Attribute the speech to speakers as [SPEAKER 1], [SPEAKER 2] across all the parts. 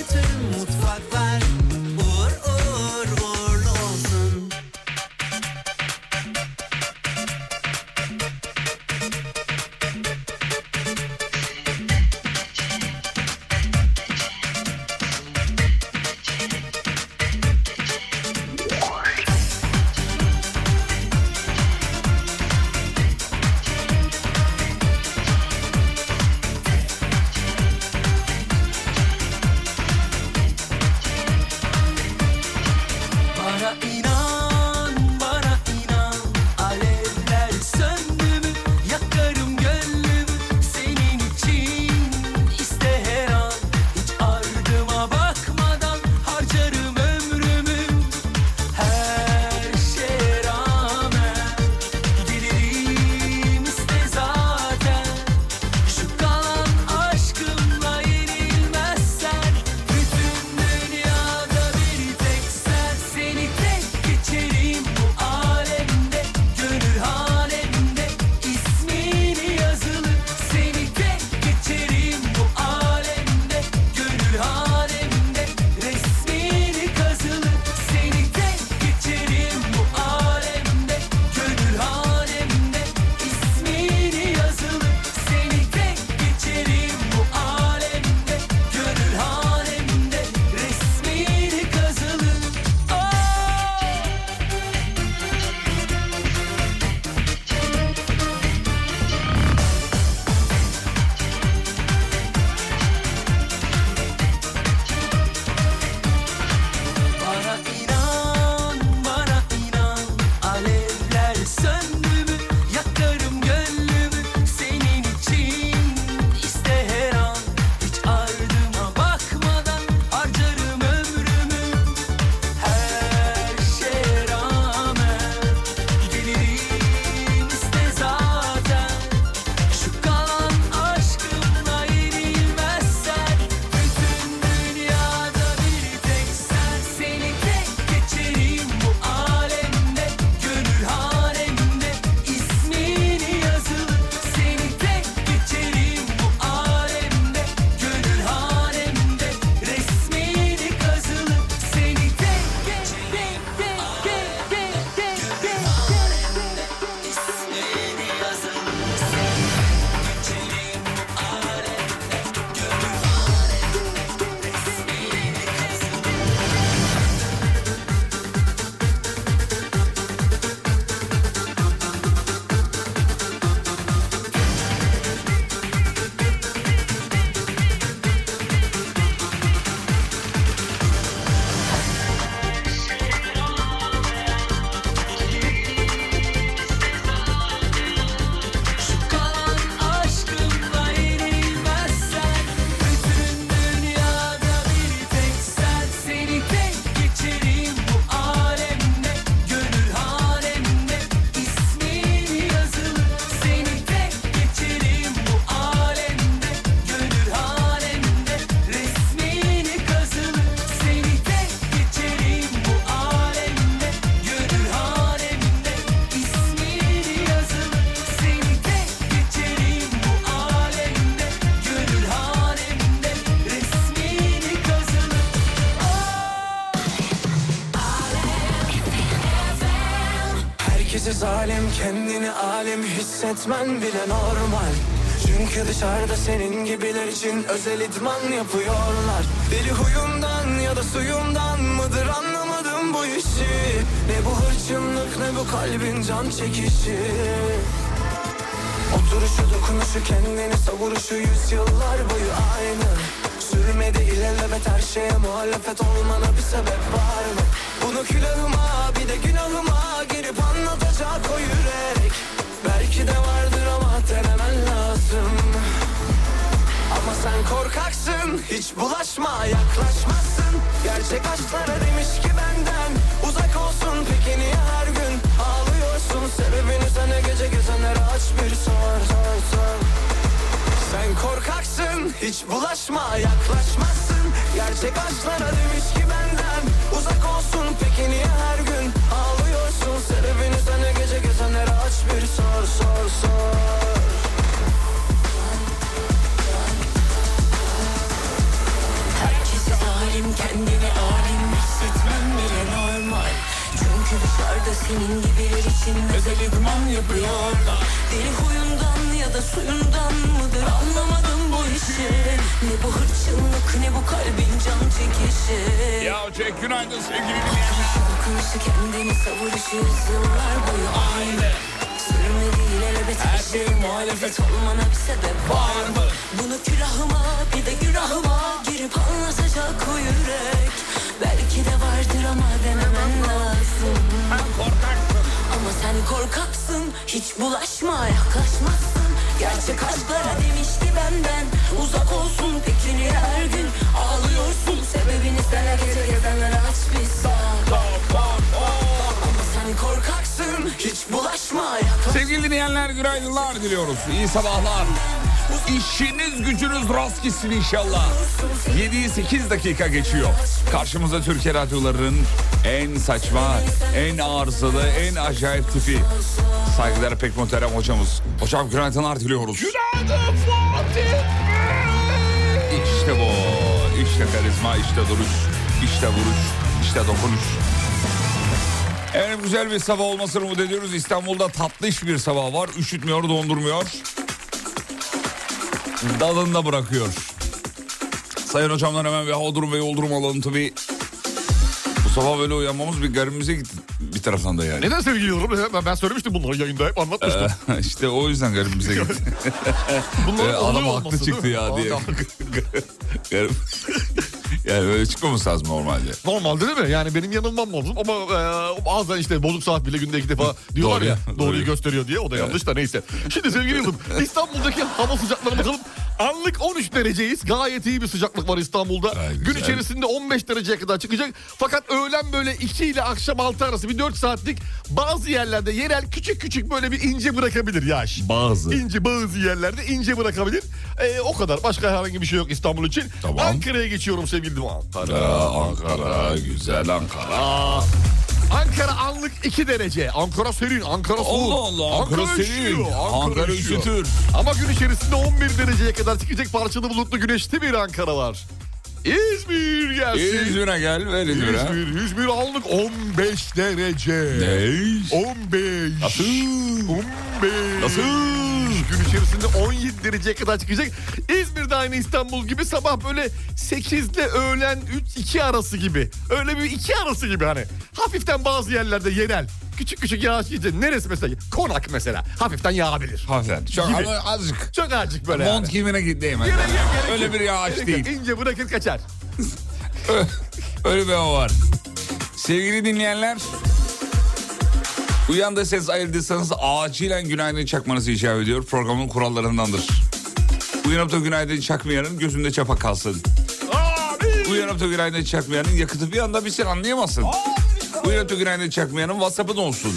[SPEAKER 1] Bütün mutfaklar uğur uğur uğurlu olsun. Bana inan, bana inan. Alevler söndü mü? Yakarım gönlümü senin için. İste her an, hiç ardıma bakmadan harcarım ömrümü. Her şeye rağmen gelirim iste zaten. Şu kalan aşkımla yenilmezsen Bütün dünyada bir tek sen Seni tek geçerim bu alemde Gönül halemde ismini yazılı Seni tek geçerim bu alemde Gönül halemde resmini kazılı Seni tek geçerim bu alemde Gönül halemde ismini yazılı seni tek geçerim bu alemde Gönül halimde resmini kazılı Oh! Bana inan, bana inan. Alevler söndü mü? Yakarım gönlümü senin için. İste her an, hiç ardıma bakmadan harcarım ömrümü. Her şeye rağmen gelirim iste zaten. Şu kalan aşkımla yenilmezsen Bütün dünyada bir tek sen Seni tek geçerim bu alemde Gönül halemde ismini yazılı Seni tek geçerim bu alemde Gönül halemde resmini kazılı Seni tek geçerim tek tek tek tek tek tek İsmini yazılı Şu kalan aşkımla yenilmezsen Bütün dünyada bir tek sen Seni tek geçerim bu alemde Gönül halemde ismini yazılı Seni tek geçerim bu alemde Gönül halemde resmini kazılı Seni tek geçerim bu alemde Gönül halemde ismini yazılı seni tek geçerim bu alemde Gönül halimde resmini kazılı
[SPEAKER 2] Herkese zalim kendini alem hissetmen bile normal Çünkü dışarıda senin gibiler için özel idman yapıyorlar Deli huyumdan ya da suyumdan mıdır anlamadım bu işi Ne bu hırçınlık ne bu kalbin can çekişi Oturuşu dokunuşu kendini savuruşu yüzyıllar boyu aynı Sürmedi ilerlemet her şeye muhalefet olmana bir sebep var mı? Bunu külahıma bir de günahıma girip anlatacak o yürek Belki de vardır ama denemen lazım Ama sen korkaksın hiç bulaşma yaklaşmazsın Gerçek aşklara demiş ki benden uzak olsun peki niye her gün ağlıyorsun Sebebini sana gece gezenlere aç bir sor sor sor sen korkaksın, hiç bulaşma, yaklaşmazsın Gerçek aşklara demiş ki benden Uzak olsun, peki niye her gün ağlıyorsun Sebebini sana gece gezenlere aç bir sor sor
[SPEAKER 3] Senin gibiler için
[SPEAKER 2] Özel idman yapıyorlar
[SPEAKER 3] Deli huyundan ya da suyundan mıdır anlamadım bu işi Ne bu hırçınlık ne bu kalbin can çekişi
[SPEAKER 4] Ya Cenk günaydın sevgili dinleyenler.
[SPEAKER 3] Dokunuşu kendini savuruşu yıllar boyu aynı Sürmedi ilelebet her şey muhalefet olmana bir sebep var mı? Bunu külahıma bir de günahıma girip anlatacak o yürek Belki de vardır ama denemen lazım Ama sen korkaksın Hiç bulaşma yaklaşmazsın Gerçek aşklara demişti benden Uzak olsun fikrini her gün Ağlıyorsun sebebini sana gece gezenlere aç bir saat Ama sen korkaksın Hiç bulaşma yaklaşma
[SPEAKER 4] Sevgili dinleyenler günaydınlar diliyoruz. İyi sabahlar. İşiniz gücünüz rast gitsin inşallah. 7'yi 8 dakika geçiyor. Karşımıza Türkiye radyolarının en saçma, en arızalı, en acayip tipi. Saygılar pek muhterem hocamız. Hocam günaydınlar diliyoruz.
[SPEAKER 5] Günaydın Fatih Bey.
[SPEAKER 4] İşte bu. İşte karizma, işte duruş, işte vuruş, işte dokunuş. En güzel bir sabah olmasını umut ediyoruz. İstanbul'da tatlış bir sabah var. Üşütmüyor, dondurmuyor. Dalında bırakıyor. Sayın hocamdan hemen bir hava durum ve yol durumu alalım tabii. Bu sabah böyle uyanmamız bir garibimize gitti bir taraftan da yani.
[SPEAKER 5] Neden sevgili yorum? Ben- Ben söylemiştim bunları yayında hep anlatmıştım.
[SPEAKER 4] Ee, işte o yüzden garibimize gitti.
[SPEAKER 5] Bunların
[SPEAKER 4] Ee,
[SPEAKER 5] oluyor
[SPEAKER 4] adam
[SPEAKER 5] olması,
[SPEAKER 4] haklı
[SPEAKER 5] değil
[SPEAKER 4] çıktı
[SPEAKER 5] mi?
[SPEAKER 4] ya diye.
[SPEAKER 5] Adam-
[SPEAKER 4] Garip. yani böyle çıkmaması lazım normalde.
[SPEAKER 5] Normalde değil mi? Yani benim yanılmam olsun ama e, bazen işte bozuk saat bile günde iki defa diyorlar
[SPEAKER 4] Doğru,
[SPEAKER 5] ya
[SPEAKER 4] doğru.
[SPEAKER 5] doğruyu gösteriyor diye o da yanlış da neyse. Şimdi sevgili yıldırım İstanbul'daki hava sıcaklığına bakalım. Anlık 13 dereceyiz. Gayet iyi bir sıcaklık var İstanbul'da.
[SPEAKER 4] Gayet
[SPEAKER 5] Gün
[SPEAKER 4] güzel.
[SPEAKER 5] içerisinde 15 dereceye kadar çıkacak. Fakat öğlen böyle 2 ile akşam 6 arası bir 4 saatlik bazı yerlerde yerel küçük küçük böyle bir ince bırakabilir yağış.
[SPEAKER 4] Bazı.
[SPEAKER 5] İnce bazı yerlerde ince bırakabilir. E, o kadar. Başka herhangi bir şey yok İstanbul için.
[SPEAKER 4] Tamam.
[SPEAKER 5] Ankara'ya geçiyorum sevgili Ankara.
[SPEAKER 4] Aa, Ankara, güzel Ankara.
[SPEAKER 5] Aa, Ankara anlık 2 derece. Ankara serin, Ankara soğuk.
[SPEAKER 4] Allah Allah, Ankara serin.
[SPEAKER 5] üşüyor,
[SPEAKER 4] Ankara
[SPEAKER 5] üşüyor.
[SPEAKER 4] üşütür.
[SPEAKER 5] Ama gün içerisinde 11 dereceye kadar çıkacak parçalı bulutlu güneşli bir Ankara var. İzmir gelsin.
[SPEAKER 4] İzmir'e gel, ver İzmir'e.
[SPEAKER 5] İzmir, İzmir anlık 15 derece.
[SPEAKER 4] Ne?
[SPEAKER 5] 15.
[SPEAKER 4] Nasıl?
[SPEAKER 5] 15.
[SPEAKER 4] Nasıl?
[SPEAKER 5] Gün içerisinde 17 dereceye kadar çıkacak. İzmir'de aynı İstanbul gibi sabah böyle 8 ile öğlen 3-2 arası gibi. Öyle bir 2 arası gibi hani. Hafiften bazı yerlerde yerel. Küçük küçük yağış yiyecek. Neresi mesela? Konak mesela. Hafiften yağabilir.
[SPEAKER 4] Hafiften. Çok
[SPEAKER 5] Gibi.
[SPEAKER 4] ama azıcık.
[SPEAKER 5] Çok azıcık böyle yani.
[SPEAKER 4] Mont giyimine git değil mi?
[SPEAKER 5] Gerek yok, gerek
[SPEAKER 4] Öyle
[SPEAKER 5] yok.
[SPEAKER 4] bir yağış
[SPEAKER 5] Gerek yok.
[SPEAKER 4] değil.
[SPEAKER 5] İnce bırakır kaçar.
[SPEAKER 4] Öyle bir hava var. Sevgili dinleyenler. Uyan da ses ayırdıysanız acilen günaydın çakmanızı icap ediyor. Programın kurallarındandır. Uyanıp da günaydın çakmayanın gözünde çapak kalsın. Uyanıp da günaydın çakmayanın yakıtı bir anda bir sen anlayamazsın. Uyanıp da günaydın çakmayanın WhatsApp'ı da olsun.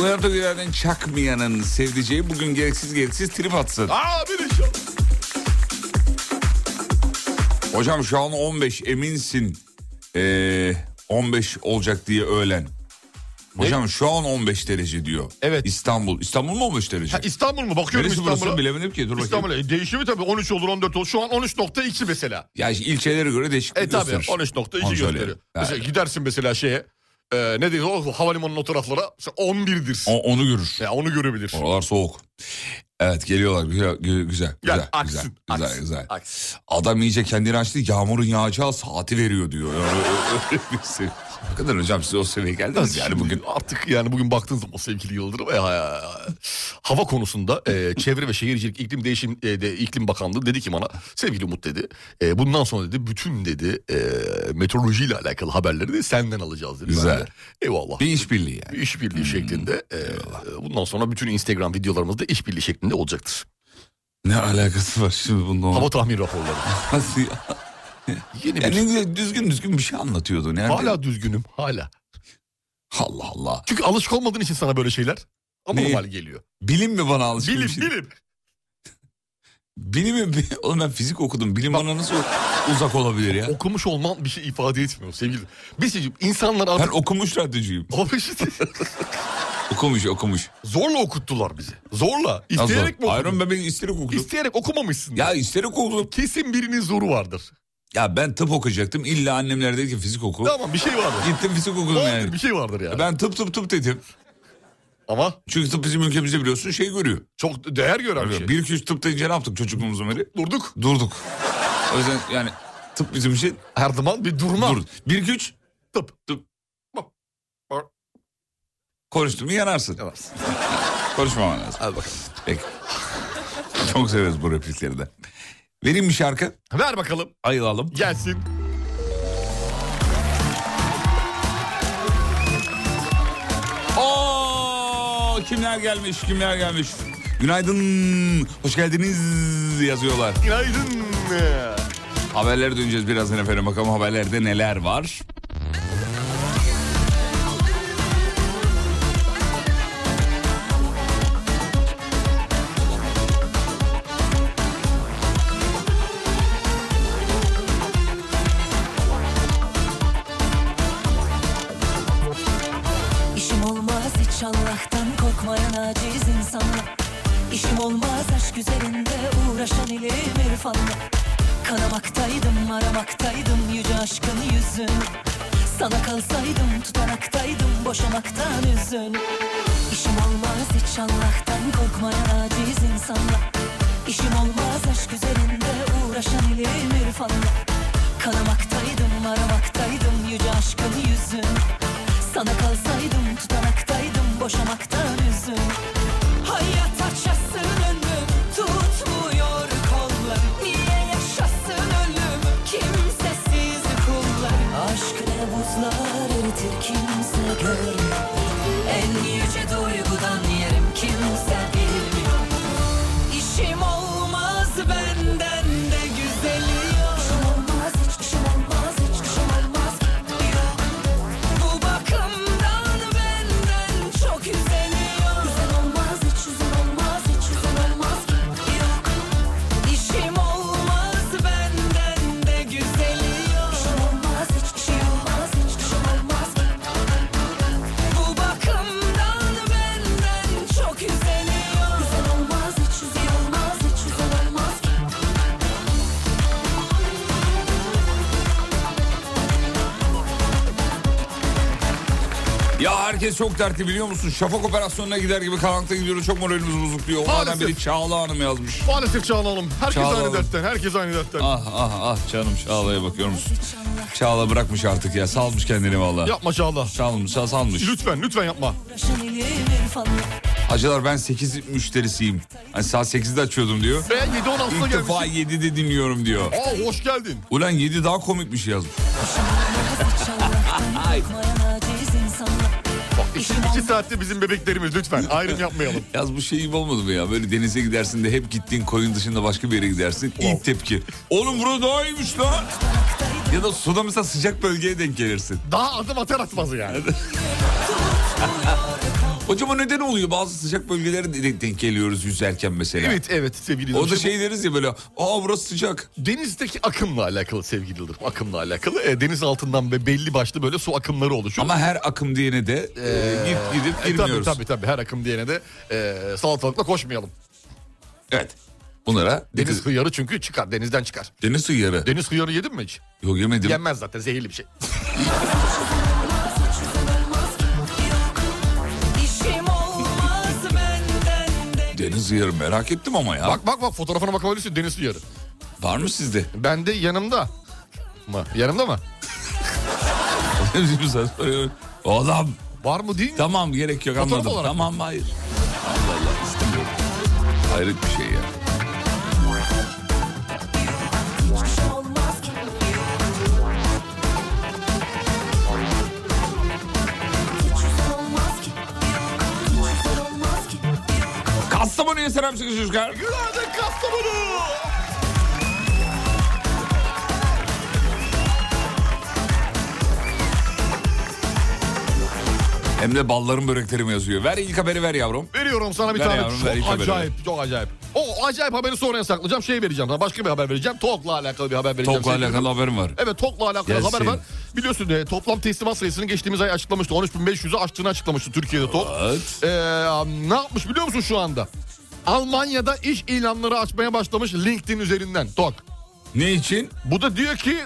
[SPEAKER 4] Uyanıp da günaydın çakmayanın sevdiceği bugün gereksiz gereksiz trip atsın.
[SPEAKER 5] Aa bir iş yok.
[SPEAKER 4] Hocam şu an 15 eminsin ee, 15 olacak diye öğlen. Hocam şu an 15 derece diyor.
[SPEAKER 5] Evet.
[SPEAKER 4] İstanbul. İstanbul mu 15 derece?
[SPEAKER 5] Ha, İstanbul mu? Bakıyorum
[SPEAKER 4] Neresi burası
[SPEAKER 5] İstanbul'a.
[SPEAKER 4] bilemedim ki. Dur bakayım.
[SPEAKER 5] İstanbul'a e, değişimi tabii 13 olur 14 olur. Şu an 13.2 mesela.
[SPEAKER 4] Ya işte ilçelere göre değişiklik
[SPEAKER 5] E tabii
[SPEAKER 4] gösterir.
[SPEAKER 5] 13.2
[SPEAKER 4] Onu
[SPEAKER 5] gösteriyor.
[SPEAKER 4] söyleyeyim.
[SPEAKER 5] Mesela
[SPEAKER 4] Yani
[SPEAKER 5] gidersin mesela şeye e, ne diyor o havalimanının o taraflara mesela 11'dir.
[SPEAKER 4] o- onu görür.
[SPEAKER 5] Ya onu görebilir.
[SPEAKER 4] Oralar soğuk. Evet geliyorlar. Güzel. gü- Güzel.
[SPEAKER 5] Gel,
[SPEAKER 4] güzel,
[SPEAKER 5] aksın,
[SPEAKER 4] güzel,
[SPEAKER 5] aksın,
[SPEAKER 4] güzel, güzel.
[SPEAKER 5] aksın.
[SPEAKER 4] Adam iyice kendini açtı. Yağmurun yağacağı saati veriyor diyor. Öyle, öyle bir sev- Hakikaten hocam siz o seviyeye geldiniz yani
[SPEAKER 5] Şimdi
[SPEAKER 4] bugün.
[SPEAKER 5] artık yani bugün baktığınız zaman sevgili Yıldırım e, ha- hava konusunda e, Çevre ve Şehircilik İklim Değişim e, de, İklim Bakanlığı dedi ki bana sevgili Umut dedi e, bundan sonra dedi bütün dedi e, meteorolojiyle alakalı haberleri de senden alacağız dedi. Ben
[SPEAKER 4] Güzel.
[SPEAKER 5] de, Eyvallah.
[SPEAKER 4] Bir işbirliği yani. Hmm.
[SPEAKER 5] Bir işbirliği şeklinde. e, bundan sonra bütün Instagram videolarımızda işbirliği şeklinde olacaktır.
[SPEAKER 4] Ne alakası var şimdi bununla?
[SPEAKER 5] Hava tahmin raporları.
[SPEAKER 4] Nasıl ya?
[SPEAKER 5] Yeni
[SPEAKER 4] Ya
[SPEAKER 5] bir
[SPEAKER 4] ne güzel düzgün düzgün bir şey anlatıyordun yani.
[SPEAKER 5] Hala düzgünüm hala.
[SPEAKER 4] Allah Allah.
[SPEAKER 5] Çünkü alışık olmadığın için sana böyle şeyler
[SPEAKER 4] Neyi?
[SPEAKER 5] anormal geliyor.
[SPEAKER 4] Bilim mi bana alışık
[SPEAKER 5] Bilim
[SPEAKER 4] bir şey?
[SPEAKER 5] bilim.
[SPEAKER 4] Bilim mi? Oğlum ben fizik okudum. Bilim bana nasıl uzak olabilir ya?
[SPEAKER 5] Okumuş olman bir şey ifade etmiyor sevgili. Bir şey insanlar
[SPEAKER 4] Ben
[SPEAKER 5] artık...
[SPEAKER 4] okumuş radyocuyum.
[SPEAKER 5] Abi işte
[SPEAKER 4] Okumuş okumuş.
[SPEAKER 5] zorla okuttular bizi. Zorla.
[SPEAKER 4] Nasıl?
[SPEAKER 5] İsteyerek mi okudun?
[SPEAKER 4] Hayır oğlum ben ben isterek okudum.
[SPEAKER 5] İsteyerek okumamışsın.
[SPEAKER 4] ya isterek okudum.
[SPEAKER 5] Kesin birinin zoru vardır.
[SPEAKER 4] Ya ben tıp okuyacaktım. İlla annemler dedi ki fizik oku.
[SPEAKER 5] Tamam bir şey vardır.
[SPEAKER 4] Gittim fizik okudum
[SPEAKER 5] Vardır,
[SPEAKER 4] yani.
[SPEAKER 5] Bir şey vardır yani.
[SPEAKER 4] Ben tıp tıp tıp dedim.
[SPEAKER 5] Ama
[SPEAKER 4] Çünkü tıp bizim ülkemizde biliyorsun şey görüyor.
[SPEAKER 5] çok değer gören bir şey.
[SPEAKER 4] Bir iki üç tıp deyince ne yaptık çocukluğumuzun beri?
[SPEAKER 5] Durduk.
[SPEAKER 4] Durduk. O yüzden yani tıp bizim için
[SPEAKER 5] Her zaman bir durma.
[SPEAKER 4] dur. Bir iki üç
[SPEAKER 5] Tıp.
[SPEAKER 4] tıp. Konuştun mu yanarsın.
[SPEAKER 5] Yanarsın.
[SPEAKER 4] Konuşmaman lazım.
[SPEAKER 5] Hadi bakalım.
[SPEAKER 4] Peki. Çok severiz bu replikleri de. Vereyim bir şarkı.
[SPEAKER 5] Ver bakalım.
[SPEAKER 4] Ayılalım.
[SPEAKER 5] Gelsin.
[SPEAKER 4] Oo, kimler gelmiş kimler gelmiş. Günaydın. Hoş geldiniz yazıyorlar.
[SPEAKER 5] Günaydın.
[SPEAKER 4] Haberlere döneceğiz birazdan efendim. Bakalım haberlerde neler var.
[SPEAKER 3] İşim olmaz hiç Allah'tan korkmayan aciz insanla İşim olmaz aşk üzerinde uğraşan ilim irfanla Kanamaktaydım aramaktaydım yüce aşkın yüzün Sana kalsaydım tutanaktaydım boşamaktan üzün İşim olmaz hiç Allah'tan korkmayan aciz insanla İşim olmaz aşk üzerinde uğraşan ilim irfanla Kanamaktaydım aramaktaydım yüce aşkın yüzün sana kalsaydım tutanaktaydım boşamaktan üzüm
[SPEAKER 1] Hayat açasın önüm tutmuyor kollarım Niye yaşasın ölüm kimsesiz kullarım
[SPEAKER 3] Aşk ne buzlar eritir kimse görmüyor En yüce duygudan yerim kimse bilmiyor
[SPEAKER 1] İşim olmaz benden de güzeli yok
[SPEAKER 3] İşim olmaz hiç işim olmaz hiç işim olmaz Yok
[SPEAKER 1] Bu bakımdan benden çok üzeniyor
[SPEAKER 3] güzel olmaz hiç üzüm olmaz hiç üzüm olmaz Yok
[SPEAKER 1] İşim olmaz benden de güzeli yok
[SPEAKER 3] işim olmaz hiç işim olmaz hiç işim olmaz
[SPEAKER 1] Bu bakımdan benden çok üzeniyor
[SPEAKER 3] Güzel olmaz hiç üzüm olmaz hiç üzüm olmaz
[SPEAKER 4] Ya herkes çok dertli biliyor musun? Şafak operasyonuna gider gibi karanlıkta gidiyoruz. Çok moralimiz bozuk diyor. Onlardan
[SPEAKER 5] Maalesef.
[SPEAKER 4] biri Çağla Hanım yazmış.
[SPEAKER 5] Maalesef Çağla Hanım. Herkes
[SPEAKER 4] Çağla
[SPEAKER 5] aynı
[SPEAKER 4] Hanım.
[SPEAKER 5] dertten. Herkes aynı dertten.
[SPEAKER 4] Ah ah ah canım Çağla'ya bakıyor musun? Çağla bırakmış artık ya. Salmış kendini valla.
[SPEAKER 5] Yapma Çağla.
[SPEAKER 4] Salmış, sal- salmış.
[SPEAKER 5] Lütfen lütfen yapma.
[SPEAKER 3] Uğraşan ilim irfanla
[SPEAKER 4] Hacılar ben 8 müşterisiyim. Hani saat 8'de açıyordum diyor.
[SPEAKER 5] Ben 7 16'da
[SPEAKER 4] İlk defa
[SPEAKER 5] gelmişim.
[SPEAKER 4] 7'de dinliyorum diyor.
[SPEAKER 5] Aa hoş geldin.
[SPEAKER 4] Ulan 7 daha komik bir şey yazmış.
[SPEAKER 5] Bak 2 saatte bizim bebeklerimiz lütfen. Ayrım yapmayalım.
[SPEAKER 4] Yaz bu şey gibi olmadı mı ya? Böyle denize gidersin de hep gittiğin koyun dışında başka bir yere gidersin. İlk tepki. Oğlum burada daha iyiymiş lan. Ya da suda mesela sıcak bölgeye denk gelirsin.
[SPEAKER 5] Daha adım atar atmaz yani.
[SPEAKER 4] Hocam o neden oluyor? Bazı sıcak bölgelere de denk- denk geliyoruz yüzerken mesela.
[SPEAKER 5] Evet evet sevgili
[SPEAKER 4] O da
[SPEAKER 5] dinleyiciler.
[SPEAKER 4] şey deriz ya böyle. Aa burası sıcak.
[SPEAKER 5] Denizdeki akımla alakalı sevgili Yıldırım. Akımla alakalı. E, deniz altından ve belli başlı böyle su akımları oluşuyor.
[SPEAKER 4] Ama her akım diyene de e, git gidip
[SPEAKER 5] E, tabii
[SPEAKER 4] girmiyoruz.
[SPEAKER 5] tabii tabii her akım diyene de e, salatalıkla koşmayalım.
[SPEAKER 4] Evet. Bunlara
[SPEAKER 5] Deniz
[SPEAKER 4] deniz,
[SPEAKER 5] hıyarı çünkü çıkar denizden çıkar.
[SPEAKER 4] deniz suyu yarı.
[SPEAKER 5] Deniz hıyarı yedin mi hiç?
[SPEAKER 4] Yok yemedim.
[SPEAKER 5] Yenmez zaten zehirli bir şey.
[SPEAKER 1] İşim olmaz benden de
[SPEAKER 4] Deniz suyu yarı merak ettim ama ya. Bak.
[SPEAKER 5] Bak bak bak fotoğrafına bakabilirsin deniz hıyarı.
[SPEAKER 4] Var mı sizde?
[SPEAKER 5] Ben de yanımda. Mı? Yanımda mı?
[SPEAKER 4] Sen soruyorsun. Oğlum
[SPEAKER 5] Var mı değil mi?
[SPEAKER 4] Tamam gerek yok
[SPEAKER 5] Fotoğraf
[SPEAKER 4] anladım.
[SPEAKER 5] olarak
[SPEAKER 4] Tamam hayır. Allah Allah istemiyorum. Hayret bir şey ya. Kastamonu'ya selam çıkın çocuklar.
[SPEAKER 5] Günaydın Kastamonu.
[SPEAKER 4] Hem de balların böreklerim yazıyor. Ver ilk haberi ver yavrum.
[SPEAKER 5] Veriyorum sana bir
[SPEAKER 4] Ver
[SPEAKER 5] tane.
[SPEAKER 4] yavrum,
[SPEAKER 5] çok
[SPEAKER 4] ver ilk haberi.
[SPEAKER 5] acayip, çok acayip. O acayip haberi sonraya saklayacağım. Şey vereceğim sana. Başka bir haber vereceğim. Tokla alakalı bir haber vereceğim.
[SPEAKER 4] Tokla
[SPEAKER 5] sevgili
[SPEAKER 4] alakalı haberim var.
[SPEAKER 5] Evet TOK'la alakalı
[SPEAKER 4] Gelsin.
[SPEAKER 5] haber var. Biliyorsun e, toplam teslimat sayısının geçtiğimiz ay açıklamıştı. 13.500'ü aştığını açıklamıştı Türkiye'de TOK.
[SPEAKER 4] Evet.
[SPEAKER 5] E, ne yapmış biliyor musun şu anda? Almanya'da iş ilanları açmaya başlamış LinkedIn üzerinden TOK.
[SPEAKER 4] Ne için?
[SPEAKER 5] Bu da diyor ki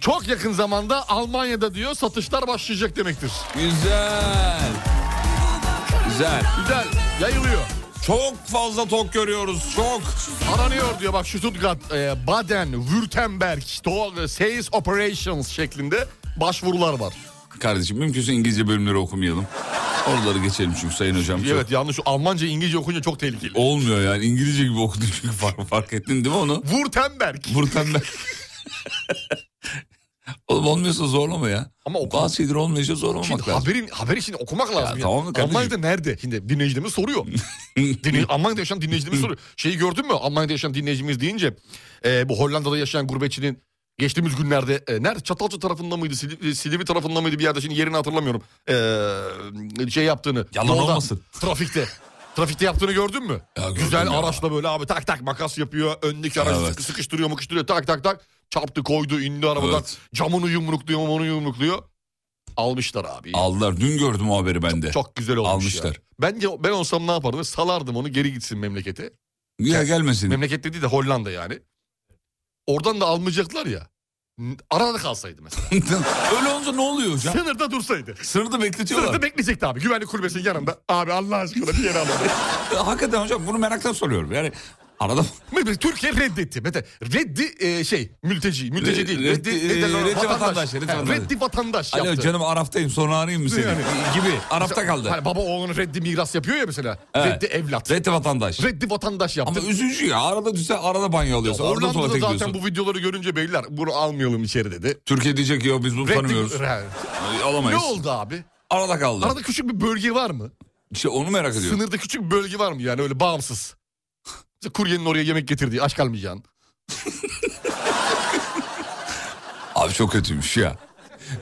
[SPEAKER 5] çok yakın zamanda Almanya'da diyor satışlar başlayacak demektir.
[SPEAKER 4] Güzel. Güzel.
[SPEAKER 5] Güzel yayılıyor.
[SPEAKER 4] Çok fazla tok görüyoruz. Çok.
[SPEAKER 5] Aranıyor diyor bak Stuttgart, e, Baden, Württemberg, Do- Sales Operations şeklinde başvurular var.
[SPEAKER 4] Kardeşim mümkünse İngilizce bölümleri okumayalım. Oraları geçelim çünkü sayın hocam. Çok-
[SPEAKER 5] Evet yanlış Almanca İngilizce okunca çok tehlikeli.
[SPEAKER 4] Olmuyor yani İngilizce gibi okudun çünkü fark, fark ettin değil mi onu?
[SPEAKER 5] Württemberg.
[SPEAKER 4] Buradan ben... Oğlum olmuyorsa zorlama ya.
[SPEAKER 5] Ama oku-
[SPEAKER 4] Bazı şeyleri olmayınca zorlamamak
[SPEAKER 5] Şimdi
[SPEAKER 4] lazım.
[SPEAKER 5] haberin haberi şimdi okumak lazım. ya.
[SPEAKER 4] tamam mı kardeşim?
[SPEAKER 5] Almanya'da nerede? Şimdi dinleyicimiz soruyor. Dinley- Almanya'da yaşayan dinleyicimiz soruyor. Şeyi gördün mü? Almanya'da yaşayan dinleyicimiz deyince e, bu Hollanda'da yaşayan gurbetçinin geçtiğimiz günlerde e, nerede? Çatalca tarafında mıydı? Sil- e, Silivri tarafında mıydı bir yerde? Şimdi yerini hatırlamıyorum. E, şey yaptığını.
[SPEAKER 4] Yalan olmasın.
[SPEAKER 5] Trafikte. Trafikte yaptığını gördün mü?
[SPEAKER 4] Ya gördüm
[SPEAKER 5] Güzel
[SPEAKER 4] ya.
[SPEAKER 5] araçla böyle abi tak tak makas yapıyor. Öndeki aracı
[SPEAKER 4] Evet.
[SPEAKER 5] sıkı- sıkıştırıyor mukıştırıyor tak tak tak. Çarptı koydu indi arabadan.
[SPEAKER 4] Evet.
[SPEAKER 5] Camını yumrukluyor onu yumrukluyor. Almışlar abi.
[SPEAKER 4] Aldılar. Dün gördüm o haberi ben de.
[SPEAKER 5] Çok güzel olmuş
[SPEAKER 4] Almışlar.
[SPEAKER 5] ya. Bence ben olsam ne yapardım? Salardım onu geri gitsin memlekete.
[SPEAKER 4] Ya gelmesin.
[SPEAKER 5] Memleket dediği de Hollanda yani. Oradan da almayacaklar ya. N- Arada kalsaydı mesela.
[SPEAKER 4] Öyle olunca ne oluyor hocam?
[SPEAKER 5] Sınırda dursaydı.
[SPEAKER 4] Sırada bekletiyorlar.
[SPEAKER 5] Sınırda bekleyecekti abi. Güvenlik kulübesinin yanında. Abi Allah aşkına bir yere alalım.
[SPEAKER 4] Hakikaten hocam bunu meraktan soruyorum. Yani arada
[SPEAKER 5] Mesela Türkiye reddetti. Mesela reddi e, şey mülteci. Mülteci
[SPEAKER 4] Re-
[SPEAKER 5] değil.
[SPEAKER 4] reddi-
[SPEAKER 5] Reddi,
[SPEAKER 4] e,
[SPEAKER 5] reddi-
[SPEAKER 4] reddi
[SPEAKER 5] vatandaş.
[SPEAKER 4] vatandaş, reddi
[SPEAKER 5] Ha,
[SPEAKER 4] vatandaş.
[SPEAKER 5] reddi vatandaş
[SPEAKER 4] alo
[SPEAKER 5] yaptı.
[SPEAKER 4] canım Araf'tayım sonra arayayım mı seni?
[SPEAKER 5] Yani.
[SPEAKER 4] Gibi. Araf'ta
[SPEAKER 5] Mesela,
[SPEAKER 4] kaldı.
[SPEAKER 5] Hani baba oğlunu reddi miras yapıyor ya mesela.
[SPEAKER 4] Evet.
[SPEAKER 5] Reddi evlat.
[SPEAKER 4] Reddi vatandaş.
[SPEAKER 5] Reddi vatandaş yaptı.
[SPEAKER 4] Ama üzücü ya. Arada düşse arada banyo alıyorsun. Arada
[SPEAKER 5] Hollanda'da
[SPEAKER 4] tuvalete
[SPEAKER 5] zaten
[SPEAKER 4] gidiyorsun.
[SPEAKER 5] bu videoları görünce beyler bunu almayalım içeri dedi.
[SPEAKER 4] Türkiye diyecek ya biz bunu
[SPEAKER 5] Reddi-
[SPEAKER 4] tanımıyoruz.
[SPEAKER 5] Re-
[SPEAKER 4] Ay,
[SPEAKER 5] Ne
[SPEAKER 4] Alamayız.
[SPEAKER 5] oldu abi?
[SPEAKER 4] Arada kaldı.
[SPEAKER 5] Arada küçük bir bölge var mı?
[SPEAKER 4] İşte onu merak ediyorum.
[SPEAKER 5] Sınırda küçük bir bölge var mı yani öyle bağımsız? Mesela kuryenin oraya yemek getirdiği aç kalmayacaksın.
[SPEAKER 4] Abi çok kötüymüş ya.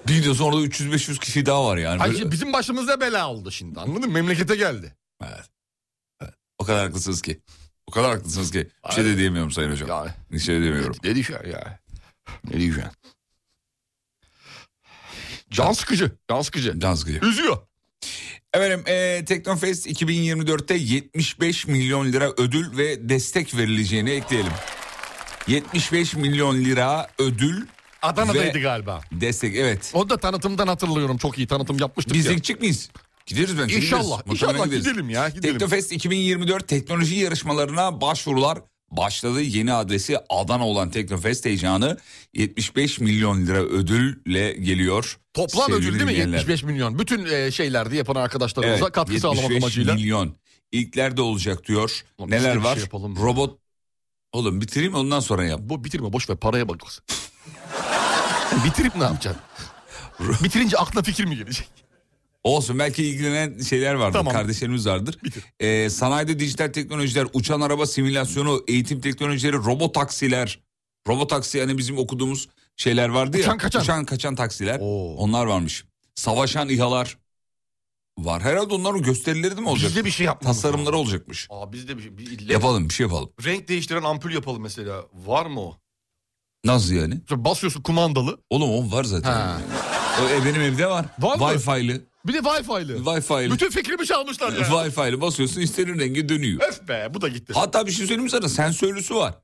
[SPEAKER 4] Bir gidiyorsun orada 300-500 kişi daha var yani.
[SPEAKER 5] Ay,
[SPEAKER 4] Böyle-
[SPEAKER 5] şimdi bizim başımıza bela oldu şimdi anladın mı? Memlekete geldi.
[SPEAKER 4] Evet. Evet. O kadar haklısınız ki. O kadar haklısınız ki. Bir şey de
[SPEAKER 5] Aynen.
[SPEAKER 4] diyemiyorum Sayın Hocam.
[SPEAKER 5] Yani
[SPEAKER 4] Bir şey de diyemiyorum.
[SPEAKER 5] ne diyeceksin ya? Ne diyeceksin? Can sıkıcı, can sıkıcı.
[SPEAKER 4] Can sıkıcı.
[SPEAKER 5] Üzüyor.
[SPEAKER 4] Efendim e, Teknofest 2024'te 75 milyon lira ödül ve destek verileceğini ekleyelim. 75 milyon lira ödül
[SPEAKER 5] Adana'daydı
[SPEAKER 4] Ve-
[SPEAKER 5] galiba.
[SPEAKER 4] destek evet.
[SPEAKER 5] O da tanıtımdan hatırlıyorum çok iyi tanıtım yapmıştık
[SPEAKER 4] Biz
[SPEAKER 5] ya.
[SPEAKER 4] ekçik miyiz? Gideriz bence.
[SPEAKER 5] İnşallah,
[SPEAKER 4] gideriz. Muhtemelen
[SPEAKER 5] inşallah gidelim ya gidelim.
[SPEAKER 4] Teknofest 2024 teknoloji yarışmalarına başvurular başladı. Yeni adresi Adana olan Teknofest heyecanı 75 milyon lira ödülle geliyor.
[SPEAKER 5] Toplam
[SPEAKER 4] Sevgili
[SPEAKER 5] ödül değil mi?
[SPEAKER 4] dinleyenler.
[SPEAKER 5] 75 milyon. Bütün e, şeylerde yapan arkadaşlarımıza
[SPEAKER 4] Evet,
[SPEAKER 5] katkı sağlamak
[SPEAKER 4] 75
[SPEAKER 5] amacıyla.
[SPEAKER 4] milyon. İlkler de olacak diyor.
[SPEAKER 5] Ulan biz de
[SPEAKER 4] Neler
[SPEAKER 5] bir
[SPEAKER 4] var?
[SPEAKER 5] şey yapalım.
[SPEAKER 4] Robot. Oğlum bitireyim ondan sonra yap.
[SPEAKER 5] Bu bitirme boş ver paraya bak. Bitirip ne yapacaksın? Bitirince aklına fikir mi gelecek?
[SPEAKER 4] Olsun belki ilgilenen şeyler vardır.
[SPEAKER 5] Tamam.
[SPEAKER 4] Kardeşlerimiz vardır. Ee, sanayide dijital teknolojiler, uçan araba simülasyonu, eğitim teknolojileri, robot taksiler. Robot taksi yani bizim okuduğumuz şeyler vardı ya.
[SPEAKER 5] Uçan kaçan.
[SPEAKER 4] Uçan kaçan taksiler.
[SPEAKER 5] Oo.
[SPEAKER 4] Onlar varmış. Savaşan İHA'lar var. Herhalde onların gösterileri de mi olacak?
[SPEAKER 5] Biz de bir şey yapmamız
[SPEAKER 4] Tasarımları
[SPEAKER 5] lazım.
[SPEAKER 4] olacakmış.
[SPEAKER 5] Aa biz de bir, bir illa-
[SPEAKER 4] Yapalım bir şey yapalım.
[SPEAKER 5] renk değiştiren ampul yapalım mesela. Var mı o?
[SPEAKER 4] Nasıl yani?
[SPEAKER 5] Sonra basıyorsun kumandalı.
[SPEAKER 4] Oğlum o var zaten.
[SPEAKER 5] Ha.
[SPEAKER 4] O, e, benim evde var.
[SPEAKER 5] Var mı?
[SPEAKER 4] Wi-Fi'li.
[SPEAKER 5] Bir de Wi-Fi'li.
[SPEAKER 4] Wi-Fi'li.
[SPEAKER 5] Bütün fikrimi çalmışlar ya.
[SPEAKER 4] Wi-Fi'li basıyorsun istediğin rengi dönüyor.
[SPEAKER 5] Öf be bu da gitti.
[SPEAKER 4] Hatta bir şey söyleyeyim mi sana sensörlüsü var.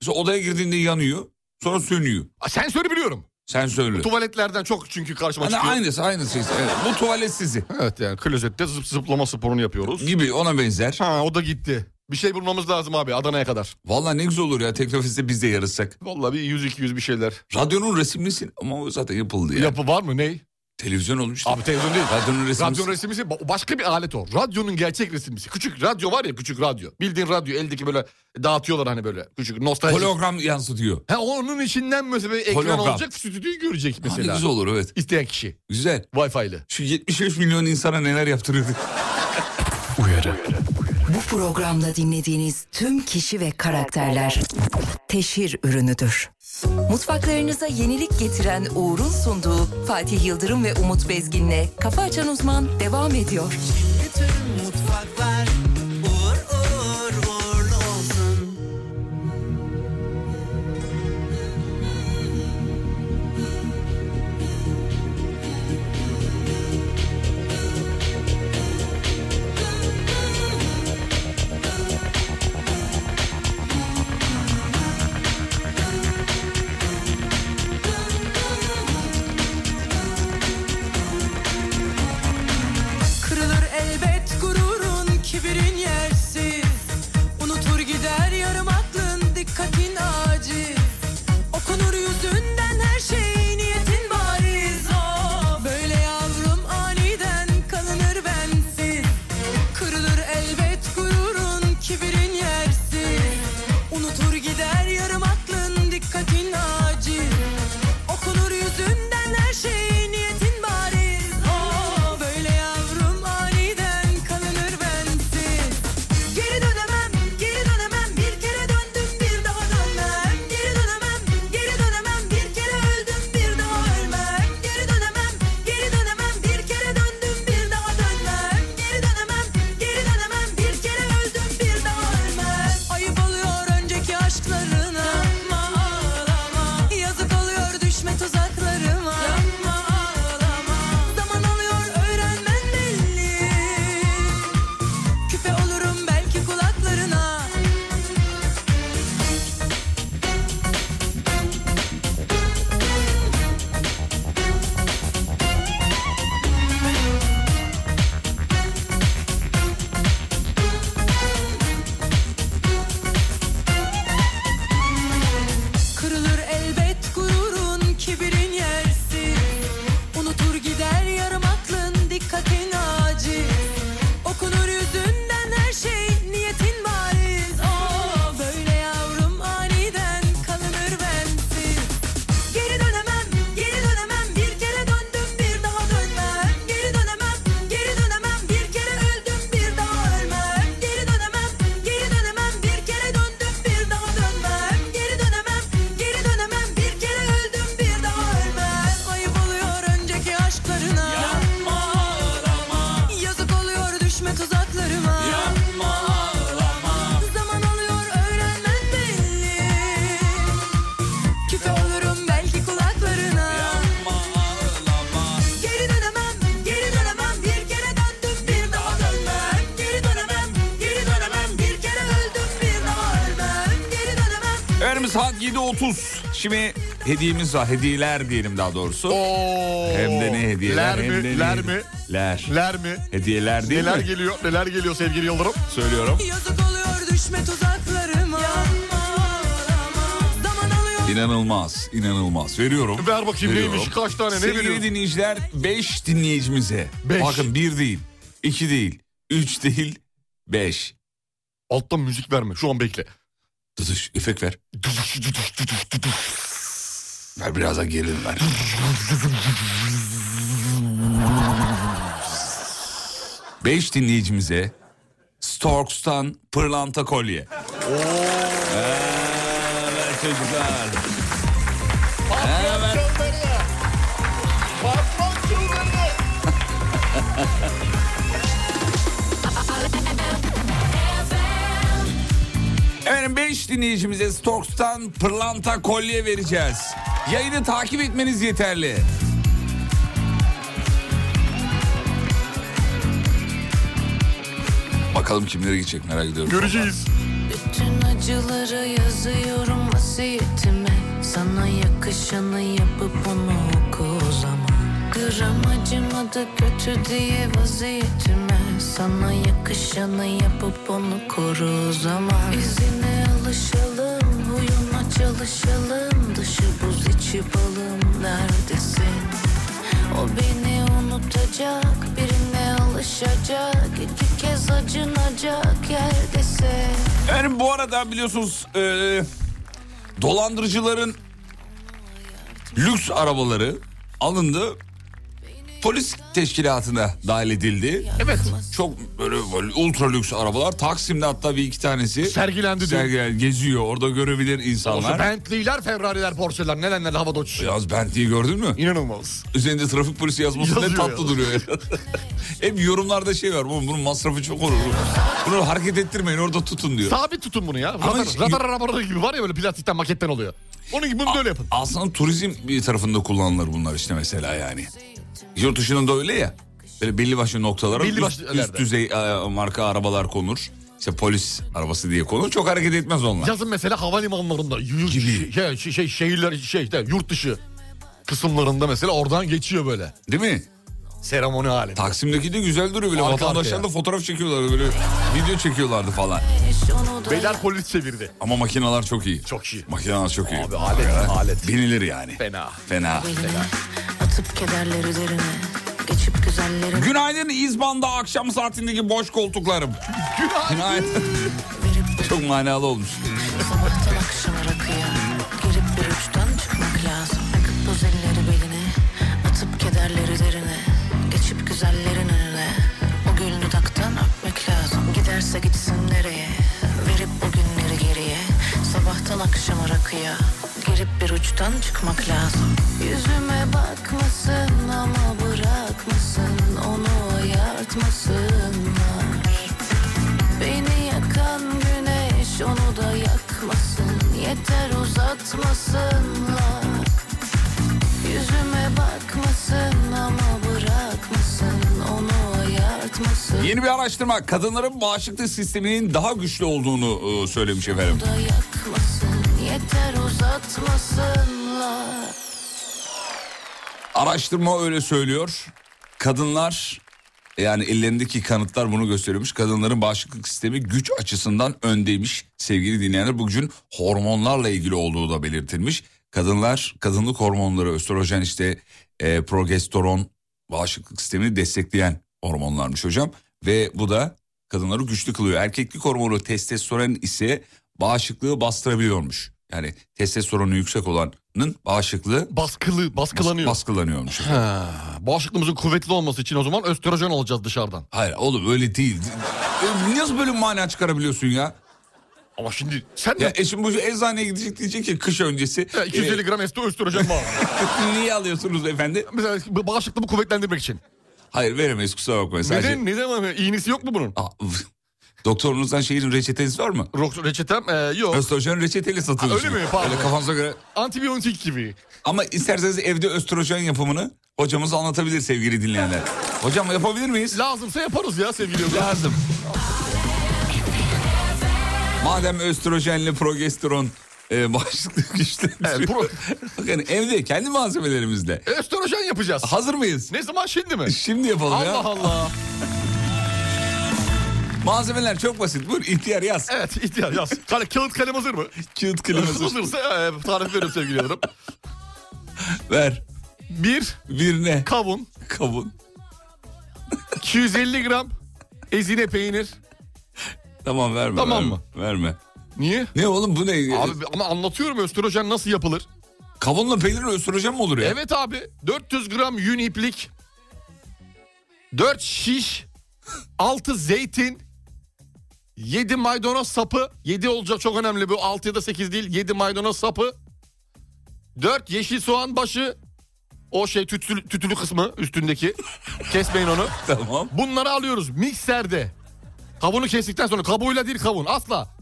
[SPEAKER 4] Mesela odaya girdiğinde yanıyor sonra sönüyor.
[SPEAKER 5] Aa, Sensörü biliyorum.
[SPEAKER 4] Sensörlü.
[SPEAKER 5] Tuvaletlerden çok çünkü karşıma
[SPEAKER 4] Hani
[SPEAKER 5] çıkıyor.
[SPEAKER 4] aynısı aynısı. işte. Evet, bu tuvalet sizi
[SPEAKER 5] Evet yani klozette zıp zıplama sporunu yapıyoruz.
[SPEAKER 4] gibi ona benzer.
[SPEAKER 5] Ha o da gitti. Bir şey bulmamız lazım abi Adana'ya kadar.
[SPEAKER 4] Valla ne güzel olur ya Teknofest'te biz de yarışsak.
[SPEAKER 5] Vallahi bir 100 200 bir şeyler.
[SPEAKER 4] Radyonun resimlisin ama o zaten yapıldı ya.
[SPEAKER 5] Yapı var mı ney?
[SPEAKER 4] Televizyon olmuş.
[SPEAKER 5] Abi televizyon değil.
[SPEAKER 4] Radyonun resimlisi.
[SPEAKER 5] Radyo resimlisi ba- başka bir alet o. Radyonun gerçek resimlisi. Küçük radyo var ya küçük radyo. Bildiğin radyo eldeki böyle dağıtıyorlar hani böyle küçük nostaljik.
[SPEAKER 4] Hologram yansıtıyor.
[SPEAKER 5] Ha onun içinden mesela bir ekran
[SPEAKER 4] Hologram.
[SPEAKER 5] olacak stüdyoyu görecek
[SPEAKER 4] Ha, ne
[SPEAKER 5] mesela.
[SPEAKER 4] güzel olur evet.
[SPEAKER 5] İsteyen kişi
[SPEAKER 4] Güzel.
[SPEAKER 5] Wi-Fi'li.
[SPEAKER 4] Şu 75 milyon insana neler yaptırırdık.
[SPEAKER 6] Bu programda dinlediğiniz tüm kişi ve karakterler teşhir ürünüdür. Mutfaklarınıza yenilik getiren Uğur'un sunduğu Fatih Yıldırım ve Umut Bezgin'le Kafa Açan Uzman devam ediyor.
[SPEAKER 7] Bütün mutfaklar uğur uğur uğurlu olsun.
[SPEAKER 4] saat 7.30. Şimdi hediyemiz var. Hediyeler diyelim daha doğrusu.
[SPEAKER 5] Oo.
[SPEAKER 4] Hem de ne hediyeler
[SPEAKER 5] Ler
[SPEAKER 4] hem
[SPEAKER 5] mi?
[SPEAKER 4] de ne-
[SPEAKER 5] ler mi?
[SPEAKER 4] Ler.
[SPEAKER 5] Ler mi?
[SPEAKER 4] Hediyeler değil
[SPEAKER 5] Neler
[SPEAKER 4] mi?
[SPEAKER 5] geliyor? Neler geliyor sevgili Yıldırım?
[SPEAKER 4] Söylüyorum.
[SPEAKER 8] Yazık oluyor düşme tuzaklarıma Zaman alıyor
[SPEAKER 4] İnanılmaz, inanılmaz. Veriyorum.
[SPEAKER 5] Ver bakayım
[SPEAKER 4] Veriyorum.
[SPEAKER 5] neymiş? Kaç tane, ne
[SPEAKER 4] Sevgili
[SPEAKER 5] veriyorsun?
[SPEAKER 4] dinleyiciler 5 dinleyicimize.
[SPEAKER 5] Beş.
[SPEAKER 4] Bakın bir değil, iki değil, üç değil, 5.
[SPEAKER 5] Alttan müzik verme. Şu an bekle.
[SPEAKER 4] Dıdış, efekt ver. Ver biraz da gerilim ver. Beş dinleyicimize Storks'tan pırlanta kolye. Evet çocuklar. Evet. Efendim 5 dinleyicimize Storks'tan pırlanta kolye vereceğiz. Yayını takip etmeniz yeterli. Bakalım kimlere gidecek merak ediyorum.
[SPEAKER 5] Göreceğiz.
[SPEAKER 9] Bütün acıları yazıyorum vasiyetime Sana yakışanı yapıp onu oku o zaman Gram acımadı kötü diye vaziyetime Sana yakışanı yapıp onu koru o zaman İzine alışalım, huyuna çalışalım Dışı buz içi balım neredesin? O beni unutacak, birine alışacak iki kez acınacak yerdese
[SPEAKER 4] Efendim bu arada biliyorsunuz e, dolandırıcıların lüks arabaları alındı. Polis teşkilatına dahil edildi. Evet. Çok böyle, böyle ultra lüks arabalar. Taksim'de hatta bir iki tanesi.
[SPEAKER 5] Sergilendi dün.
[SPEAKER 4] Sergilen, geziyor. Orada görebilir
[SPEAKER 5] Olsa
[SPEAKER 4] insanlar.
[SPEAKER 5] Bentley'ler, Ferrari'ler, Porsche'ler neler neler havada uçuşuyor.
[SPEAKER 4] Yalnız Bentley'i gördün mü?
[SPEAKER 5] İnanılmaz.
[SPEAKER 4] Üzerinde trafik polisi yazması ne
[SPEAKER 5] Yazıyor
[SPEAKER 4] tatlı
[SPEAKER 5] ya.
[SPEAKER 4] duruyor ya. Hep yorumlarda şey var. "Oğlum Bunun masrafı çok olur. Bunu hareket ettirmeyin orada tutun diyor.
[SPEAKER 5] Sabit tutun bunu ya. Radar,
[SPEAKER 4] hiç-
[SPEAKER 5] radar arabaları gibi var ya böyle plastikten maketten oluyor. Onun gibi bunu da öyle yapın.
[SPEAKER 4] Aslında turizm bir tarafında kullanılır bunlar işte mesela yani. Yurt dışında da öyle ya. Böyle belli başlı noktalara
[SPEAKER 5] Belli
[SPEAKER 4] üst,
[SPEAKER 5] başlı
[SPEAKER 4] üst
[SPEAKER 5] yerlerde.
[SPEAKER 4] düzey e, marka arabalar konur. İşte polis arabası diye konur. Çok hareket etmez onlar.
[SPEAKER 5] Yazın mesela havalimanlarında yurt
[SPEAKER 4] Gibi.
[SPEAKER 5] Şey, şey, şey, şehirler şey de yurt dışı kısımlarında mesela oradan geçiyor böyle.
[SPEAKER 4] Değil mi?
[SPEAKER 5] Seremoni halinde.
[SPEAKER 4] Taksim'deki de güzel duruyor böyle.
[SPEAKER 5] Arka
[SPEAKER 4] Vatandaşlar
[SPEAKER 5] arkaya.
[SPEAKER 4] da fotoğraf çekiyorlardı böyle. Video çekiyorlardı falan.
[SPEAKER 5] Beyler polis çevirdi.
[SPEAKER 4] Ama makineler çok iyi.
[SPEAKER 5] Çok iyi.
[SPEAKER 4] Makineler çok iyi.
[SPEAKER 5] Abi alet alet.
[SPEAKER 4] Binilir yani.
[SPEAKER 5] Fena.
[SPEAKER 4] Fena.
[SPEAKER 9] Beline atıp kederleri derine Geçip güzelleri
[SPEAKER 4] Günaydın İzban'da akşam saatindeki boş koltuklarım. Günaydın.
[SPEAKER 9] verip
[SPEAKER 4] Çok manalı olmuş.
[SPEAKER 9] sabahtan akşama rakıya Girip bir uçtan çıkmak lazım Akıp buz elleri beline Atıp kederleri derine Geçip güzellerin önüne O gülünü taktan öpmek lazım Giderse gitsin nereye Verip o günleri geriye Sabahtan akşama rakıya Girip bir uçtan çıkmak lazım Yüzüme bakmasın ama bırakmasın Onu ayartmasınlar Beni yakan güneş onu da yakmasın Yeter uzatmasınlar Yüzüme bakmasın ama bırakmasın Onu ayartmasın
[SPEAKER 4] Yeni bir araştırma kadınların bağışıklık sisteminin daha güçlü olduğunu e, söylemiş efendim.
[SPEAKER 9] da yakmasın Yeter uzatmasınlar
[SPEAKER 4] Araştırma öyle söylüyor. Kadınlar yani ellerindeki kanıtlar bunu gösteriyormuş. Kadınların bağışıklık sistemi güç açısından öndeymiş. Sevgili dinleyenler bu gücün hormonlarla ilgili olduğu da belirtilmiş. Kadınlar kadınlık hormonları östrojen işte e, progesteron bağışıklık sistemini destekleyen hormonlarmış hocam. Ve bu da kadınları güçlü kılıyor. Erkeklik hormonu testosteron ise bağışıklığı bastırabiliyormuş. Yani testosteronu yüksek olanın bağışıklığı
[SPEAKER 5] Baskılı, baskılanıyor.
[SPEAKER 4] baskılanıyormuş.
[SPEAKER 5] Ha, bağışıklığımızın kuvvetli olması için o zaman östrojen alacağız dışarıdan.
[SPEAKER 4] Hayır oğlum öyle değil. E, Nasıl böyle bir mana çıkarabiliyorsun ya?
[SPEAKER 5] Ama şimdi sen de
[SPEAKER 4] Ya eşim bu eczaneye gidecek diyecek ki kış öncesi.
[SPEAKER 5] Ya 250 gram esti östrojen var.
[SPEAKER 4] e, niye alıyorsunuz efendi?
[SPEAKER 5] Mesela bu bağışıklığımı kuvvetlendirmek için.
[SPEAKER 4] Hayır veremeyiz kusura bakmayın. Sadece...
[SPEAKER 5] Neden? Neden ama iğnesi yok mu bunun?
[SPEAKER 4] Aa, üf. Doktorunuzdan şeyin reçetesi var mı?
[SPEAKER 5] Ro- Reçetem ee, yok.
[SPEAKER 4] Östrojen reçeteli satılıyor.
[SPEAKER 5] Ha, öyle
[SPEAKER 4] şimdi.
[SPEAKER 5] mi? Pardon.
[SPEAKER 4] Öyle kafanıza göre.
[SPEAKER 5] Antibiyotik gibi.
[SPEAKER 4] Ama isterseniz evde östrojen yapımını hocamız anlatabilir sevgili dinleyenler. Hocam yapabilir miyiz?
[SPEAKER 5] Lazımsa yaparız ya sevgili Yıldırım.
[SPEAKER 4] Lazım. Madem östrojenli progesteron e, bağışıklık güçlendiriyor.
[SPEAKER 5] Evet, E, pro-
[SPEAKER 4] Bakın evde kendi malzemelerimizle.
[SPEAKER 5] Östrojen yapacağız.
[SPEAKER 4] Hazır mıyız?
[SPEAKER 5] Ne zaman şimdi mi?
[SPEAKER 4] Şimdi yapalım ya.
[SPEAKER 5] Allah Allah.
[SPEAKER 4] Malzemeler çok basit. Buyur ihtiyar yaz.
[SPEAKER 5] Evet ihtiyar yaz. Kale, kağıt kalem hazır mı?
[SPEAKER 4] Kağıt kalemi hazır.
[SPEAKER 5] Hazırsa e, tarif veriyorum sevgili yıldırım.
[SPEAKER 4] Ver.
[SPEAKER 5] Bir
[SPEAKER 4] Bir ne?
[SPEAKER 5] kavun,
[SPEAKER 4] Kavun.
[SPEAKER 5] 250 gram ezine peynir.
[SPEAKER 4] Tamam verme.
[SPEAKER 5] Tamam
[SPEAKER 4] verme,
[SPEAKER 5] mı?
[SPEAKER 4] Verme.
[SPEAKER 5] Niye?
[SPEAKER 4] Ne oğlum bu ne?
[SPEAKER 5] Abi ama anlatıyorum östrojen nasıl yapılır.
[SPEAKER 4] Kavunla peynir östrojen mi olur ya?
[SPEAKER 5] Evet abi 400 gram yün iplik, 4 şiş, 6 zeytin, 7 maydanoz sapı, 7 olacak çok önemli bu 6 ya da 8 değil 7 maydanoz sapı, 4 yeşil soğan başı, o şey tütülü, tütülü kısmı üstündeki kesmeyin onu.
[SPEAKER 4] Tamam.
[SPEAKER 5] Bunları alıyoruz mikserde. Kavunu kestikten sonra kabuğuyla değil kavun asla.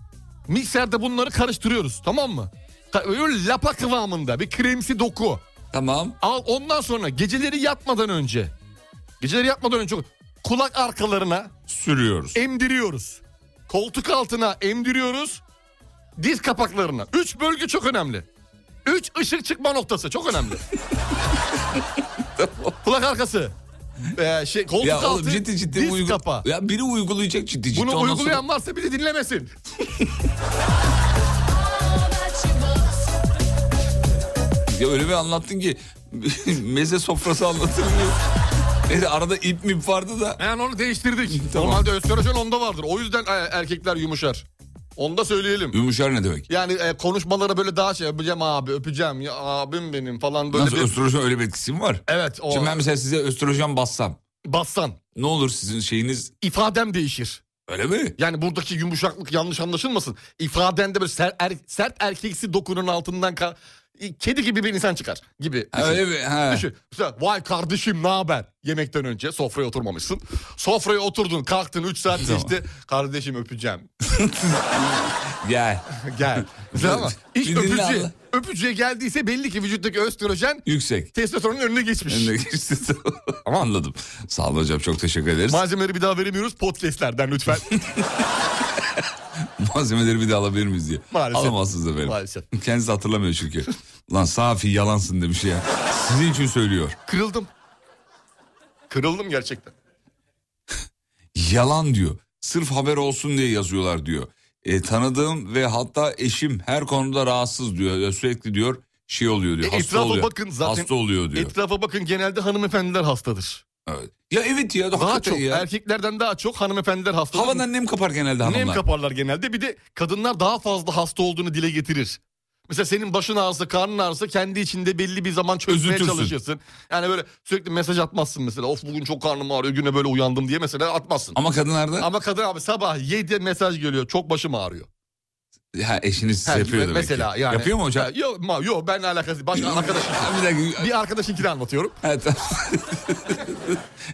[SPEAKER 5] Mikserde bunları karıştırıyoruz tamam mı? Ka- Öyle lapa kıvamında bir kremsi doku.
[SPEAKER 4] Tamam.
[SPEAKER 5] Al ondan sonra geceleri yatmadan önce. Geceleri yatmadan önce kulak arkalarına
[SPEAKER 4] Sürüyoruz.
[SPEAKER 5] emdiriyoruz. Koltuk altına emdiriyoruz. Diz kapaklarına. Üç bölge çok önemli. Üç ışık çıkma noktası çok önemli. kulak arkası. Ee, şey, koltuk
[SPEAKER 4] ya
[SPEAKER 5] altı,
[SPEAKER 4] oğlum ciddi ciddi
[SPEAKER 5] diz
[SPEAKER 4] uygu-
[SPEAKER 5] kapağı.
[SPEAKER 4] Ya biri uygulayacak ciddi ciddi.
[SPEAKER 5] Bunu
[SPEAKER 4] Ondan
[SPEAKER 5] uygulayan varsa bir de dinlemesin.
[SPEAKER 4] sonra- Ya öyle bir anlattın ki meze sofrası anlatılmıyor. Neyse arada ip mip vardı da.
[SPEAKER 5] Yani onu değiştirdik.
[SPEAKER 4] Tamam.
[SPEAKER 5] Normalde östrojen onda vardır. O yüzden e, erkekler yumuşar. Onu da söyleyelim.
[SPEAKER 4] Yumuşar ne demek?
[SPEAKER 5] Yani e, konuşmalara böyle daha şey öpeceğim abi öpeceğim ya abim benim falan böyle
[SPEAKER 4] Nasıl
[SPEAKER 5] bir...
[SPEAKER 4] östrojen öyle bir etkisi mi var?
[SPEAKER 5] Evet o
[SPEAKER 4] Şimdi ben mesela size östrojen bassam.
[SPEAKER 5] bassan
[SPEAKER 4] Ne olur sizin şeyiniz
[SPEAKER 5] ifadem değişir.
[SPEAKER 4] öyle mi?
[SPEAKER 5] Yani buradaki yumuşaklık yanlış anlaşılmasın. İfadende böyle ser- er- sert erkeksi dokunun altından ka- e, kedi gibi bir insan çıkar gibi.
[SPEAKER 4] Ha, öyle mi? Ha.
[SPEAKER 5] Düşün. Mesela, vay kardeşim ne haber? Yemekten önce sofraya oturmamışsın. Sofraya oturdun kalktın 3 saat
[SPEAKER 4] Tamam.
[SPEAKER 5] geçti. Kardeşim öpeceğim.
[SPEAKER 4] Ya
[SPEAKER 5] Gel. Güzel ama iş
[SPEAKER 4] Bir dinle
[SPEAKER 5] öpücüğe,
[SPEAKER 4] Allah.
[SPEAKER 5] öpücüğe geldiyse belli ki vücuttaki östrojen
[SPEAKER 4] yüksek.
[SPEAKER 5] testosteronun önüne geçmiş.
[SPEAKER 4] Önüne geçti. Ama anladım. Sağ olun hocam çok teşekkür ederiz.
[SPEAKER 5] Malzemeleri bir daha veremiyoruz podcastlerden lütfen.
[SPEAKER 4] Malzemeleri bir de alabilir miyiz diye.
[SPEAKER 5] Maalesef.
[SPEAKER 4] Alamazsınız efendim.
[SPEAKER 5] Maalesef.
[SPEAKER 4] Kendisi hatırlamıyor çünkü. Lan Safi yalansın demiş ya. Sizin için söylüyor.
[SPEAKER 5] Kırıldım. Kırıldım gerçekten.
[SPEAKER 4] Yalan diyor. Sırf haber olsun diye yazıyorlar diyor. E, tanıdığım ve hatta eşim her konuda rahatsız diyor. Ya Sürekli diyor şey oluyor diyor.
[SPEAKER 5] E,
[SPEAKER 4] hasta
[SPEAKER 5] etrafa
[SPEAKER 4] oluyor.
[SPEAKER 5] bakın zaten.
[SPEAKER 4] Hasta oluyor diyor.
[SPEAKER 5] Etrafa bakın genelde hanımefendiler hastadır.
[SPEAKER 4] Evet. Ya evet ya.
[SPEAKER 5] Daha
[SPEAKER 4] hakikaten
[SPEAKER 5] çok
[SPEAKER 4] ya.
[SPEAKER 5] erkeklerden daha çok hanımefendiler hastadır.
[SPEAKER 4] Havadan nem kapar genelde hanımlar.
[SPEAKER 5] Nem kaparlar genelde. Bir de kadınlar daha fazla hasta olduğunu dile getirir. Mesela senin başın ağrısı, karnın ağrısı kendi içinde belli bir zaman çözmeye
[SPEAKER 4] Üzütürsün.
[SPEAKER 5] çalışırsın. Yani böyle sürekli mesaj atmazsın mesela. Of bugün çok karnım ağrıyor, güne böyle uyandım diye mesela atmazsın. Ama,
[SPEAKER 4] Ama kadınlarda
[SPEAKER 5] kadın abi sabah 7'de mesaj geliyor. Çok başım ağrıyor.
[SPEAKER 4] ha, eşiniz size
[SPEAKER 5] Ha,
[SPEAKER 4] yapıyor demek
[SPEAKER 5] mesela
[SPEAKER 4] ki.
[SPEAKER 5] yani.
[SPEAKER 4] Yapıyor mu hocam?
[SPEAKER 5] Ha, Yok, ma- yok ben alakası. Başka arkadaşım.
[SPEAKER 4] Ha, bir dakika.
[SPEAKER 5] bir arkadaşınkini anlatıyorum.
[SPEAKER 4] Ha, tamam.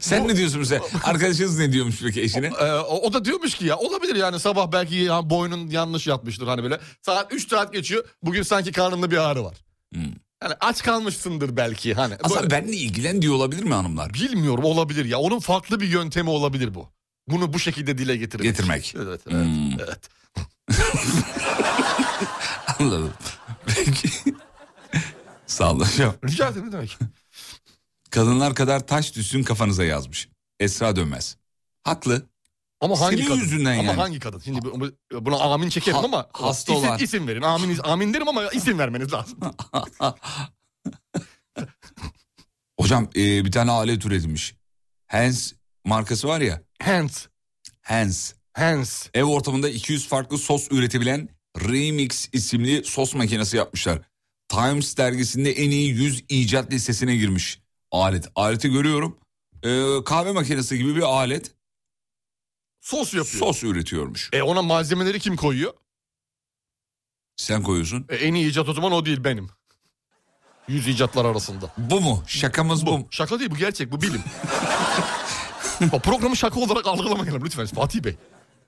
[SPEAKER 4] Sen ne diyorsun mesela? Arkadaşınız ne diyormuş peki eşine?
[SPEAKER 5] Ee, o, o da diyormuş ki ya olabilir yani sabah belki ya, boynun yanlış yatmıştır hani böyle. Saat 3 saat geçiyor. Bugün sanki karnında bir ağrı var. Yani aç kalmışsındır belki hani.
[SPEAKER 4] Hmm. Aslında
[SPEAKER 5] Böyle-
[SPEAKER 4] benle ilgilen diyor olabilir mi hanımlar?
[SPEAKER 5] Bilmiyorum olabilir ya. Onun farklı bir yöntemi olabilir bu. Bunu bu şekilde dile getirmek.
[SPEAKER 4] Getirmek.
[SPEAKER 5] Evet, evet,
[SPEAKER 4] Hmm.
[SPEAKER 5] evet.
[SPEAKER 4] Anladım. Peki. Sağ olun hocam.
[SPEAKER 5] Rica ederim ne demek.
[SPEAKER 4] Kadınlar kadar taş düşsün kafanıza yazmış. Esra Dönmez. Haklı.
[SPEAKER 5] Ama hangi
[SPEAKER 4] Senin
[SPEAKER 5] kadın?
[SPEAKER 4] yüzünden
[SPEAKER 5] ama
[SPEAKER 4] yani.
[SPEAKER 5] hangi kadın? Şimdi bu- buna amin çekerim
[SPEAKER 4] Ha-
[SPEAKER 5] ama
[SPEAKER 4] hasta
[SPEAKER 5] isim,
[SPEAKER 4] olan.
[SPEAKER 5] isim verin. Amin, amin derim ama isim vermeniz lazım.
[SPEAKER 4] Hocam e, bir tane alet üretilmiş. Hans markası var ya.
[SPEAKER 5] Hands.
[SPEAKER 4] Hans.
[SPEAKER 5] Hands.
[SPEAKER 4] Ev ortamında 200 farklı sos üretebilen Remix isimli sos makinesi yapmışlar. Times dergisinde en iyi 100 icat listesine girmiş alet. Aleti görüyorum. Ee, kahve makinesi gibi bir alet
[SPEAKER 5] Sos yapıyor.
[SPEAKER 4] sos üretiyormuş.
[SPEAKER 5] E ona malzemeleri kim koyuyor?
[SPEAKER 4] Sen koyuyorsun.
[SPEAKER 5] E, en iyi icat o zaman o değil benim. Yüz icatlar arasında.
[SPEAKER 4] Bu mu? Şakamız bu.
[SPEAKER 5] Bu şaka değil bu gerçek bu bilim. Bak, programı şaka olarak algılamayalım lütfen Fatih Bey.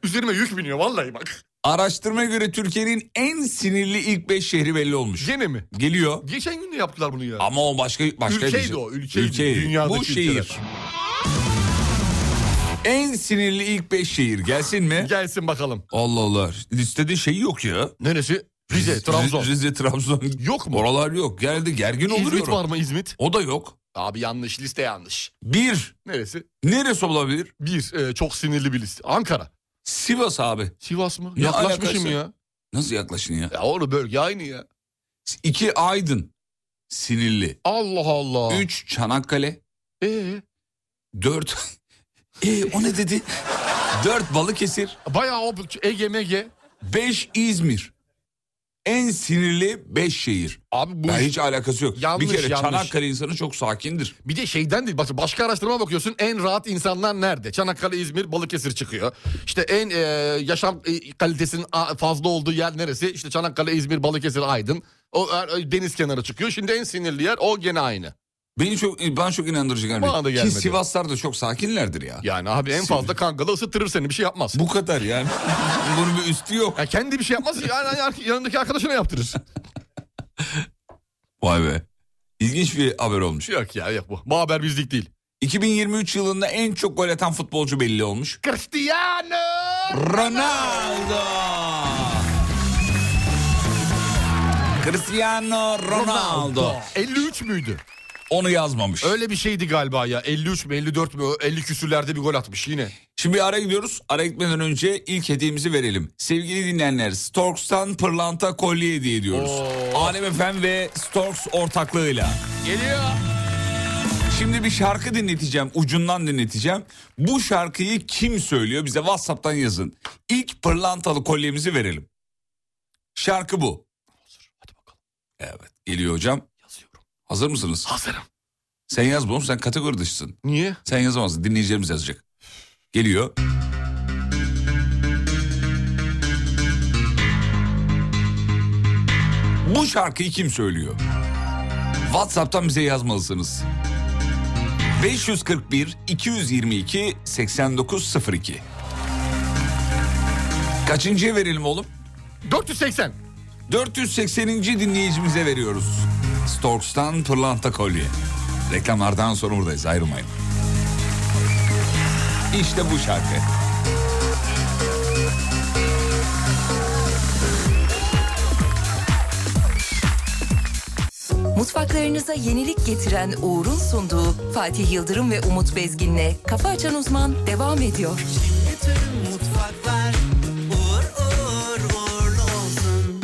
[SPEAKER 5] Üzerime yük biniyor vallahi bak.
[SPEAKER 4] Araştırmaya göre Türkiye'nin en sinirli ilk 5 şehri belli olmuş.
[SPEAKER 5] Gene mi?
[SPEAKER 4] Geliyor.
[SPEAKER 5] Geçen gün de yaptılar bunu ya.
[SPEAKER 4] Ama o başka başka
[SPEAKER 5] Ülkeydi
[SPEAKER 4] bir şey.
[SPEAKER 5] o, ülkeydi. Dünyadaki
[SPEAKER 4] Bu şehir.
[SPEAKER 5] ülkeler.
[SPEAKER 4] En sinirli ilk 5 şehir gelsin mi?
[SPEAKER 5] Gelsin bakalım.
[SPEAKER 4] Allah Allah. Listede şey yok ya.
[SPEAKER 5] Neresi? Rize, Trabzon.
[SPEAKER 4] Rize, Trabzon.
[SPEAKER 5] Yok mu?
[SPEAKER 4] Oralar yok. Genelde gergin olur.
[SPEAKER 5] İzmit var mı İzmit?
[SPEAKER 4] O da yok.
[SPEAKER 5] Abi yanlış liste yanlış.
[SPEAKER 4] Bir.
[SPEAKER 5] Neresi?
[SPEAKER 4] Neresi olabilir?
[SPEAKER 5] Bir e, çok sinirli bir liste. Ankara.
[SPEAKER 4] Sivas abi.
[SPEAKER 5] Sivas mı?
[SPEAKER 4] Ne
[SPEAKER 5] Yaklaşmışım
[SPEAKER 4] alakası?
[SPEAKER 5] ya.
[SPEAKER 4] Nasıl yaklaşın ya?
[SPEAKER 5] Ya oğlum bölge aynı ya.
[SPEAKER 4] İki Aydın. Sinirli.
[SPEAKER 5] Allah Allah.
[SPEAKER 4] Üç Çanakkale.
[SPEAKER 5] Ee,
[SPEAKER 4] Dört. e, o ne dedi? Dört Balıkesir.
[SPEAKER 5] bayağı o Ege Mege.
[SPEAKER 4] Beş İzmir. En sinirli beş şehir.
[SPEAKER 5] Abi bu
[SPEAKER 4] Ya
[SPEAKER 5] iş-
[SPEAKER 4] hiç alakası yok.
[SPEAKER 5] Yanlış,
[SPEAKER 4] bir kere
[SPEAKER 5] yanlış.
[SPEAKER 4] Çanakkale insanı çok sakindir.
[SPEAKER 5] bir de şeyden değil. Bak başka araştırma bakıyorsun. En rahat insanlar nerede? Çanakkale, İzmir, Balıkesir çıkıyor. İşte en e, yaşam e, kalitesinin a- fazla olduğu yer neresi? İşte Çanakkale, İzmir, Balıkesir, Aydın. O e, deniz kenarı çıkıyor. Şimdi en sinirli yer o gene aynı.
[SPEAKER 4] Beni çok ben çok inandırıcı
[SPEAKER 5] Bana da
[SPEAKER 4] gelmedi. Ki
[SPEAKER 5] gelmedi.
[SPEAKER 4] Sivaslar da çok sakinlerdir ya.
[SPEAKER 5] Yani abi en fazla kangalı ısıtırır seni. Bir şey yapmaz.
[SPEAKER 4] Bu kadar yani. Bunun bir üstü yok.
[SPEAKER 5] Ya kendi bir şey yapmaz. Yani yan- yanındaki arkadaşına yaptırır.
[SPEAKER 4] Vay be. İlginç bir haber olmuş.
[SPEAKER 5] yok ya yok bu. Bu haber bizlik değil.
[SPEAKER 4] 2023 yılında en çok gol atan futbolcu belli olmuş.
[SPEAKER 5] Cristiano!
[SPEAKER 4] Ronaldo. Cristiano Ronaldo.
[SPEAKER 5] 53 müydü?
[SPEAKER 4] Onu yazmamış.
[SPEAKER 5] Öyle bir şeydi galiba ya. 53 mü 54 mü 50 küsürlerde bir gol atmış yine.
[SPEAKER 4] Şimdi bir ara gidiyoruz. Ara gitmeden önce ilk hediyemizi verelim. Sevgili dinleyenler Storks'tan pırlanta kolye hediye ediyoruz. Alem Efem ve Storks ortaklığıyla.
[SPEAKER 5] Geliyor.
[SPEAKER 4] Şimdi bir şarkı dinleteceğim. Ucundan dinleteceğim. Bu şarkıyı kim söylüyor bize WhatsApp'tan yazın. İlk pırlantalı kolyemizi verelim. Şarkı bu. Evet geliyor hocam.
[SPEAKER 5] Yazıyorum.
[SPEAKER 4] Hazır mısınız?
[SPEAKER 5] Hazırım.
[SPEAKER 4] Sen yaz bunu sen kategori dışısın.
[SPEAKER 5] Niye?
[SPEAKER 4] Sen yazamazsın dinleyicilerimiz yazacak. Geliyor. Bu şarkıyı kim söylüyor? WhatsApp'tan bize yazmalısınız. 541 222 8902. Kaçıncıya verelim oğlum?
[SPEAKER 5] 480.
[SPEAKER 4] 480. dinleyicimize veriyoruz. Storks'tan pırlanta kolye. Reklamlardan sonra buradayız ayrılmayın. İşte bu şarkı.
[SPEAKER 6] Mutfaklarınıza yenilik getiren Uğur'un sunduğu Fatih Yıldırım ve Umut Bezgin'le Kafa Açan Uzman devam ediyor.
[SPEAKER 1] Bütün mutfaklar uğur uğur uğurlu olsun.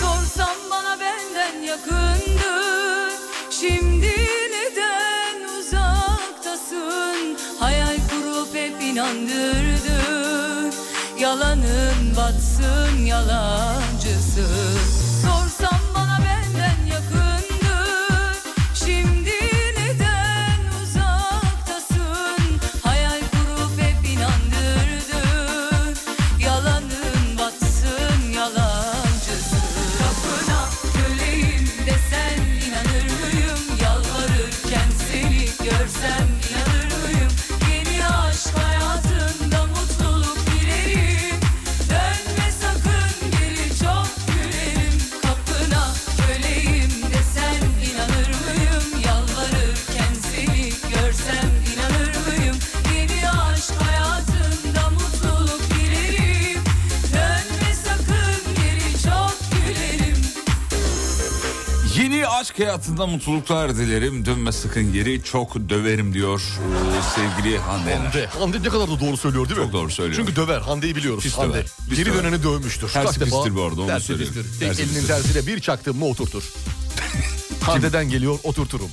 [SPEAKER 10] Sorsam bana benden yakındır Şimdi neden uzaktasın Hayal kurup hep inandırdın Yalanın batsın yalancısın Sorsam bana benden yakındır Şimdi neden uzaktasın Hayal kurup hep inandırdın Yalanın batsın yalancısın Kapına köleyim desen inanır mıyım Yalvarırken seni görsem inanır mıyım Yeni aşk hayatında mutluluk dilerim Dönme sakın geri çok gülerim
[SPEAKER 4] Aşk hayatında mutluluklar dilerim. Dönme sakın geri çok döverim diyor ee, sevgili Hande. Yener.
[SPEAKER 5] Hande. Hande ne kadar da doğru söylüyor değil mi?
[SPEAKER 4] Çok doğru söylüyor.
[SPEAKER 5] Çünkü döver. Hande'yi biliyoruz.
[SPEAKER 4] Pis
[SPEAKER 5] Hande.
[SPEAKER 4] döver, pis
[SPEAKER 5] Geri
[SPEAKER 4] döver.
[SPEAKER 5] döneni dövmüştür.
[SPEAKER 4] Tersi
[SPEAKER 5] Kaç defa?
[SPEAKER 4] pistir bu arada, onu da
[SPEAKER 5] Tersi
[SPEAKER 4] söyleyeyim.
[SPEAKER 5] pistir. Tek
[SPEAKER 4] Tersi
[SPEAKER 5] elinin
[SPEAKER 4] pistir.
[SPEAKER 5] tersiyle bir çaktım mı oturtur. Hande'den geliyor oturturum.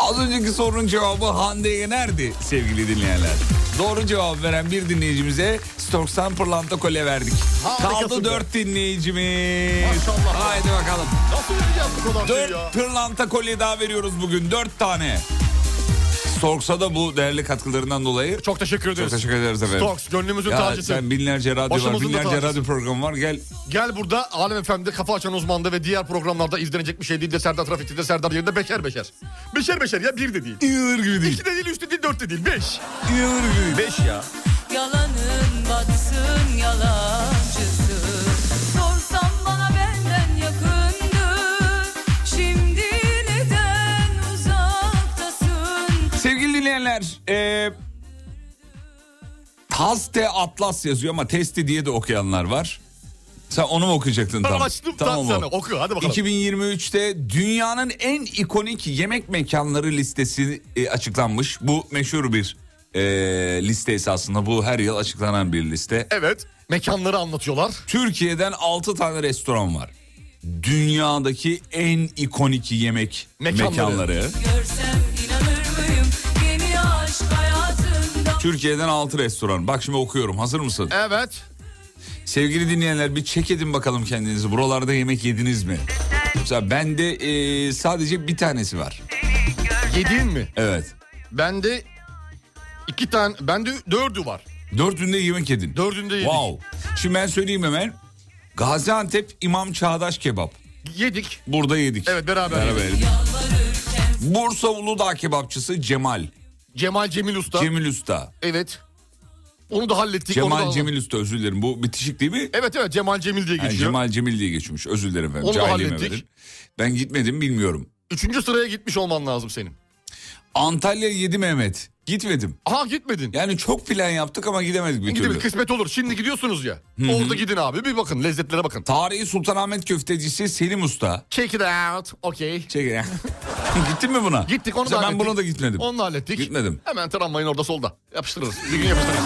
[SPEAKER 4] Az önceki sorunun cevabı Hande Yener'di sevgili dinleyenler. Doğru cevap veren bir dinleyicimize Storks'tan pırlanta kolye verdik.
[SPEAKER 5] Harikasın
[SPEAKER 4] Kaldı
[SPEAKER 5] be.
[SPEAKER 4] dört dinleyicimiz.
[SPEAKER 5] Maşallah.
[SPEAKER 4] Ee, Haydi bakalım.
[SPEAKER 5] Nasıl vereceğiz bu kadar şeyi ya?
[SPEAKER 4] Dört pırlanta kolye daha veriyoruz bugün. Dört tane. Storks'a da bu değerli katkılarından dolayı
[SPEAKER 5] Çok teşekkür
[SPEAKER 4] çok
[SPEAKER 5] ederiz.
[SPEAKER 4] teşekkür ederiz efendim.
[SPEAKER 5] Storks gönlümüzün
[SPEAKER 4] Ya
[SPEAKER 5] tacısı.
[SPEAKER 4] sen binlerce radyo var,
[SPEAKER 5] Başımızın da
[SPEAKER 4] binlerce
[SPEAKER 5] tacısı.
[SPEAKER 4] radyo programı var. Gel
[SPEAKER 5] Gel burada Alem FM'de Kafa Açan Uzman'da ve diğer programlarda izlenecek bir şey değil de Serdar Trafik'te de Serdar yerinde beşer beşer. Beşer beşer ya bir de değil.
[SPEAKER 4] İnanır gibi değil.
[SPEAKER 5] İki de değil, üç de değil, dört de değil. Beş.
[SPEAKER 4] İnanır gibi değil.
[SPEAKER 5] Beş ya.
[SPEAKER 1] Yalanın batsın yalancısı Sorsam bana benden yakındır Şimdi neden uzaktasın
[SPEAKER 4] Sevgili dinleyenler, e, Taste Atlas yazıyor ama testi diye de okuyanlar var. Sen onu mu okuyacaktın
[SPEAKER 5] Ben
[SPEAKER 4] tam?
[SPEAKER 5] açtım tam,
[SPEAKER 4] o.
[SPEAKER 5] sana. Oku hadi bakalım.
[SPEAKER 4] 2023'te dünyanın en ikonik yemek mekanları listesi e, açıklanmış. Bu meşhur bir e, liste esasında. Bu her yıl açıklanan bir liste.
[SPEAKER 5] Evet. Mekanları anlatıyorlar.
[SPEAKER 4] Türkiye'den 6 tane restoran var. Dünyadaki en ikonik yemek
[SPEAKER 5] Mekanları.
[SPEAKER 4] mekanları.
[SPEAKER 1] Görsem inanır mıyım Yeni aşk hayatında
[SPEAKER 4] Türkiye'den 6 restoran. Bak şimdi okuyorum. Hazır mısın?
[SPEAKER 5] Evet.
[SPEAKER 4] Sevgili dinleyenler bir çek edin bakalım kendinizi. Buralarda yemek yediniz mi? Mesela bende e, sadece bir tanesi var.
[SPEAKER 5] Yediğin mi?
[SPEAKER 4] Evet.
[SPEAKER 5] Bende iki tane, bende dördü var.
[SPEAKER 4] Dördünde yemek yedin.
[SPEAKER 5] Dördünde yedik.
[SPEAKER 4] Wow. Şimdi ben söyleyeyim hemen. Gaziantep İmam Çağdaş Kebap.
[SPEAKER 5] Yedik.
[SPEAKER 4] Burada yedik.
[SPEAKER 5] Evet, beraber yedik.
[SPEAKER 4] yedik. Bursa Uludağ Kebapçısı Cemal.
[SPEAKER 5] Cemal Cemil Usta.
[SPEAKER 4] Cemil Usta.
[SPEAKER 5] Evet. Onu da hallettik. onu da
[SPEAKER 4] Cemal
[SPEAKER 5] anladık.
[SPEAKER 4] Cemil Usta özür dilerim. Bu bitişik değil mi?
[SPEAKER 5] Evet evet Cemal Cemil diye
[SPEAKER 4] Yani
[SPEAKER 5] geçiyor.
[SPEAKER 4] Cemal Cemil diye geçmiş. Özür dilerim efendim.
[SPEAKER 5] Onu da
[SPEAKER 4] Cahilliğime
[SPEAKER 5] hallettik.
[SPEAKER 4] verin. Ben gitmedim bilmiyorum.
[SPEAKER 5] Üçüncü sıraya gitmiş olman lazım senin.
[SPEAKER 4] Antalya 7 Mehmet. Gitmedim.
[SPEAKER 5] Aha gitmedin.
[SPEAKER 4] Yani çok plan yaptık ama gidemedik bir
[SPEAKER 5] Gidin
[SPEAKER 4] türlü.
[SPEAKER 5] kısmet olur. Şimdi gidiyorsunuz ya. Orada gidin abi bir bakın lezzetlere bakın.
[SPEAKER 4] Tarihi Sultanahmet köftecisi Selim Usta.
[SPEAKER 5] Check it out. Okay.
[SPEAKER 4] Çek ya. Gittin mi buna?
[SPEAKER 5] Gittik onu
[SPEAKER 4] Mesela
[SPEAKER 5] da
[SPEAKER 4] Ben
[SPEAKER 5] hallettik.
[SPEAKER 4] buna da gitmedim.
[SPEAKER 5] Onu da hallettik.
[SPEAKER 4] Gitmedim.
[SPEAKER 5] Hemen tramvayın orada solda. Yapıştırırız. Bir gün yapıştırırız.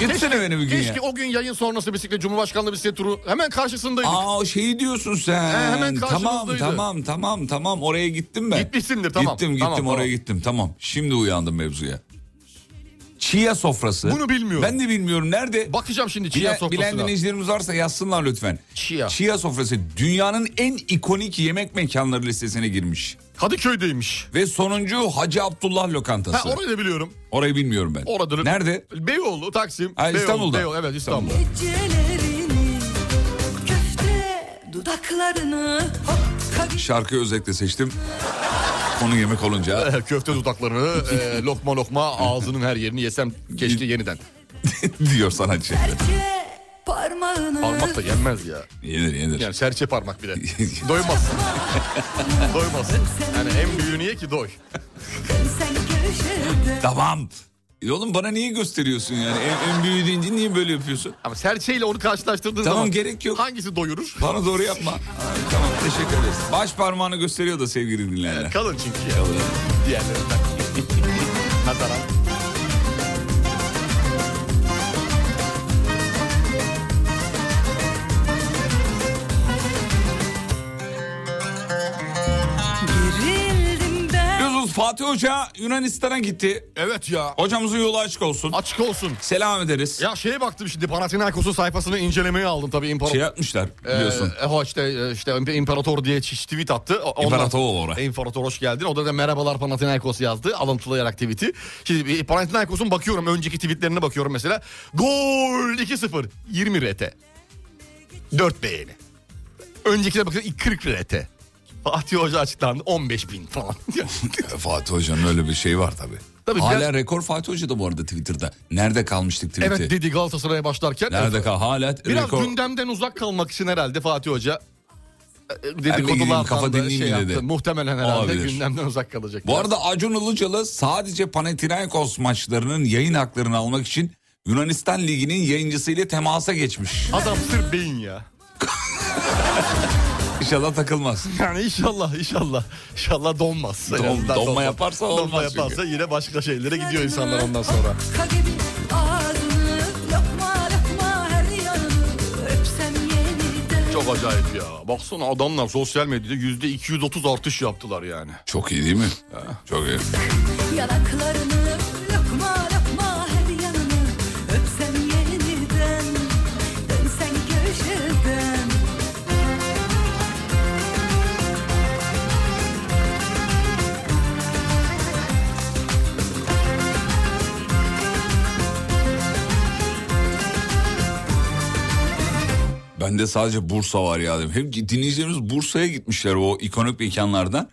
[SPEAKER 4] Gitsene beni bir gün
[SPEAKER 5] Keşke
[SPEAKER 4] ya.
[SPEAKER 5] o gün yayın sonrası bisiklet Cumhurbaşkanlığı bisiklet turu hemen karşısındaydık.
[SPEAKER 4] Aa şey diyorsun sen.
[SPEAKER 5] He, hemen
[SPEAKER 4] tamam
[SPEAKER 5] karşımızdaydı.
[SPEAKER 4] tamam tamam tamam oraya gittim ben.
[SPEAKER 5] Gitmişsindir, tamam.
[SPEAKER 4] Gittim gittim
[SPEAKER 5] Tamam,
[SPEAKER 4] oraya
[SPEAKER 5] tamam.
[SPEAKER 4] gittim tamam. Şimdi uyandım mevzuya. Chia sofrası.
[SPEAKER 5] Bunu bilmiyorum.
[SPEAKER 4] Ben de bilmiyorum nerede.
[SPEAKER 5] Bakacağım şimdi
[SPEAKER 4] Bile-
[SPEAKER 5] Çiğ sofrasına.
[SPEAKER 4] Bilen dinleyicilerimiz varsa yazsınlar lütfen.
[SPEAKER 5] Chia.
[SPEAKER 4] Chia sofrası dünyanın en ikonik yemek mekanları listesine girmiş.
[SPEAKER 5] Kadıköy'deymiş.
[SPEAKER 4] Ve sonuncu Hacı Abdullah lokantası.
[SPEAKER 5] Ha, orayı da biliyorum.
[SPEAKER 4] Orayı bilmiyorum ben.
[SPEAKER 5] Oradadır.
[SPEAKER 4] Nerede?
[SPEAKER 5] Beyoğlu, Taksim.
[SPEAKER 4] Ha,
[SPEAKER 5] Beyoğlu,
[SPEAKER 4] İstanbul'da.
[SPEAKER 5] Beyoğlu, evet İstanbul.
[SPEAKER 1] Gecelerini köfte dudaklarını hop kavi-
[SPEAKER 4] Şarkıyı özellikle seçtim. Konu yemek olunca
[SPEAKER 5] Köfte dudaklarını, e, lokma lokma ağzının her yerini yesem keşke yeniden.
[SPEAKER 4] diyor sanatçı.
[SPEAKER 1] Serçe parmağını
[SPEAKER 5] Parmak da yenmez ya.
[SPEAKER 4] Yenir yenir.
[SPEAKER 5] Yani serçe parmak bile. Doymazsın. Doymazsın. Yani en büyüğünü ye ki doy.
[SPEAKER 1] sen köşede
[SPEAKER 4] Tamam. E oğlum bana niye gösteriyorsun yani? En, en büyüğü deyince niye böyle yapıyorsun?
[SPEAKER 5] Ama serçeyle onu karşılaştırdığın
[SPEAKER 4] Tamam,
[SPEAKER 5] zaman
[SPEAKER 4] gerek yok.
[SPEAKER 5] hangisi doyurur?
[SPEAKER 4] Bana doğru yapma. Ay, tamam teşekkür ederiz. Baş parmağını gösteriyor da sevgili dinleyenler.
[SPEAKER 5] Kalın çünkü ya. Diğerlerinden. Nazaran.
[SPEAKER 1] gerildim ben
[SPEAKER 4] Biliyorsunuz Fatih Hoca Yunanistan'a gitti.
[SPEAKER 5] Evet ya.
[SPEAKER 4] Hocamızın yolu açık olsun.
[SPEAKER 5] Açık olsun.
[SPEAKER 4] Selam ederiz.
[SPEAKER 5] Ya şeye baktım şimdi Panathinaikos'un sayfasını incelemeye aldım tabii imparator.
[SPEAKER 4] Şey yapmışlar biliyorsun.
[SPEAKER 5] Ee, o işte işte imparator diye çi- tweet attı. O- ondan-
[SPEAKER 4] İmparator.
[SPEAKER 5] İmparator hoş geldin. O da, da merhabalar Panathinaikos yazdı alıntılayarak tweet'i. Şimdi bir Panathinaikos'un bakıyorum önceki tweetlerine bakıyorum mesela. Gol 2-0 20 RT. 4 beğeni. Öncekine bakıyorum 40 RT. Fatih Hoca açıklandı 15 bin falan.
[SPEAKER 4] Fatih Hoca'nın öyle bir şeyi var tabii.
[SPEAKER 5] Tabii
[SPEAKER 4] Hala
[SPEAKER 5] biraz-
[SPEAKER 4] rekor Fatih Hoca'da bu arada Twitter'da. Nerede kalmıştık tweet'i?
[SPEAKER 5] evet dedi Galatasaray'a başlarken.
[SPEAKER 4] Nerede kal? Hala
[SPEAKER 5] Biraz
[SPEAKER 4] rekor.
[SPEAKER 5] gündemden uzak kalmak için herhalde Fatih Hoca e,
[SPEAKER 4] gideyim,
[SPEAKER 5] dedikodulardan
[SPEAKER 4] kafa
[SPEAKER 5] da
[SPEAKER 4] dinleyeyim
[SPEAKER 5] şey
[SPEAKER 4] mi
[SPEAKER 5] yaptı.
[SPEAKER 4] dedi.
[SPEAKER 5] Muhtemelen herhalde
[SPEAKER 4] Olabilir.
[SPEAKER 5] gündemden uzak kalacak.
[SPEAKER 4] Bu arada Acun Ilıcalı sadece Panathinaikos maçlarının yayın haklarını almak için Yunanistan Ligi'nin yayıncısıyla temasa geçmiş.
[SPEAKER 5] Adam sırf beyin ya.
[SPEAKER 4] İnşallah takılmaz.
[SPEAKER 5] Yani inşallah inşallah. İnşallah donmaz. En
[SPEAKER 4] Don-
[SPEAKER 5] azından
[SPEAKER 4] donma yaparsa
[SPEAKER 5] Donma
[SPEAKER 4] olmaz çünkü.
[SPEAKER 5] yaparsa yine başka şeylere gidiyor insanlar ondan sonra.
[SPEAKER 1] Hakka gibi ağzını Lokma lokma her yanını Öpsem yeniden
[SPEAKER 5] Çok acayip ya. Baksana adamlar sosyal medyada yüzde 230 artış yaptılar yani.
[SPEAKER 4] Çok iyi değil mi? Çok iyi.
[SPEAKER 1] Yanaklarını Lokma lokma her yanını Öpsem yeniden Dönsen köşeden
[SPEAKER 4] Bende sadece Bursa var ya dedim. Hep dinleyicilerimiz Bursa'ya gitmişler o ikonik mekanlardan.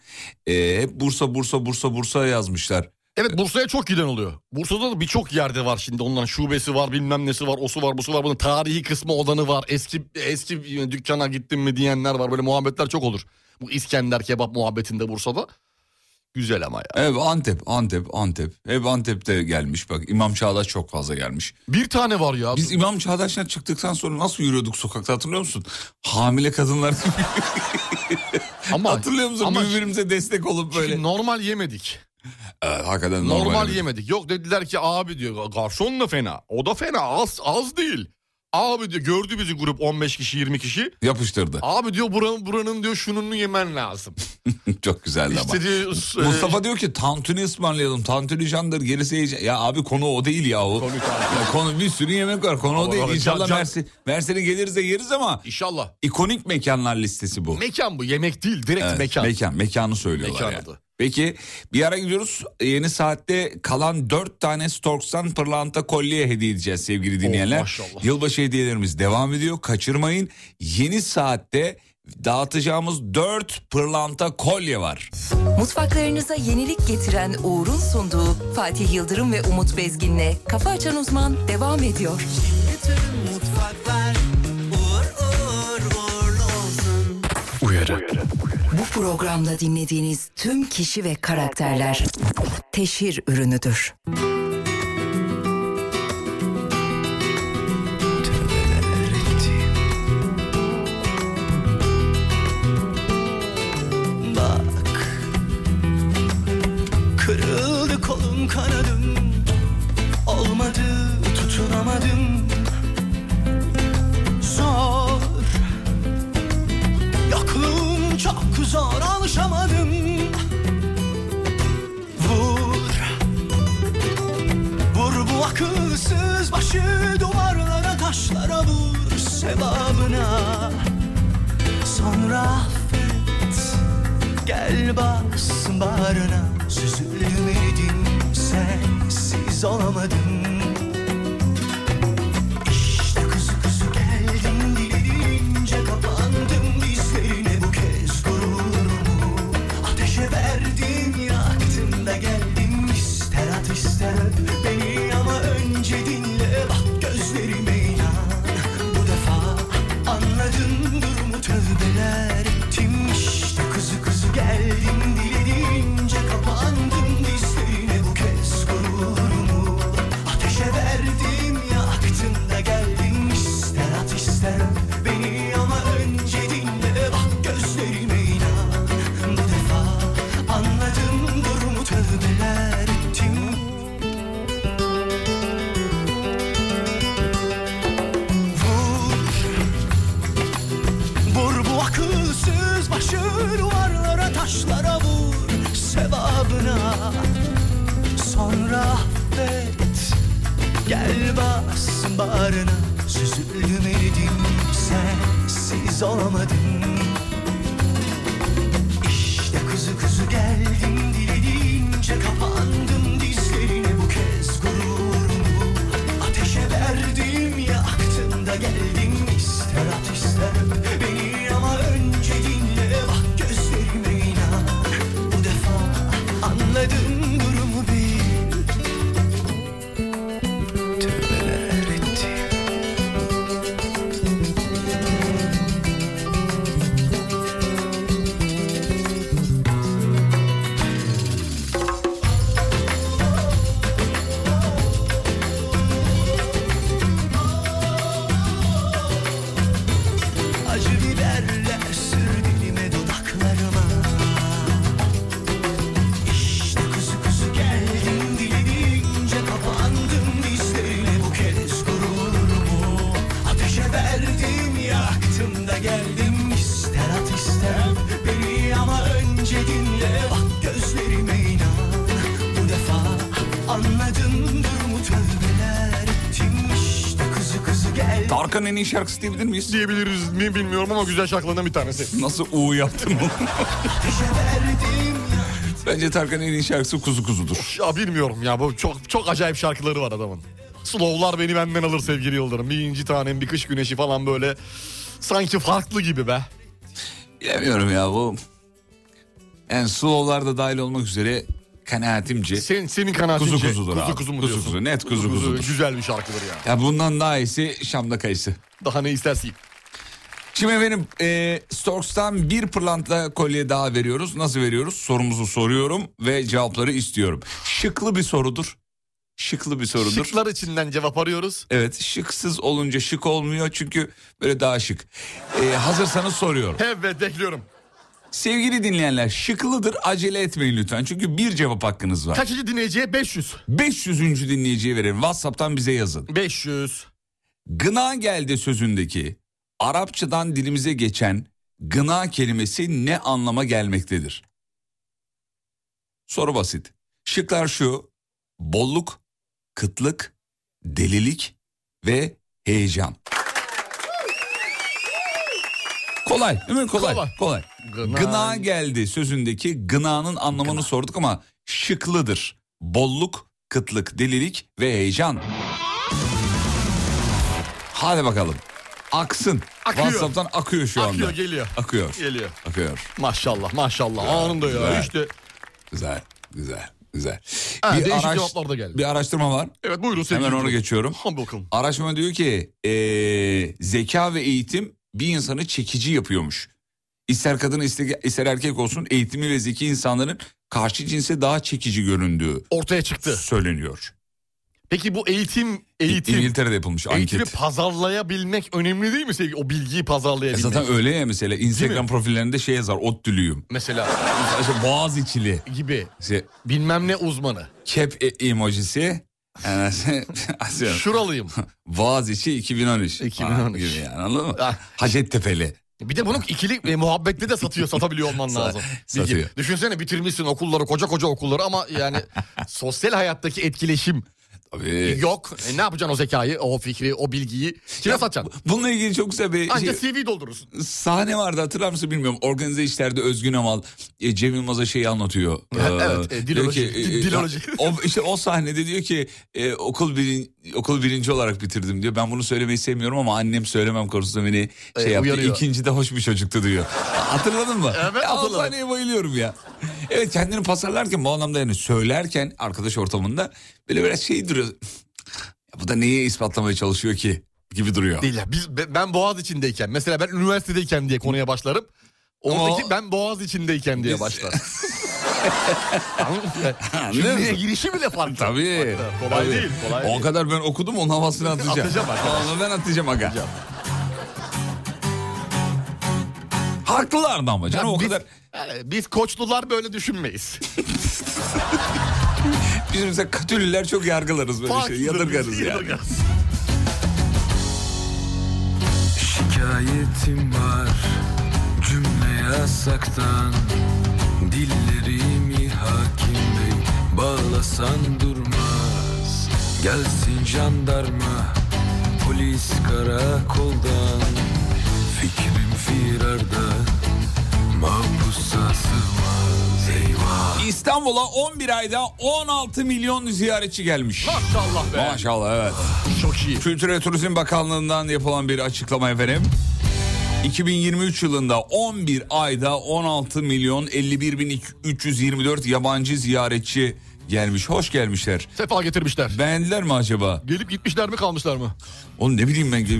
[SPEAKER 4] Ee, hep Bursa, Bursa, Bursa, Bursa yazmışlar.
[SPEAKER 5] Evet Bursa'ya çok giden oluyor. Bursa'da da birçok yerde var şimdi onların şubesi var bilmem nesi var osu var busu var bunun tarihi kısmı olanı var. Eski eski dükkana gittim mi diyenler var böyle muhabbetler çok olur. Bu İskender kebap muhabbetinde Bursa'da. Güzel ama ya.
[SPEAKER 4] Evet Antep, Antep, Antep. Hep Antep'te gelmiş bak. İmam Çağdaş çok fazla gelmiş.
[SPEAKER 5] Bir tane var ya.
[SPEAKER 4] Biz İmam Çağdaş'tan çıktıktan sonra nasıl yürüyorduk sokakta hatırlıyor musun? Hamile kadınlar gibi.
[SPEAKER 5] ama
[SPEAKER 4] hatırlıyor musun?
[SPEAKER 5] Ama
[SPEAKER 4] Birbirimize destek olup böyle.
[SPEAKER 5] Çünkü normal yemedik.
[SPEAKER 4] Evet, Ee, hakikaten normal.
[SPEAKER 5] Normal, yemedik. Yok dediler ki abi diyor garson da fena. O da fena az az değil. Abi diyor gördü bizi grup 15 kişi 20 kişi.
[SPEAKER 4] Yapıştırdı.
[SPEAKER 5] Abi diyor buranın, buranın diyor şununu yemen lazım.
[SPEAKER 4] çok güzeldi ama.
[SPEAKER 5] İşte diyor, e,
[SPEAKER 4] Mustafa diyor ki tantuni ısmarlayalım. Tantuni jandır gerisi heyecan. Ya abi konu o değil
[SPEAKER 5] Konu
[SPEAKER 4] yahu. Konu,
[SPEAKER 5] tantuni.
[SPEAKER 4] ya konu bir sürü yemek var. Konu
[SPEAKER 5] Ama
[SPEAKER 4] o değil.
[SPEAKER 5] abi,
[SPEAKER 4] İnşallah
[SPEAKER 5] can-
[SPEAKER 4] Mersin, Mersin'e geliriz de yeriz ama
[SPEAKER 5] İnşallah.
[SPEAKER 4] ikonik mekanlar listesi bu.
[SPEAKER 5] Mekan bu yemek değil direkt
[SPEAKER 4] Evet,
[SPEAKER 5] mekan.
[SPEAKER 4] Mekan, mekanı söylüyorlar
[SPEAKER 5] Mekan
[SPEAKER 4] yani.
[SPEAKER 5] adı.
[SPEAKER 4] Peki bir ara gidiyoruz. Yeni saatte kalan dört tane Storks'tan pırlanta kolye hediye edeceğiz sevgili dinleyenler.
[SPEAKER 5] Oh, maşallah.
[SPEAKER 4] Yılbaşı hediyelerimiz devam ediyor. Kaçırmayın. Yeni saatte dağıtacağımız dört pırlanta kolye var.
[SPEAKER 6] Mutfaklarınıza yenilik getiren Uğur'un sunduğu Fatih Yıldırım ve Umut Bezgin'le Kafa Açan Uzman devam ediyor.
[SPEAKER 11] Tüm mutfaklar uğur uğur uğurlu olsun.
[SPEAKER 6] Bu programda dinlediğiniz tüm kişi ve karakterler teşhir ürünüdür.
[SPEAKER 11] Bak Kırıldı kolum kanadım Olmadı tutunamadım Zor Yokluğum çok zor alışamadım Vur Vur bu akılsız başı duvarlara taşlara vur sevabına Sonra affet Gel bas bağrına Süzülmedim sensiz olamadım İşte kuzu kuzu geldin dilince kapandım dizlerine bu kez gururumu Ateşe verdim yaktın da geldim ister at ister öp beni ama önce dinle bak gözlerime inan Bu defa anladım durumu tövbeler ettim işte kuzu kuzu geldim dilediğince kapandım dizlerine bu kez gururumu Ateşe verdim yaktın da geldim ister at ister öp beni ama önce dinle bak gözlerime inan Bu defa anladım durumu tövbeler ettim Vur Vur bu akılsız başı duvarlara taşlara vur sevabına Sonra affet gel bas bağrına Süzülmedim sensiz olamadım işte kuzu kuzu geldim dilediğince kapandım dizlerine bu kez gururumu Ateşe verdim yaktın da geldim ister at ister öp beni ama önce dinle bak gözlerime inan Bu defa anladım durumu bil Tövbeler ettim
[SPEAKER 4] Hakan en iyi şarkısı diyebilir miyiz?
[SPEAKER 5] diyebiliriz mi bilmiyorum ama güzel şarkılarından bir tanesi.
[SPEAKER 4] Nasıl U yaptım oğlum? Bence Tarkan en iyi şarkısı Kuzu Kuzu'dur.
[SPEAKER 5] Ya bilmiyorum ya bu çok çok acayip şarkıları var adamın. Slowlar beni benden alır sevgili Yıldırım. Bir inci tanem bir kış güneşi falan böyle sanki farklı gibi be.
[SPEAKER 4] Bilemiyorum ya bu. Yani slowlar da dahil olmak üzere kanaatimce.
[SPEAKER 5] Senin, senin kanaatince
[SPEAKER 4] Kuzu kuzudur
[SPEAKER 5] kuzu
[SPEAKER 4] abi.
[SPEAKER 5] kuzu mu
[SPEAKER 4] Kuzu
[SPEAKER 5] diyorsun?
[SPEAKER 4] kuzu, net kuzu kuzudur.
[SPEAKER 5] Güzel bir şarkıdır ya.
[SPEAKER 4] Ya bundan daha iyisi Şam'da kayısı.
[SPEAKER 5] Daha ne istersin?
[SPEAKER 4] Şimdi efendim e, Storks'tan bir pırlanta kolye daha veriyoruz. Nasıl veriyoruz? Sorumuzu soruyorum ve cevapları istiyorum. Şıklı bir sorudur. Şıklı bir sorudur.
[SPEAKER 5] Şıklar içinden cevap arıyoruz.
[SPEAKER 4] Evet şıksız olunca şık olmuyor çünkü böyle daha şık. E, hazırsanız soruyorum.
[SPEAKER 5] Evet bekliyorum.
[SPEAKER 4] Sevgili dinleyenler şıklıdır acele etmeyin lütfen. Çünkü bir cevap hakkınız var.
[SPEAKER 5] Kaçıncı dinleyiciye? 500.
[SPEAKER 4] 500. dinleyiciye verin. Whatsapp'tan bize yazın.
[SPEAKER 5] 500.
[SPEAKER 4] Gına geldi sözündeki Arapçadan dilimize geçen gına kelimesi ne anlama gelmektedir? Soru basit. Şıklar şu. Bolluk, kıtlık, delilik ve heyecan. Kolay değil mi? Kolay.
[SPEAKER 5] Kolay.
[SPEAKER 4] Kolay.
[SPEAKER 5] Gına-
[SPEAKER 4] Gına, geldi sözündeki gınanın anlamını sorduk ama şıklıdır. Bolluk, kıtlık, delilik ve heyecan. Hadi bakalım. Aksın.
[SPEAKER 5] Akıyor.
[SPEAKER 4] WhatsApp'tan akıyor şu anda.
[SPEAKER 5] Akıyor geliyor.
[SPEAKER 4] Akıyor.
[SPEAKER 5] Geliyor.
[SPEAKER 4] Akıyor.
[SPEAKER 5] Maşallah maşallah anında ya
[SPEAKER 4] güzel.
[SPEAKER 5] işte.
[SPEAKER 4] Güzel. Güzel. Güzel.
[SPEAKER 5] Ha, değişik cevaplar da geldi.
[SPEAKER 4] Bir araştırma var.
[SPEAKER 5] Evet buyurun sevgili.
[SPEAKER 4] Hemen onu
[SPEAKER 5] Yıldırım.
[SPEAKER 4] geçiyorum.
[SPEAKER 5] Ha bakalım.
[SPEAKER 4] Araştırma diyor ki eee, zeka ve eğitim bir insanı çekici yapıyormuş. İster kadın ister, ister erkek olsun eğitimi ve zeki insanların karşı cinse daha çekici göründüğü
[SPEAKER 5] Ortaya çıktı.
[SPEAKER 4] söyleniyor.
[SPEAKER 5] Peki bu eğitim
[SPEAKER 4] Eğitim.
[SPEAKER 5] eğitim
[SPEAKER 4] İngiltere'de yapılmış
[SPEAKER 5] Eğitimi
[SPEAKER 4] anket.
[SPEAKER 5] pazarlayabilmek önemli değil mi sevgili? O bilgiyi
[SPEAKER 4] E
[SPEAKER 5] pazarlayabilmek.
[SPEAKER 4] zaten öyle ya mesela Instagram profillerinde şey yazar ODTÜ'lüyüm.
[SPEAKER 5] Mesela
[SPEAKER 4] İşte Boğaziçi'li.
[SPEAKER 5] gibi
[SPEAKER 4] İşte
[SPEAKER 5] bilmem ne uzmanı.
[SPEAKER 4] kep e- emojisi. Yani atıyorum.
[SPEAKER 5] Şuralıyım.
[SPEAKER 4] Boğaziçi 2013.
[SPEAKER 5] 2013.
[SPEAKER 4] Gibi yani anladın mı?
[SPEAKER 5] Ah.
[SPEAKER 4] Hacettepe'li.
[SPEAKER 5] Bir de bunu ikili e, muhabbetle de satıyor, satabiliyor olman lazım.
[SPEAKER 4] Satıyor.
[SPEAKER 5] Bilgi. Düşünsene bitirmişsin okulları, koca koca okulları ama yani sosyal hayattaki etkileşim
[SPEAKER 4] Tabii.
[SPEAKER 5] yok. E, ne yapacaksın o zekayı, o fikri, o bilgiyi? Kime satacaksın?
[SPEAKER 4] Bununla ilgili çok güzel bir şey-
[SPEAKER 5] Anca CV doldurursun.
[SPEAKER 4] sahne vardı hatırlar mısın bilmiyorum. Organize işlerde Özgün Amal e, Cem Yılmaz'a şeyi anlatıyor. Ee,
[SPEAKER 5] evet, e, diloloji, di- diloloji.
[SPEAKER 4] o, işte o sahnede diyor ki e, okul birin, okul birinci olarak bitirdim diyor. Ben bunu söylemeyi sevmiyorum ama annem söylemem konusunda beni şey
[SPEAKER 5] E,
[SPEAKER 4] yaptı.
[SPEAKER 5] uyarıyor.
[SPEAKER 4] İkinci de hoş bir çocuktu diyor. Hatırladın mı?
[SPEAKER 5] Evet,
[SPEAKER 4] ya, o
[SPEAKER 5] hatırladım.
[SPEAKER 4] sahneye bayılıyorum ya. Evet kendini pasarlarken bu anlamda yani söylerken arkadaş ortamında böyle biraz şey duruyor. Ya bu da neyi ispatlamaya çalışıyor ki gibi duruyor.
[SPEAKER 5] Değil ya. Biz, be- ben Boğaz içindeyken, mesela ben üniversitedeyken diye konuya başlarım. Oradaki
[SPEAKER 4] Ama-
[SPEAKER 5] ben Boğaz içindeyken diye
[SPEAKER 4] Biz-
[SPEAKER 5] başlar. Anladın mı? Cümleye girişi bile farklı.
[SPEAKER 4] Tabii.
[SPEAKER 5] Farklı. Kolay
[SPEAKER 4] Tabii.
[SPEAKER 5] değil. Kolay
[SPEAKER 4] O
[SPEAKER 5] değil.
[SPEAKER 4] kadar ben okudum onun havasını atacağım.
[SPEAKER 5] Atacağım arkadaş.
[SPEAKER 4] Onu ben atacağım aga. Haklılardı ama canım
[SPEAKER 5] Yani
[SPEAKER 4] o
[SPEAKER 5] biz,
[SPEAKER 4] kadar.
[SPEAKER 5] yani biz koçlular böyle düşünmeyiz.
[SPEAKER 4] Biz mesela Katülüler çok yargılarız böyle şey. Yadırgarız yani.
[SPEAKER 5] Yadırgarız.
[SPEAKER 12] Şikayetim var cümle yasaktan Dillerimi hakim bey bağlasan durmaz Gelsin jandarma polis karakoldan Fikrim firarda mahpusa sığmaz Eyvah
[SPEAKER 4] İstanbul'a 11 ayda 16 milyon ziyaretçi gelmiş.
[SPEAKER 5] Maşallah be. Ah,
[SPEAKER 4] Maşallah evet.
[SPEAKER 5] Çok iyi.
[SPEAKER 4] Kültür ve Turizm Bakanlığı'ndan yapılan bir açıklama efendim. 2023 yılında 11 ayda 16 milyon 51 bin 324 yabancı ziyaretçi gelmiş. Hoş gelmişler.
[SPEAKER 5] Sefa getirmişler.
[SPEAKER 4] Beğendiler mi acaba?
[SPEAKER 5] Gelip gitmişler mi kalmışlar mı?
[SPEAKER 4] Oğlum ne bileyim ben. gel-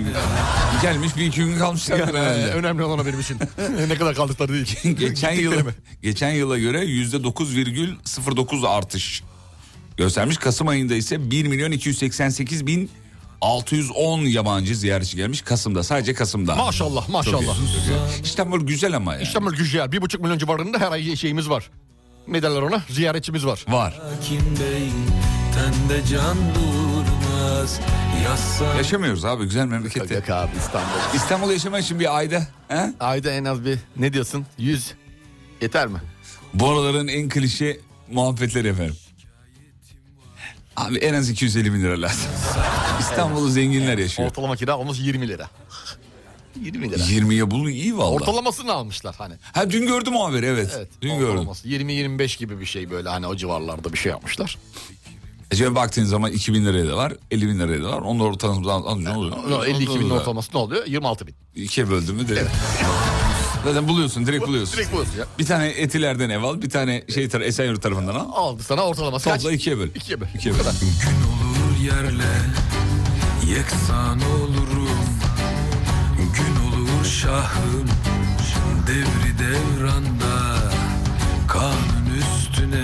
[SPEAKER 4] Gelmiş bir iki gün kalmışlardır
[SPEAKER 5] Ee,
[SPEAKER 4] herhalde.
[SPEAKER 5] önemli olan o benim için. ne kadar kaldıkları değil.
[SPEAKER 4] Geçen yıl
[SPEAKER 5] Gittikleri mi?
[SPEAKER 4] geçen yıla göre %9,09 artış göstermiş. Kasım ayında ise 1 milyon 288 bin 610 yabancı ziyaretçi gelmiş Kasım'da sadece Kasım'da.
[SPEAKER 5] Maşallah maşallah.
[SPEAKER 4] İstanbul güzel ama yani.
[SPEAKER 5] İstanbul Güzel. Bir buçuk milyon civarında her ay şeyimiz var. Ne derler ona? Ziyaretçimiz var.
[SPEAKER 4] Var.
[SPEAKER 12] hakim bey tende can durmaz Yazsan
[SPEAKER 4] Yaşamıyoruz abi güzel memlekette.
[SPEAKER 5] abi İstanbul.
[SPEAKER 4] İstanbul'da yaşamak için bir ayda. He?
[SPEAKER 5] Ayda en az bir ne diyorsun? 100 yeter mi?
[SPEAKER 4] Bu araların en klişe muhabbetleri efendim. Abi en az 250 bin lira lazım. İstanbul'u zenginler yaşıyor.
[SPEAKER 5] Ortalama kira olmuş 20 lira. 20 lira.
[SPEAKER 4] 20'ye bul iyi valla.
[SPEAKER 5] Ortalamasını almışlar hani.
[SPEAKER 4] Ha dün gördüm o haberi evet.
[SPEAKER 5] Evet.
[SPEAKER 4] Dün gördüm.
[SPEAKER 5] ortalaması. 20-25 gibi bir şey böyle hani o civarlarda bir şey yapmışlar.
[SPEAKER 4] E Şimdi baktığın zaman 2000 liraya da var, 50 bin liraya da var. Onun ortalamasından alınca ne oluyor?
[SPEAKER 5] 52 bin ortalaması ne oluyor? 26 bin.
[SPEAKER 4] İkiye böldü mü direkt. Zaten buluyorsun, direkt buluyorsun.
[SPEAKER 5] Direkt bu ya.
[SPEAKER 4] Bir tane Etiler'den ev al, bir tane şey tar Esenyurt tarafından al.
[SPEAKER 5] Aldı sana ortalaması kaç?
[SPEAKER 4] Topla ikiye böl.
[SPEAKER 5] İkiye böl.
[SPEAKER 4] İkiye böl.
[SPEAKER 12] Gün olur yerle yeksan olurum Gün olur şahım devri devranda Kanun üstüne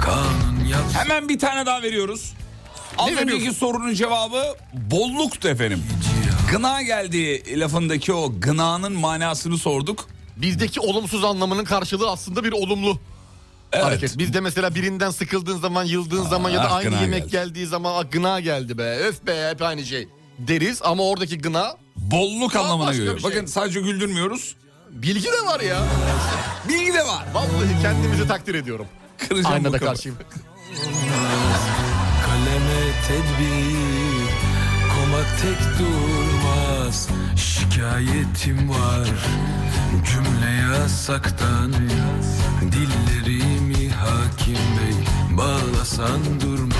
[SPEAKER 12] kanun yapsın
[SPEAKER 4] Hemen bir tane daha veriyoruz. Az önceki
[SPEAKER 5] veriyorsun?
[SPEAKER 4] sorunun cevabı bolluktu efendim. Gına geldi lafındaki o gınanın manasını sorduk.
[SPEAKER 5] Bizdeki olumsuz anlamının karşılığı aslında bir olumlu
[SPEAKER 4] Evet.
[SPEAKER 5] hareket. Bizde mesela birinden sıkıldığın zaman, yıldığın zaman ya da
[SPEAKER 4] ah,
[SPEAKER 5] aynı
[SPEAKER 4] gına
[SPEAKER 5] yemek
[SPEAKER 4] geldi.
[SPEAKER 5] geldiği zaman "Ah, gına geldi be. Öf be hep aynı şey deriz ama oradaki gına
[SPEAKER 4] Bolluk
[SPEAKER 5] Aa,
[SPEAKER 4] anlamına
[SPEAKER 5] başka
[SPEAKER 4] geliyor.
[SPEAKER 5] bir şey.
[SPEAKER 4] Bakın sadece güldürmüyoruz.
[SPEAKER 5] bilgi de var ya.
[SPEAKER 4] Bilgi de var.
[SPEAKER 5] Vallahi kendimizi takdir ediyorum.
[SPEAKER 4] Kıracağım bu
[SPEAKER 5] Aynada
[SPEAKER 4] kafa.
[SPEAKER 5] karşıyım.
[SPEAKER 12] Kaleme tedbir Komak tek durmaz Şikayetim var Cümle yasaktan Dillerimi hakim bey Bağlasan durmaz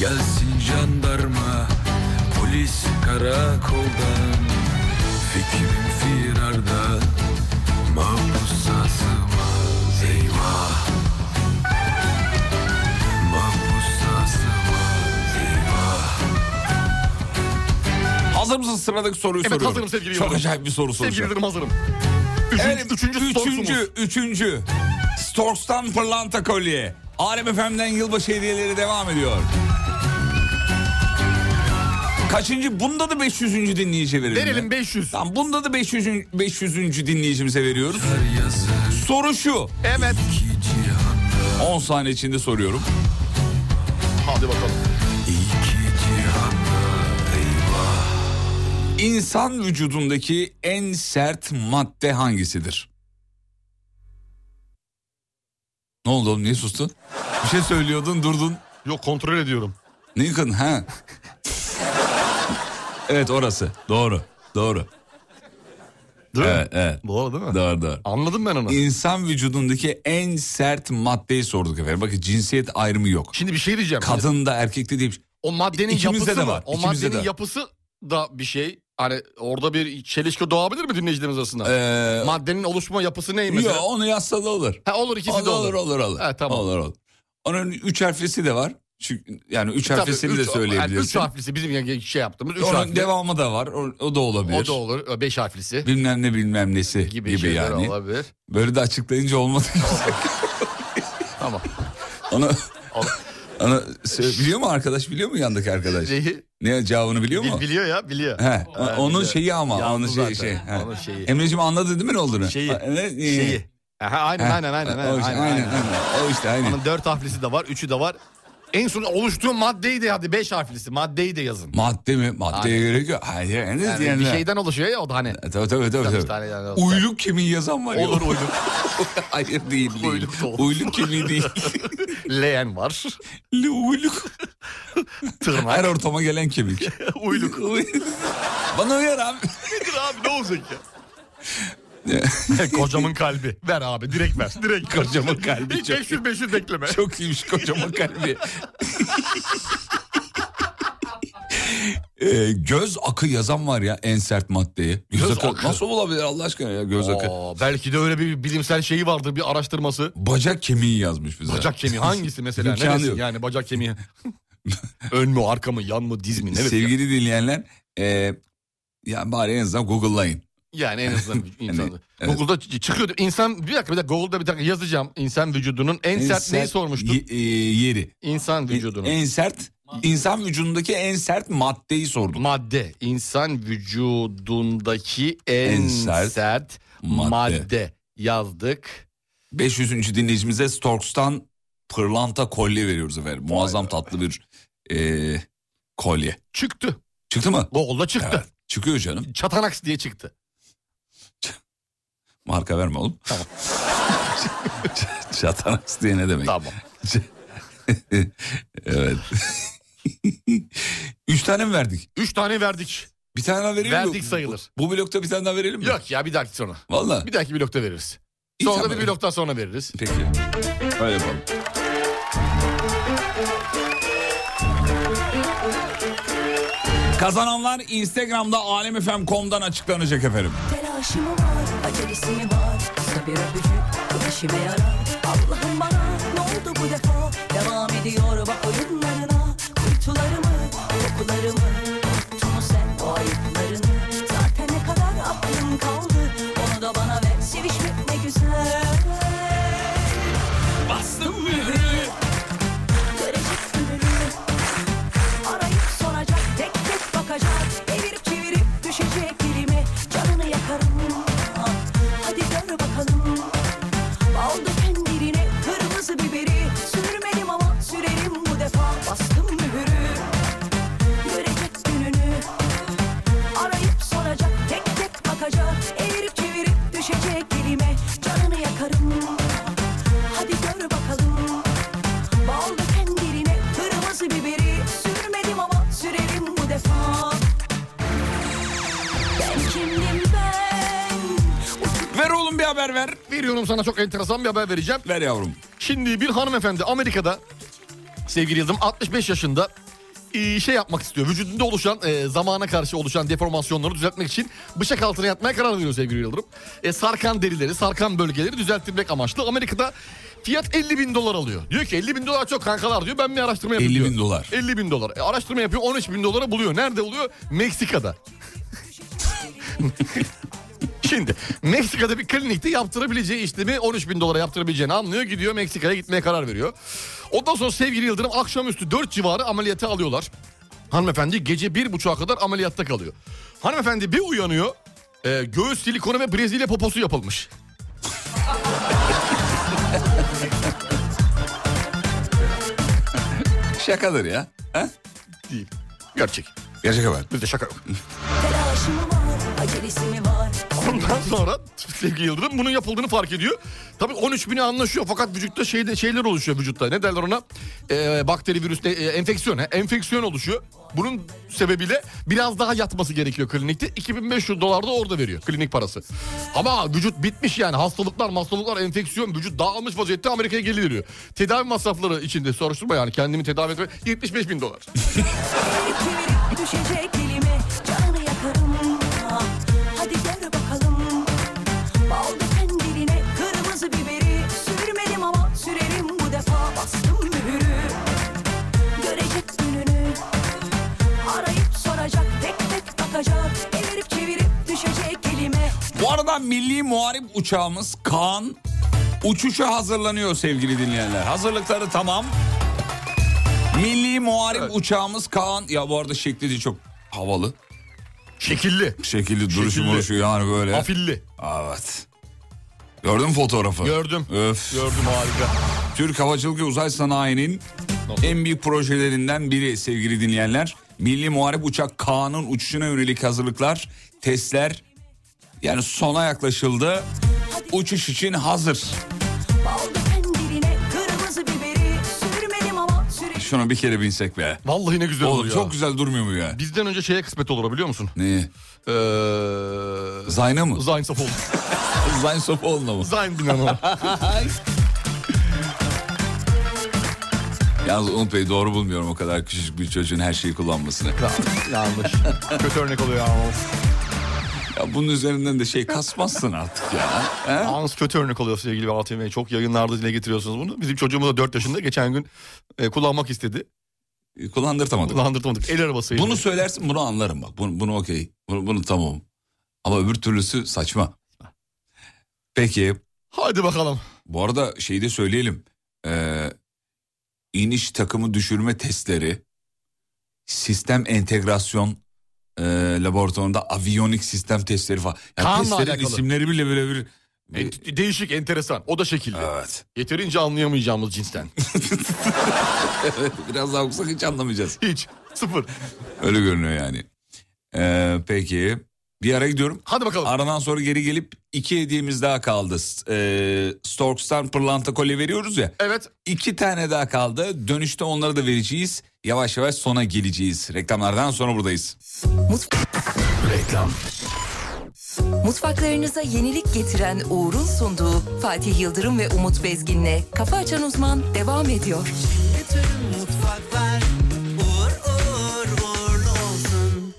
[SPEAKER 12] Gelsin jandarma Polis karakoldan Fikrim firarda Mahpusa sığmaz Eyvah Mahpusa sığmaz Eyvah
[SPEAKER 4] Hazır mısın sıradaki soruyu
[SPEAKER 5] Evet,
[SPEAKER 4] soruyorum.
[SPEAKER 5] hazırım sevgili
[SPEAKER 4] Çok
[SPEAKER 5] Yıldırım.
[SPEAKER 4] acayip bir soru
[SPEAKER 5] Sevgili
[SPEAKER 4] soracağım.
[SPEAKER 5] Yıldırım hazırım. Üçüncü,
[SPEAKER 4] Efendim,
[SPEAKER 5] üçüncü, sorsumuz.
[SPEAKER 4] üçüncü, üçüncü. Storks'tan pırlanta kolye. Alem FM'den yılbaşı hediyeleri devam ediyor. Kaçıncı? Bunda da 500. dinleyici verelim.
[SPEAKER 5] Verelim
[SPEAKER 4] mi?
[SPEAKER 5] 500.
[SPEAKER 4] Tamam bunda da 500. 500. dinleyicimize veriyoruz.
[SPEAKER 12] Her yazı
[SPEAKER 4] Soru şu.
[SPEAKER 5] Evet.
[SPEAKER 12] iki cihanda
[SPEAKER 4] 10 saniye içinde soruyorum.
[SPEAKER 5] Hadi bakalım.
[SPEAKER 12] iki cihanda Eyvah
[SPEAKER 4] İnsan vücudundaki en sert madde hangisidir? Ne oldu oğlum niye sustun? Bir şey söylüyordun durdun.
[SPEAKER 5] Yok kontrol ediyorum.
[SPEAKER 4] Lincoln ha. evet orası. Doğru. Doğru.
[SPEAKER 5] Değil mi?
[SPEAKER 4] Evet, evet.
[SPEAKER 5] Doğru değil mi?
[SPEAKER 4] Doğru doğru.
[SPEAKER 5] Anladım ben onu.
[SPEAKER 4] İnsan vücudundaki en sert maddeyi sorduk efendim. Bakın cinsiyet ayrımı yok.
[SPEAKER 5] Şimdi bir şey diyeceğim.
[SPEAKER 4] Kadın da erkek de değil.
[SPEAKER 5] O maddenin
[SPEAKER 4] İkimizde
[SPEAKER 5] yapısı
[SPEAKER 4] de
[SPEAKER 5] mı?
[SPEAKER 4] var,
[SPEAKER 5] O
[SPEAKER 4] ikimizde
[SPEAKER 5] maddenin
[SPEAKER 4] de.
[SPEAKER 5] yapısı da bir şey. Hani orada bir çelişki doğabilir mi dinleyicilerimiz arasında?
[SPEAKER 4] Ee,
[SPEAKER 5] Maddenin oluşma yapısı ney mesela?
[SPEAKER 4] yok onu yazsa da olur.
[SPEAKER 5] Ha olur ikisi
[SPEAKER 4] Olur,
[SPEAKER 5] de olur.
[SPEAKER 4] olur olur olur.
[SPEAKER 5] Ha, tamam.
[SPEAKER 4] Olur olur. Onun üç harflisi de var. Çünkü yani üç
[SPEAKER 5] E, Tabii,
[SPEAKER 4] harflisini
[SPEAKER 5] üç-
[SPEAKER 4] de
[SPEAKER 5] Yani üç
[SPEAKER 4] söyleyebilirsin.
[SPEAKER 5] harflisi bizim yani şey yaptığımız üç
[SPEAKER 4] Onun
[SPEAKER 5] harfli.
[SPEAKER 4] devamı da var. O, o da olabilir.
[SPEAKER 5] O da olur. Beş harflisi
[SPEAKER 4] Bilmem ne bilmem nesi
[SPEAKER 5] gibi,
[SPEAKER 4] gibi,
[SPEAKER 5] şeyler
[SPEAKER 4] yani.
[SPEAKER 5] olabilir.
[SPEAKER 4] Böyle de açıklayınca olmadı.
[SPEAKER 5] Tamam.
[SPEAKER 4] Ona,
[SPEAKER 5] Al-
[SPEAKER 4] ona sö- biliyor mu arkadaş biliyor mu yandaki arkadaş?
[SPEAKER 5] Şeyi,
[SPEAKER 4] Ne cevabını biliyor mu?
[SPEAKER 5] bil- biliyor ya biliyor.
[SPEAKER 4] He,
[SPEAKER 5] Ha,
[SPEAKER 4] onun
[SPEAKER 5] biliyor.
[SPEAKER 4] şeyi ama
[SPEAKER 5] Yazdı
[SPEAKER 4] onun
[SPEAKER 5] zaten.
[SPEAKER 4] şeyi şey. he.
[SPEAKER 5] Onun şeyi.
[SPEAKER 4] Emre'cim anladın değil mi ne olduğunu?
[SPEAKER 5] Şeyi.
[SPEAKER 4] Ha, e, ne- ne-
[SPEAKER 5] Şeyi. Aha,
[SPEAKER 4] He,
[SPEAKER 5] aynen, aynen, aynen,
[SPEAKER 4] o
[SPEAKER 5] aynen,
[SPEAKER 4] işte,
[SPEAKER 5] aynen, aynen.
[SPEAKER 4] aynen. O işte aynen.
[SPEAKER 5] Onun dört harflisi de var, üçü de var. En son oluştuğu maddeyi de hadi beş harflisi maddeyi de yazın.
[SPEAKER 4] Madde mi? Maddeye gerek yok. Hayır. Yani, E,
[SPEAKER 5] Yani bir şeyden oluşuyor ya o da hani.
[SPEAKER 4] Tabii tabii tabii.
[SPEAKER 5] Tabii,
[SPEAKER 4] tabii.
[SPEAKER 5] tane yani olsa.
[SPEAKER 4] Uyluk kemiği yazan var ya.
[SPEAKER 5] Olur uydum.
[SPEAKER 4] Hayır değil değil.
[SPEAKER 5] Uyluk da olur.
[SPEAKER 4] Uyluk kemiği değil.
[SPEAKER 5] Leğen var.
[SPEAKER 4] Uyluk. Her
[SPEAKER 5] Tırnak.
[SPEAKER 4] ortama gelen kemik.
[SPEAKER 5] Uyluk.
[SPEAKER 4] Bana uyar abi.
[SPEAKER 5] Nedir abi ne olacak ya? Kocamın kalbi. Ver abi direkt ver. Direkt ver.
[SPEAKER 4] Kocamın kalbi
[SPEAKER 5] Hiç
[SPEAKER 4] çok-
[SPEAKER 5] 500 500 bekleme.
[SPEAKER 4] Çok iyiymiş kocaman kalbi. Ee, göz akı yazan var ya en sert maddeyi. Göz,
[SPEAKER 5] Göz
[SPEAKER 4] akı,
[SPEAKER 5] akı.
[SPEAKER 4] nasıl olabilir Allah aşkına ya göz akı.
[SPEAKER 5] Aa, belki de öyle bir bilimsel şeyi vardır bir araştırması.
[SPEAKER 4] Bacak kemiği yazmış bize.
[SPEAKER 5] Bacak kemiği hangisi mesela?
[SPEAKER 4] İmkanı
[SPEAKER 5] Neresi?
[SPEAKER 4] yok.
[SPEAKER 5] Yani bacak kemiği. Ön mü arka mı yan mı diz mi? Neresi?
[SPEAKER 4] Sevgili dinleyenler e, ya bari en azından Google'layın.
[SPEAKER 5] Yani en azından insanı.
[SPEAKER 4] evet.
[SPEAKER 5] Google'da ç- çıkıyordu. İnsan bir dakika bir dakika Google'da bir dakika yazacağım. İnsan vücudunun en,
[SPEAKER 4] En
[SPEAKER 5] sert, neyi sormuştun?
[SPEAKER 4] ye- e, yeri. E,
[SPEAKER 5] İnsan vücudunun.
[SPEAKER 4] En sert insan vücudundaki en sert maddeyi sordum.
[SPEAKER 5] Madde. İnsan vücudundaki en,
[SPEAKER 4] En
[SPEAKER 5] sert,
[SPEAKER 4] sert
[SPEAKER 5] madde.
[SPEAKER 4] madde.
[SPEAKER 5] yazdık.
[SPEAKER 4] 500. dinleyicimize Storks'tan pırlanta kolye veriyoruz efendim. Muazzam tatlı bir e, kolye.
[SPEAKER 5] Çıktı.
[SPEAKER 4] Çıktı mı?
[SPEAKER 5] Google'da çıktı.
[SPEAKER 4] Evet, çıkıyor canım.
[SPEAKER 5] Çatanaks diye çıktı.
[SPEAKER 4] Marka verme oğlum. Tamam. diye ne demek?
[SPEAKER 5] Tamam.
[SPEAKER 4] evet. Üç tane mi verdik?
[SPEAKER 5] Üç tane verdik.
[SPEAKER 4] Bir tane daha verelim mi?
[SPEAKER 5] Verdik sayılır.
[SPEAKER 4] Bu blokta bir tane daha verelim mi?
[SPEAKER 5] Yok ya bir dahaki sonra.
[SPEAKER 4] Valla.
[SPEAKER 5] Bir dahaki blokta veririz.
[SPEAKER 4] İyi,
[SPEAKER 5] Sonra
[SPEAKER 4] tamam.
[SPEAKER 5] bir bloktan sonra veririz.
[SPEAKER 4] Peki. Öyle yapalım. Kazananlar Instagram'da alemfm.com'dan açıklanacak efendim.
[SPEAKER 3] Telaşım var, acelesi var Kısa bir öpücük, bu işime yarar Allah'ım bana ne oldu bu defa Devam ediyor bak oyunlarına Kurtularımı, kokularımı Unuttun mu sen o ayıplarını Zaten ne kadar aklım kaldı Onu da bana ver, sevişmek ne güzel
[SPEAKER 4] Bastım mührü.
[SPEAKER 3] Görecek ömrü Arayıp soracak, tek tek bakacak Evirip çevirip düşecek dilime Canını yakarım Hadi gör bakalım Aldı kendine kırmızı biberi Sürmedim ama sürerim bu defa Bastım mühürü Görecek gününü Arayıp soracak, tek tek bakacak Evirip çevirip düşecek dilime Canını yakarım Hadi gör bakalım Balda kendine kırmızı biberi Sürmedim ama sürerim bu defa Ben kimdim ben
[SPEAKER 4] Ver oğlum bir haber ver.
[SPEAKER 5] Veriyorum sana çok enteresan bir haber vereceğim.
[SPEAKER 4] Ver yavrum.
[SPEAKER 5] Şimdi bir hanımefendi Amerika'da sevgili yazım 65 yaşında e, şey yapmak istiyor. Vücudunda oluşan e, zamana karşı oluşan deformasyonları düzeltmek için bıçak altına yatmaya karar veriyor sevgili Yıldırım. E, sarkan derileri, sarkan bölgeleri düzeltmek amaçlı. Amerika'da fiyat 50 bin dolar alıyor. Diyor ki 50 bin dolar çok kankalar diyor. Ben bir araştırma yapayım
[SPEAKER 4] 50
[SPEAKER 5] diyor.
[SPEAKER 4] bin dolar.
[SPEAKER 5] 50 bin dolar. E, araştırma yapıyor 13 bin dolara buluyor. Nerede buluyor? Meksika'da. Şimdi Meksika'da bir klinikte yaptırabileceği işlemi 13 bin dolara yaptırabileceğini anlıyor. Gidiyor Meksika'ya gitmeye karar veriyor. Ondan sonra sevgili Yıldırım akşamüstü 4 civarı ameliyata alıyorlar. Hanımefendi gece bir buçuğa kadar ameliyatta kalıyor. Hanımefendi bir uyanıyor. e, göğüs silikonu ve Brezilya poposu yapılmış.
[SPEAKER 4] Şakadır ya. He?
[SPEAKER 5] Değil. Gerçek.
[SPEAKER 4] Gerçek haber.
[SPEAKER 5] Bizde şaka yok.
[SPEAKER 3] Telaşım var, acelesi mi var
[SPEAKER 5] Ondan sonra sevgili Yıldırım bunun yapıldığını fark ediyor. Tabii 13 bini anlaşıyor fakat vücutta şeyde şeyler oluşuyor vücutta. Ne derler ona? Ee, bakteri, virüs, ne- e, enfeksiyon. he. Enfeksiyon oluşuyor. Bunun sebebiyle biraz daha yatması gerekiyor klinikte. 2500 dolar da orada veriyor klinik parası. Ama vücut bitmiş yani. Hastalıklar, hastalıklar, enfeksiyon. Vücut dağılmış vaziyette Amerika'ya geliyor. Tedavi masrafları içinde soruşturma yani. Kendimi tedavi etme. 75 bin dolar.
[SPEAKER 3] Evirip çevirip düşecek dilime Canını yakarım Hadi gör bakalım Balda kendine kırmızı biberi Sürmedim ama sürerim bu defa Bastım mühürü Görecek gününü Arayıp soracak tek tek bakacak Evirip çevirip düşecek dilime
[SPEAKER 4] Bu arada milli muharip uçağımız Kaan uçuşa hazırlanıyor sevgili dinleyenler. Hazırlıkları tamam. Milli muharip uçağımız Kaan ya bu arada şekli de çok havalı.
[SPEAKER 5] Şekilli.
[SPEAKER 4] Şekilli duruşu
[SPEAKER 5] Şekilli.
[SPEAKER 4] duruşu yani böyle.
[SPEAKER 5] Afilli.
[SPEAKER 4] Evet. Gördün mü fotoğrafı?
[SPEAKER 5] Gördüm.
[SPEAKER 4] Öf.
[SPEAKER 5] Gördüm harika.
[SPEAKER 4] Türk Havacılık ve Uzay Sanayi'nin en büyük projelerinden biri sevgili dinleyenler. Milli Muharip Uçak Kaan'ın uçuşuna yönelik hazırlıklar, testler yani sona yaklaşıldı. Uçuş için hazır.
[SPEAKER 3] Balda kendine kırmızı biberi Sürmedim ama sürerim
[SPEAKER 4] Şuna bir kere binsek be.
[SPEAKER 5] Vallahi ne güzel
[SPEAKER 4] Oğlum
[SPEAKER 5] oluyor.
[SPEAKER 4] çok güzel durmuyor mu ya?
[SPEAKER 5] Bizden önce şeye kısmet olur biliyor musun?
[SPEAKER 4] Neyi?
[SPEAKER 5] Ee,
[SPEAKER 4] Zayna mı?
[SPEAKER 5] Zayn Safoğlu.
[SPEAKER 4] Zayn Sopoğlu'na mı?
[SPEAKER 5] Zayn Binan o.
[SPEAKER 4] Yalnız Umut Bey doğru bulmuyorum o kadar küçücük bir çocuğun her şeyi kullanmasını.
[SPEAKER 5] Yanlış. Kötü örnek oluyor ya.
[SPEAKER 4] Ya bunun üzerinden de şey kasmazsın artık ya. He?
[SPEAKER 5] Yalnız kötü örnek oluyor sevgili Fatih Bey. Çok yayınlarda dile getiriyorsunuz bunu. Bizim çocuğumuz da 4 yaşında. Geçen gün e, kullanmak istedi.
[SPEAKER 4] E, Kullandırtamadık.
[SPEAKER 5] Kullandırtamadık. El arabasıyla.
[SPEAKER 4] Bunu söylersin bunu anlarım bak. Bunu, bunu okey. Bunu, bunu tamam. Ama öbür türlüsü saçma. Peki
[SPEAKER 5] Hadi bakalım.
[SPEAKER 4] bu arada şeyi de söyleyelim. Ee, iniş takımı düşürme testleri sistem entegrasyon e, laboratuvarında aviyonik sistem testleri falan. Yani
[SPEAKER 5] Kaan'la
[SPEAKER 4] testlerin
[SPEAKER 5] alakalı.
[SPEAKER 4] isimleri bile böyle bir...
[SPEAKER 5] Ent- değişik, enteresan. O da şekilli.
[SPEAKER 4] Evet.
[SPEAKER 5] Yeterince anlayamayacağımız cinsten.
[SPEAKER 4] Biraz daha okusak hiç anlamayacağız.
[SPEAKER 5] Hiç. Sıfır.
[SPEAKER 4] Öyle görünüyor yani. Ee, peki bir ara gidiyorum.
[SPEAKER 5] Hadi bakalım.
[SPEAKER 4] Aradan sonra geri gelip iki hediyemiz daha kaldı. S- Ee, Storks'tan pırlanta kolye veriyoruz ya.
[SPEAKER 5] evet.
[SPEAKER 4] İki tane daha kaldı. Dönüşte onları da vereceğiz. Yavaş yavaş sona geleceğiz. Reklamlardan sonra buradayız.
[SPEAKER 6] Mutfaklarınıza yenilik getiren Uğur'un sunduğu Fatih Yıldırım ve Umut Bezgin'le Kafa Açan Uzman devam ediyor.
[SPEAKER 1] Mutfaklar uğur uğur uğurlu olsun.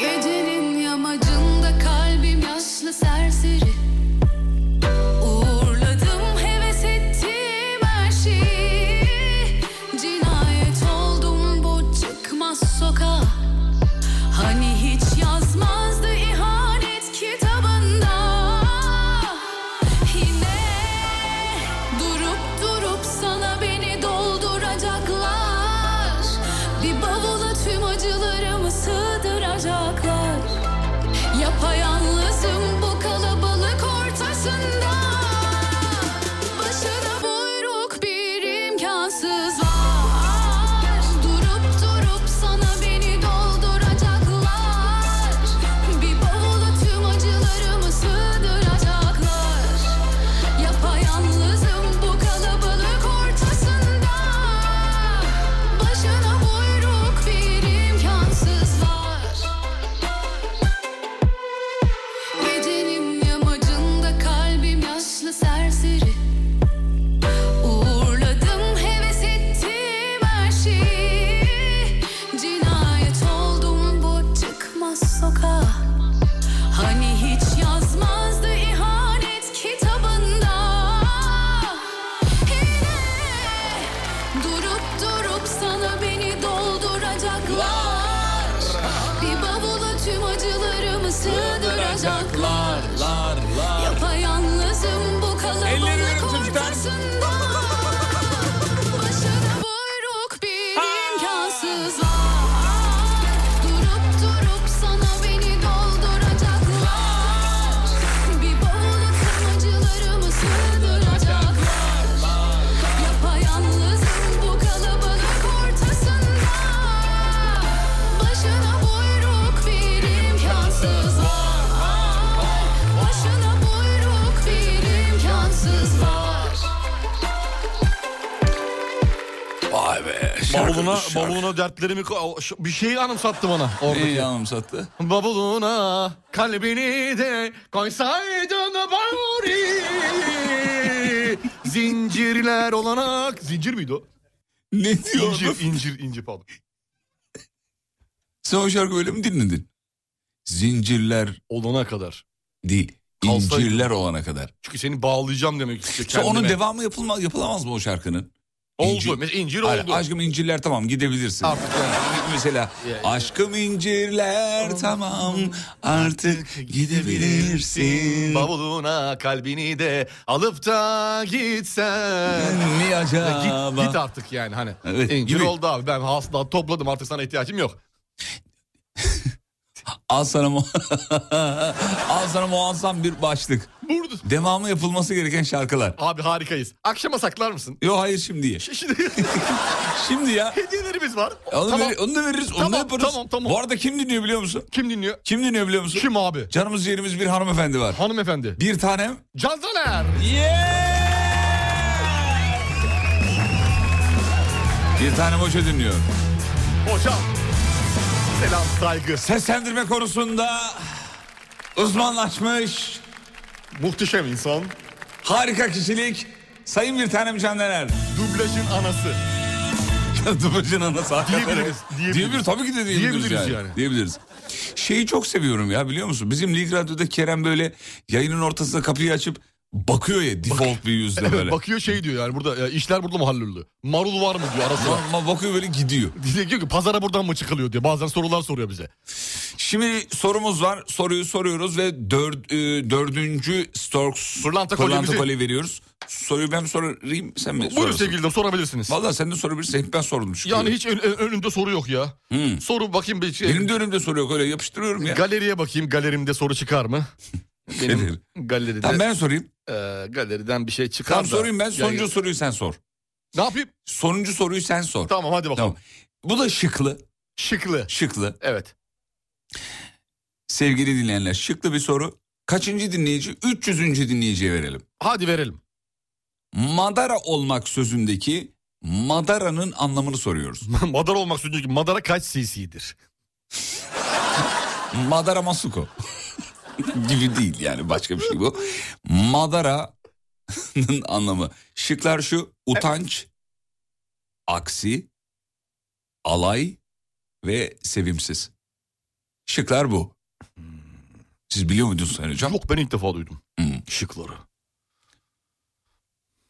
[SPEAKER 13] Gecenin yamacında kalbim yaşlı serseri Uğurladım heves ettiğim her şeyi Cinayet oldum bu çıkmaz sokağa Hani hiç yazmazdı ihanet kitabında Yine durup durup sana beni dolduracaklar Bir bavula tüm acılarımı sığdıracaklar Yapayalnızım bu kalabalık ortasında Başına buyruk bir imkansız var Durup durup sana beni dolduracaklar Bir bavula tüm acılarımı sığdıracaklar Yapayalnızım bu kalabalık ortasında Başına buyruk bir imkansız var Gecenin yamacında kalbim yaşlı serseri Uğurladım heves ettiğim her şeyi Cinayet oldum bu çıkmaz sokağa Hani hiç yazmazdı ihanet kitabında Yine durup durup sana beni dolduracaklar Bir bavula tüm acılarımı sığdıracaklar Yapayalnızım bu
[SPEAKER 4] Elleri verin
[SPEAKER 13] kalabalık
[SPEAKER 4] çocuklar.
[SPEAKER 13] ortasında Başına buyruk bir imkansız var Durup durup sana beni dolduracaklar Bir bavula tüm acılarımı sığdıracaklar Yapayalnızım bu kalabalık ortasında Başına buyruk bir imkansız var Başına buyruk bir imkansız var
[SPEAKER 4] Vay be.
[SPEAKER 5] Bavuluna, bavuluna dertlerimi ko- şu- bir şeyi anımsattı bana
[SPEAKER 4] Neyi
[SPEAKER 5] oradaki.
[SPEAKER 4] yanımsattı?
[SPEAKER 5] Bavuluna kalbini de koysaydın bari. Zincirler olanak. Zincir miydi o?
[SPEAKER 4] Ne diyordu?
[SPEAKER 5] İncir, incir, incir pardon.
[SPEAKER 4] Sen o şarkı öyle mi dinledin? Zincirler
[SPEAKER 5] Olana kadar.
[SPEAKER 4] değil.
[SPEAKER 5] Kalsaydı.
[SPEAKER 4] incirler olana kadar.
[SPEAKER 5] Çünkü seni bağlayacağım demek istiyor
[SPEAKER 4] İşte
[SPEAKER 5] kendine.
[SPEAKER 4] onun devamı yapılma, yapılamaz mı o şarkının?
[SPEAKER 5] Oldu.
[SPEAKER 4] İncir-
[SPEAKER 5] Mesela incir
[SPEAKER 4] Hayır,
[SPEAKER 5] oldu.
[SPEAKER 4] aşkım incirler tamam gidebilirsin.
[SPEAKER 5] Artık
[SPEAKER 4] Mesela aşkım incirler tamam artık gidebilirsin.
[SPEAKER 5] Bavuluna kalbini de alıp da gitsen.
[SPEAKER 4] Ni acaba?
[SPEAKER 5] Ya git, git artık yani hani.
[SPEAKER 4] Evet,
[SPEAKER 5] İncir
[SPEAKER 4] gibi.
[SPEAKER 5] oldu abi ben hasılat topladım artık sana ihtiyacım yok.
[SPEAKER 4] Al sana mu- Al sana muazzam bir başlık.
[SPEAKER 5] Burada.
[SPEAKER 4] Devamı yapılması gereken şarkılar.
[SPEAKER 5] Abi harikayız. Akşama saklar mısın?
[SPEAKER 4] Yo hayır şimdi.
[SPEAKER 5] Şimdi
[SPEAKER 4] Şimdi ya.
[SPEAKER 5] hediyelerimiz var.
[SPEAKER 4] Onu,
[SPEAKER 5] Tamam.
[SPEAKER 4] ver- onu da veririz, onu da
[SPEAKER 5] Tamam,
[SPEAKER 4] yaparız.
[SPEAKER 5] tamam, tamam.
[SPEAKER 4] Bu arada kim dinliyor biliyor musun?
[SPEAKER 5] Kim dinliyor?
[SPEAKER 4] Kim dinliyor biliyor musun?
[SPEAKER 5] Kim abi?
[SPEAKER 4] Canımız ciğerimiz bir hanımefendi var.
[SPEAKER 5] Hanımefendi.
[SPEAKER 4] Bir tanem.
[SPEAKER 5] Canzaner.
[SPEAKER 4] Bir tanem hoca dinliyor.
[SPEAKER 5] Hocam. Selam saygı.
[SPEAKER 4] Seslendirme konusunda uzmanlaşmış,
[SPEAKER 5] Muhteşem insan.
[SPEAKER 4] harika kişilik. Sayın bir tanem Candener.
[SPEAKER 5] Dublajın anası.
[SPEAKER 4] Dublajın anası hakikaten.
[SPEAKER 5] Diyebiliriz, diyebiliriz.
[SPEAKER 4] Diyebilir, tabii ki de diyebiliriz,
[SPEAKER 5] Diyebiliriz
[SPEAKER 4] yani.
[SPEAKER 5] yani.
[SPEAKER 4] Diyebiliriz. Şeyi çok seviyorum ya biliyor musun? Bizim Lig Radyo'da Kerem böyle yayının ortasında kapıyı açıp bakıyor ya default bir yüzle böyle.
[SPEAKER 5] Bakıyor şey diyor yani burada ya işler burada mı halloldu? Marul var mı diyor arası. var.
[SPEAKER 4] Ama bakıyor böyle gidiyor.
[SPEAKER 5] diyor ki pazara buradan mı çıkılıyor diye bazen sorular soruyor bize.
[SPEAKER 4] Şimdi sorumuz var. Soruyu soruyoruz ve dör- e, dördüncü Storks
[SPEAKER 5] Pırlanta kolyemizi-
[SPEAKER 4] kolye veriyoruz. Soruyu ben sorayım sen mi
[SPEAKER 5] Buyurun
[SPEAKER 4] sorarsın?
[SPEAKER 5] sevgili dinleyiciler, sorabilirsiniz.
[SPEAKER 4] Valla sen de sorabilirsin. Hep ben sordum çünkü. Hmm.
[SPEAKER 5] Yani hiç ön- ön- önümde soru yok ya. Soru bakayım bir şey.
[SPEAKER 4] Benim de önümde soru yok öyle yapıştırıyorum ya.
[SPEAKER 5] Galeriye bakayım galerimde soru çıkar mı?
[SPEAKER 4] Galeri.
[SPEAKER 5] Benim galeride
[SPEAKER 4] tamam ben sorayım.
[SPEAKER 5] e, galeriden bir şey çıkar
[SPEAKER 4] Tamam
[SPEAKER 5] da-
[SPEAKER 4] sorayım ben.
[SPEAKER 5] Ya-
[SPEAKER 4] Sonuncu soruyu sen sor.
[SPEAKER 5] Ne yapayım?
[SPEAKER 4] Sonuncu soruyu sen sor.
[SPEAKER 5] Tamam hadi bakalım.
[SPEAKER 4] Tamam. Bu da şıklı.
[SPEAKER 5] Şıklı.
[SPEAKER 4] Şıklı.
[SPEAKER 5] Evet.
[SPEAKER 4] Sevgili dinleyenler şıklı bir soru. Kaçıncı dinleyici? 300. dinleyiciye verelim.
[SPEAKER 5] Hadi verelim.
[SPEAKER 4] Madara olmak sözündeki Madara'nın anlamını soruyoruz.
[SPEAKER 5] Madara olmak sözcüğü gibi madara kaç cc'dir?
[SPEAKER 4] Madara Masuko gibi değil yani başka bir şey bu. Madara'nın anlamı. Şıklar şu utanç, aksi, alay ve sevimsiz. Şıklar bu. Siz biliyor muydunuz Sayın Hocam?
[SPEAKER 5] Hmm. Yok ben ilk defa duydum.
[SPEAKER 4] Hmm.
[SPEAKER 5] Şıkları.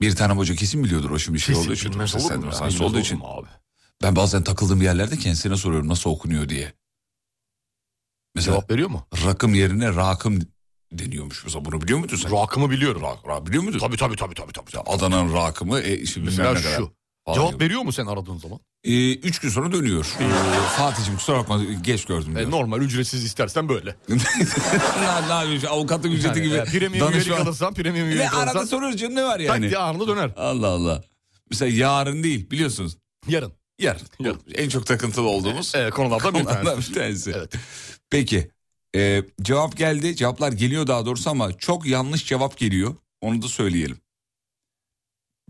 [SPEAKER 4] Bir tane hoca kesin biliyordur o şimdi şey olduğu için.
[SPEAKER 5] bilmez olur mu?
[SPEAKER 4] Seslendirme
[SPEAKER 5] ya?
[SPEAKER 4] sahnesi
[SPEAKER 5] Bilmez
[SPEAKER 4] olduğu için.
[SPEAKER 5] olur mu Abi.
[SPEAKER 4] Ben bazen takıldığım yerlerde kendisine soruyorum nasıl okunuyor diye. Mesela
[SPEAKER 5] Cevap veriyor mu?
[SPEAKER 4] rakım yerine rakım deniyormuş. Mesela bunu biliyor muydun sen?
[SPEAKER 5] Rakımı biliyorum.
[SPEAKER 4] Rak, rak, biliyor muydun?
[SPEAKER 5] Tabii tabii tabii tabii. tabii.
[SPEAKER 4] Ya Adana'nın rakımı e, şimdi bilmem
[SPEAKER 5] Mesela
[SPEAKER 4] ne kadar
[SPEAKER 5] şu.
[SPEAKER 4] falan
[SPEAKER 5] Cevap
[SPEAKER 4] diyor.
[SPEAKER 5] veriyor mu sen aradığın zaman?
[SPEAKER 4] Ee, üç gün sonra dönüyor. Fatih'im kusura bakma geç gördüm.
[SPEAKER 5] Ee, E,
[SPEAKER 4] diyor.
[SPEAKER 5] normal ücretsiz istersen böyle.
[SPEAKER 4] Ne- ne yapıyorsun? Avukatlık ücreti gibi.
[SPEAKER 5] Yani, e, premium üyelik
[SPEAKER 4] danışman-
[SPEAKER 5] alırsan, premium
[SPEAKER 4] Ve
[SPEAKER 5] üyelik
[SPEAKER 4] arada
[SPEAKER 5] alırsan
[SPEAKER 4] soruyoruz canım ne var
[SPEAKER 5] yani.
[SPEAKER 4] yani?
[SPEAKER 5] diye anında döner.
[SPEAKER 4] Allah Allah. Mesela yarın değil biliyorsunuz.
[SPEAKER 5] Yarın.
[SPEAKER 4] Yarın.
[SPEAKER 5] Yarın.
[SPEAKER 4] En çok takıntılı olduğumuz.
[SPEAKER 5] E, konulardan bir
[SPEAKER 4] Onlardan
[SPEAKER 5] tanesi.
[SPEAKER 4] bir tanesi.
[SPEAKER 5] Evet.
[SPEAKER 4] Peki. Ee, cevap geldi. Cevaplar geliyor daha doğrusu ama çok yanlış cevap geliyor. Onu da söyleyelim.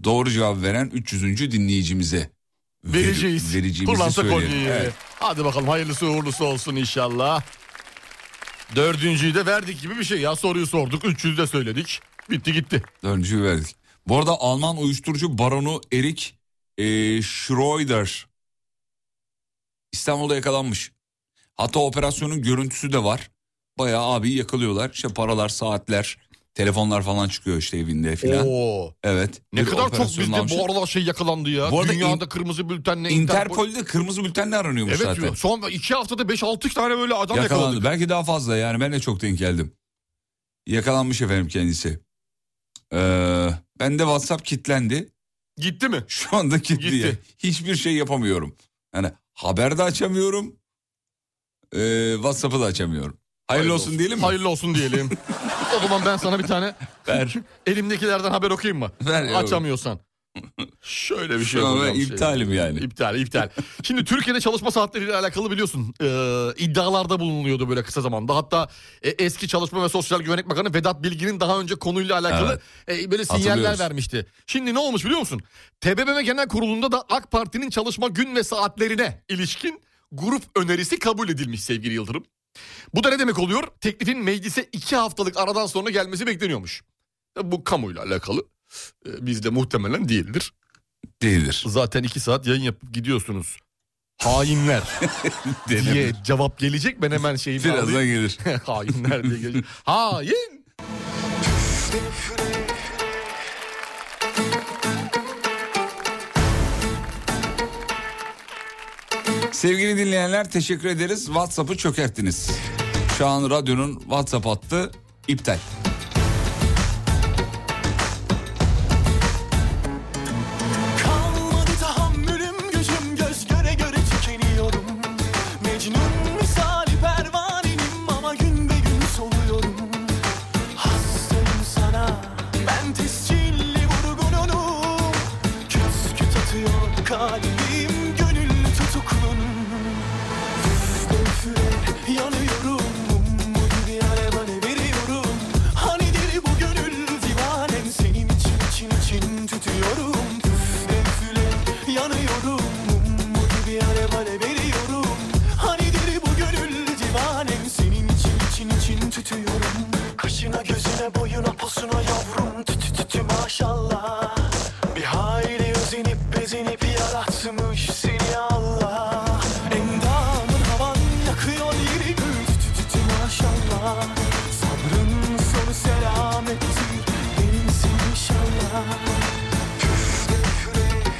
[SPEAKER 4] Doğru cevap veren 300. dinleyicimize veri-
[SPEAKER 5] Vereceğiz.
[SPEAKER 4] vereceğimizi
[SPEAKER 5] Pırlanta
[SPEAKER 4] söyleyelim.
[SPEAKER 5] kolyeyi.
[SPEAKER 4] Evet.
[SPEAKER 5] Hadi bakalım hayırlısı uğurlusu olsun inşallah. Dördüncüyü de verdik gibi bir şey ya. Soruyu sorduk. Üçüncüyü de söyledik. Bitti gitti.
[SPEAKER 4] Dördüncüyü verdik. Bu arada Alman uyuşturucu baronu Erik e, Schroeder İstanbul'da yakalanmış. Hatta operasyonun görüntüsü de var. Bayağı abiyi yakalıyorlar. İşte paralar, saatler, telefonlar falan çıkıyor işte evinde filan.
[SPEAKER 5] Oo.
[SPEAKER 4] Evet.
[SPEAKER 5] Ne
[SPEAKER 4] Bir
[SPEAKER 5] kadar çok
[SPEAKER 4] operasyon
[SPEAKER 5] bizde
[SPEAKER 4] almış.
[SPEAKER 5] bu aralar şey yakalandı ya.
[SPEAKER 4] Bu arada
[SPEAKER 5] Dünyada kırmızı bültenle Interpol-
[SPEAKER 4] Interpol'de kırmızı bültenle aranıyormuş
[SPEAKER 5] Evet
[SPEAKER 4] zaten.
[SPEAKER 5] diyor. Son iki haftada 5-6 tane böyle adam
[SPEAKER 4] Yakalandı.
[SPEAKER 5] yakaladık.
[SPEAKER 4] Belki daha fazla yani ben de çok denk geldim. Yakalanmış efendim kendisi. Ee, ben de WhatsApp kitlendi.
[SPEAKER 5] Gitti mi?
[SPEAKER 4] Şu anda kilitli.
[SPEAKER 5] Gitti.
[SPEAKER 4] Hiçbir şey yapamıyorum. Yani haber de açamıyorum. Ee, WhatsApp'ı da açamıyorum. Hayırlı, olsun, diyelim mi?
[SPEAKER 5] Hayırlı olsun diyelim. o zaman ben sana bir tane
[SPEAKER 4] Ver.
[SPEAKER 5] elimdekilerden haber okuyayım mı?
[SPEAKER 4] Ver.
[SPEAKER 5] Açamıyorsan. Şöyle bir şey
[SPEAKER 4] Şu an ben
[SPEAKER 5] yapacağım şey.
[SPEAKER 4] iptalim yani.
[SPEAKER 5] İptal, iptal. Şimdi Türkiye'de çalışma saatleriyle alakalı biliyorsun e, iddialarda bulunuluyordu böyle kısa zamanda. Hatta e, eski Çalışma ve Sosyal Güvenlik Bakanı Vedat Bilgin'in daha önce konuyla alakalı e, böyle sinyaller
[SPEAKER 4] Hatırlıyoruz.
[SPEAKER 5] vermişti. Şimdi ne olmuş biliyor musun? TBMM Genel Kurulu'nda da AK Parti'nin çalışma gün ve saatlerine ilişkin grup önerisi kabul edilmiş sevgili Yıldırım. Bu da ne demek oluyor? Teklifin meclise iki haftalık aradan sonra gelmesi bekleniyormuş. E, Bu kamuyla alakalı. E, Bizde muhtemelen değildir.
[SPEAKER 4] Değildir.
[SPEAKER 5] Zaten iki saat yayın yapıp gidiyorsunuz. Hainler diye cevap gelecek. Ben hemen şeyimi
[SPEAKER 4] Birazdan
[SPEAKER 5] alayım.
[SPEAKER 4] gelir.
[SPEAKER 5] Hainler diye gelecek. Hain.
[SPEAKER 4] Sevgili dinleyenler teşekkür ederiz. WhatsApp'ı çökerttiniz. Şu an radyonun WhatsApp hattı iptal.
[SPEAKER 7] Kalmadı tahammülüm gücüm göz göre göre tükeniyorum Mecnun misali pervanenim ama gün be gün soluyorum Hastayım sana ben tescilli vurgununum Küsküt atıyor kalbim gönüllü tutuklunum Üfüre yanıyorum Bu gibi alevane veriyorum Hanidir bu gönül divanem Senin için için için tutuyorum Üfüre üfüre yanıyorum Bu gibi alevane veriyorum Hanidir bu gönül divanem Senin için için için tutuyorum Kaşına gözüne boyuna posuna yavrum Tütü tütü maşallah Bir hayli özenip bezenip yaratmış seni Allah Endamın havan yakıyor yeri Tütü tütü maşallah Sabrın sonu selamettir Benimsin inşallah Küfre küre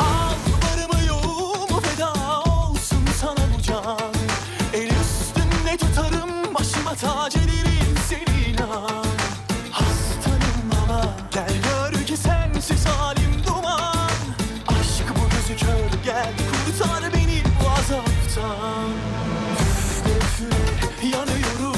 [SPEAKER 7] Al varımı yoğumu feda olsun sana bu can El üstünde tutarım başıma tac ederim seni inan Hastanım ama gel gör ki sensiz halim duman Aşk bu gözü kör gel kurtar beni bu azaptan Üf, üf, üf, Yanıyorum